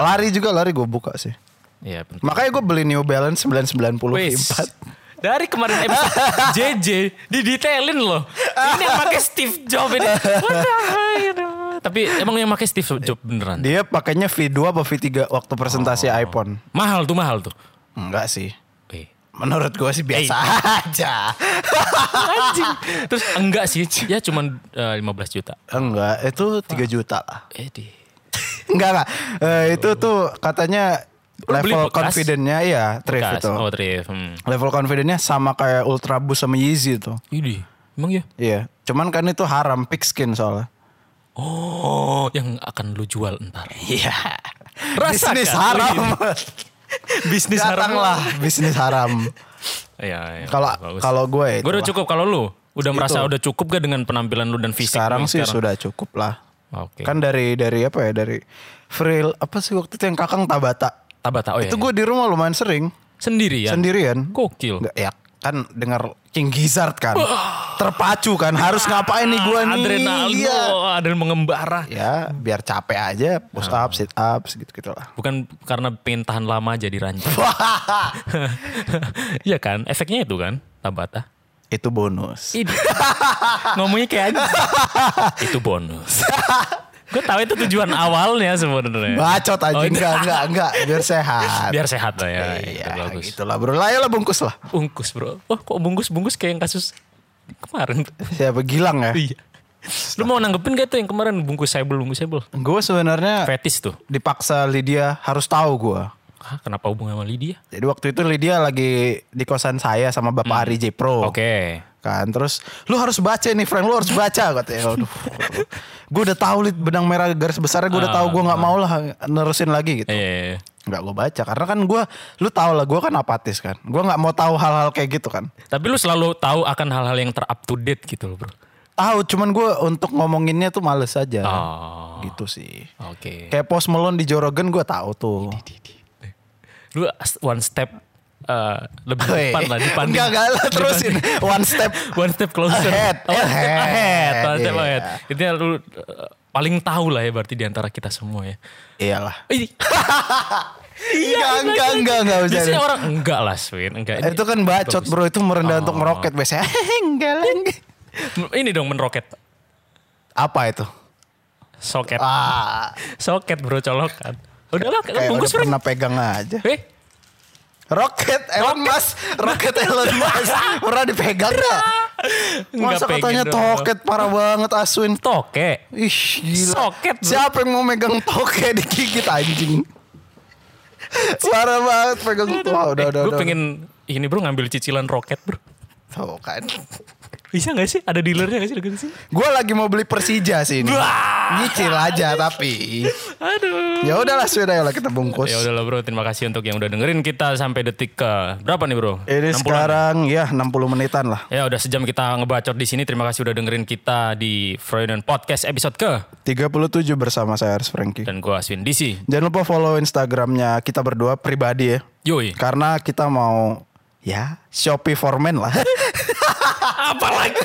Speaker 1: Hmm, Lari juga lari gue buka sih.
Speaker 3: Iya, penting.
Speaker 1: Makanya gue beli New Balance
Speaker 3: Wis.
Speaker 1: 994.
Speaker 3: Dari kemarin episode
Speaker 1: <laughs>
Speaker 3: JJ didetailin loh. Ini yang pakai Steve Jobs ini. What the hell, you know? Tapi emang yang pakai Steve Jobs beneran.
Speaker 1: Dia pakainya V2 apa V3 waktu
Speaker 3: Oh.
Speaker 1: presentasi iPhone?
Speaker 3: Mahal tuh mahal tuh.
Speaker 1: Enggak sih.
Speaker 3: Eh,
Speaker 1: Menurut gue sih biasa <laughs> aja.
Speaker 3: Anjing. Terus enggak sih, ya cuman eh, 15 juta.
Speaker 1: Enggak, itu 3 juta lah.
Speaker 3: Eh di.
Speaker 1: Enggak enggak. Eh, itu tuh katanya
Speaker 3: Lu beli
Speaker 1: level
Speaker 3: bekas?
Speaker 1: confidentnya ya thrift
Speaker 3: Kas.
Speaker 1: itu.
Speaker 3: Oh, Trif. Hmm.
Speaker 1: Level confidentnya sama kayak Ultra Boost sama Yeezy tuh.
Speaker 3: Ini. Emang ya?
Speaker 1: Iya. Cuman kan itu haram pigskin soalnya.
Speaker 3: Oh, yang akan lu jual entar.
Speaker 1: Iya.
Speaker 3: Rasakan.
Speaker 1: <laughs>
Speaker 3: Iya.
Speaker 1: Bisnis haram.
Speaker 3: Bisnis
Speaker 1: Datanglah bisnis haram.
Speaker 3: Iya, iya.
Speaker 1: Kalau
Speaker 3: bagus.
Speaker 1: kalau gue
Speaker 3: Gue udah
Speaker 1: itulah. Gitu.
Speaker 3: cukup kalau lu udah merasa udah cukup gak dengan penampilan lu dan <laughs> fisik
Speaker 1: sekarang
Speaker 3: lu
Speaker 1: sih
Speaker 3: sekarang?
Speaker 1: sudah cukup lah.
Speaker 3: Oke.
Speaker 1: Kan dari dari apa ya dari Freel apa sih waktu itu yang Kakang Tabata.
Speaker 3: Tabata oh ya.
Speaker 1: Itu gue di rumah lumayan sering
Speaker 3: sendirian.
Speaker 1: sendirian.
Speaker 3: ya? Gokil.
Speaker 1: Nggak, ya kan dengar King Gizzard kan. Terpacu kan harus ngapain nih gue nih.
Speaker 3: Adrenalin,
Speaker 1: Iya.
Speaker 3: oh, adrenalin mengembara.
Speaker 1: Ya biar capek aja push
Speaker 3: Ah.
Speaker 1: up, sit up gitu-gitu lah.
Speaker 3: Bukan karena pengen tahan lama jadi
Speaker 1: <laughs>
Speaker 3: ranjang. Iya kan, efeknya itu kan, Tabata.
Speaker 1: Itu bonus.
Speaker 3: Ih, Ngomongnya kayak anjing. itu bonus. Gue tahu itu tujuan awalnya sebenarnya.
Speaker 1: Bacot aja
Speaker 3: Oh, itu-
Speaker 1: enggak enggak enggak biar sehat.
Speaker 3: Biar sehat lah ya. itu
Speaker 1: Iya,
Speaker 3: bagus.
Speaker 1: gitulah bro. Lah ayolah bungkus lah.
Speaker 3: Bungkus bro. Wah kok bungkus-bungkus kayak yang kasus kemarin. <laughs>
Speaker 1: Siapa Gilang ya?
Speaker 3: Iya. Lu mau nanggepin gak tuh yang kemarin bungkus sebel, bungkus sebel?
Speaker 1: Gue sebenarnya
Speaker 3: Fetis tuh.
Speaker 1: dipaksa Lydia harus tahu gue.
Speaker 3: Hah, kenapa hubungan sama Lydia?
Speaker 1: Jadi waktu itu Lydia lagi di kosan saya sama Bapak Ari J Pro.
Speaker 3: Hmm. Oke.
Speaker 1: Kan terus lu harus baca nih Frank, lu harus baca katanya.
Speaker 3: <laughs>
Speaker 1: Aduh. gue udah tahu lid benang merah garis besarnya gue udah tahu gue nggak mau lah nerusin lagi gitu.
Speaker 3: Ah, Eh,
Speaker 1: Nggak gue baca karena kan gue lu tahu lah gue kan apatis kan. Gue nggak mau tahu hal-hal kayak gitu kan.
Speaker 3: tapi lu selalu tahu akan hal-hal yang ter-up to date gitu loh bro.
Speaker 1: Tahu cuman gue untuk ngomonginnya tuh males aja.
Speaker 3: Oh,
Speaker 1: Gitu sih.
Speaker 3: oke.
Speaker 1: Kayak Post Malone di Jorogen gue tahu tuh.
Speaker 3: Lu as- one step eh, lebih
Speaker 1: Woi.
Speaker 3: depan lah depan.
Speaker 1: Oh, iya. Enggak, enggak lah, terusin. One step.
Speaker 3: <laughs> One step closer.
Speaker 1: Ahead,
Speaker 3: Oh, one step
Speaker 1: ahead,
Speaker 3: ahead. One step
Speaker 1: iya.
Speaker 3: ahead. Itu yang lu eh, paling tahu lah ya berarti di antara kita semua ya. Eh, iya,
Speaker 1: Iyalah.
Speaker 3: Ih,
Speaker 1: <laughs> Enggak, enggak, enggak, enggak usah.
Speaker 3: Iya, Biasanya orang enggak lah Swin. Enggak. Ini-
Speaker 1: Itu kan bacot bro, itu merendah
Speaker 3: Oh.
Speaker 1: untuk meroket biasanya. <laughs> enggak
Speaker 3: Eh.
Speaker 1: lah. enggak.
Speaker 3: Ini dong menroket.
Speaker 1: Apa itu?
Speaker 3: Soket.
Speaker 1: Ah,
Speaker 3: Soket bro colokan. Udahlah
Speaker 1: kayak udah
Speaker 3: bungkus bro.
Speaker 1: pernah pegang aja.
Speaker 3: Eh,
Speaker 1: Roket Elon Musk, roket Elon
Speaker 3: <laughs>
Speaker 1: Musk pernah dipegang gak?
Speaker 3: Enggak
Speaker 1: Masa
Speaker 3: pengen
Speaker 1: katanya
Speaker 3: dong.
Speaker 1: toket parah banget Aswin.
Speaker 3: toke.
Speaker 1: Ih, gila.
Speaker 3: Soket, bro.
Speaker 1: Siapa yang mau megang toke digigit anjing? Parah banget pegang tuh. Wah, udah, udah,
Speaker 3: gue
Speaker 1: udah.
Speaker 3: Eh, pengen ini bro ngambil cicilan roket bro.
Speaker 1: Tuh kan.
Speaker 3: Bisa gak sih? Ada dealernya gak sih dekat sini?
Speaker 1: Gue lagi mau beli Persija sih ini.
Speaker 3: Wah.
Speaker 1: Nyicil aja tapi.
Speaker 3: Aduh.
Speaker 1: Ya udahlah sudah lah kita bungkus.
Speaker 3: Ya udahlah bro, terima kasih untuk yang udah dengerin kita sampai detik ke berapa nih bro?
Speaker 1: Ini
Speaker 3: 60-an.
Speaker 1: sekarang ya 60 menitan lah.
Speaker 3: Ya udah sejam kita ngebacot di sini. Terima kasih udah dengerin kita di Freudian Podcast episode ke
Speaker 1: 37 bersama saya Ars Franky.
Speaker 3: dan gua Aswin DC.
Speaker 1: Jangan lupa follow Instagramnya kita berdua pribadi ya.
Speaker 3: Yoi.
Speaker 1: Karena kita mau ya Shopee for men
Speaker 3: <laughs>
Speaker 1: lah. Iya,
Speaker 3: Apa lagi?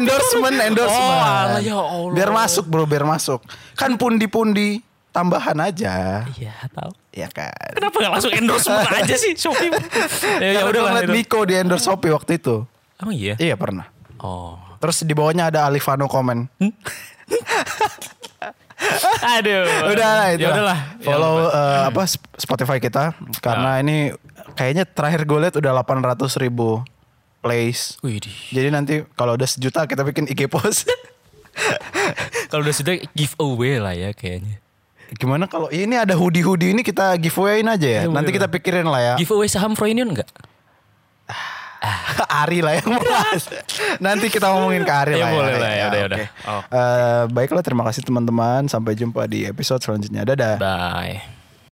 Speaker 1: endorsement, endorsement.
Speaker 3: Oh, alah, ya Allah.
Speaker 1: Biar masuk bro, biar masuk. Kan pundi-pundi tambahan aja.
Speaker 3: Iya tahu.
Speaker 1: Ya kan.
Speaker 3: Kenapa gak langsung
Speaker 1: <laughs>
Speaker 3: endorsement aja sih Shopee? ya, ya
Speaker 1: Karena
Speaker 3: udah
Speaker 1: gua
Speaker 3: lah.
Speaker 1: ngeliat Nico di endorse Shopee waktu itu.
Speaker 3: Emang iya?
Speaker 1: Iya pernah.
Speaker 3: Oh.
Speaker 1: Terus di bawahnya ada Alifano komen.
Speaker 3: Aduh.
Speaker 1: Udah lah itu.
Speaker 3: Ya udahlah. Ya.
Speaker 1: Follow eh, apa Sp- Spotify kita karena ini kayaknya terakhir gue lihat udah 800 ribu plays.
Speaker 3: Widih.
Speaker 1: Jadi nanti kalau udah sejuta kita bikin IG
Speaker 3: <laughs>
Speaker 1: post.
Speaker 3: Kalau udah sudah giveaway lah ya kayaknya.
Speaker 1: Gimana kalau iya, ini ada hoodie-hoodie ini kita giveawayin aja ya.
Speaker 3: Giveaway
Speaker 1: nanti kita
Speaker 3: lah.
Speaker 1: pikirin lah ya.
Speaker 3: Giveaway saham Froynion enggak?
Speaker 1: <laughs> Ari lah yang bahas. nanti kita ngomongin ke Ari lah.
Speaker 3: Ya, Iya. boleh
Speaker 1: Ari
Speaker 3: lah ya, udah,
Speaker 1: oke.
Speaker 3: udah. Oh.
Speaker 1: Eh, baiklah terima kasih teman-teman. Sampai jumpa di episode selanjutnya. Dadah.
Speaker 3: Bye.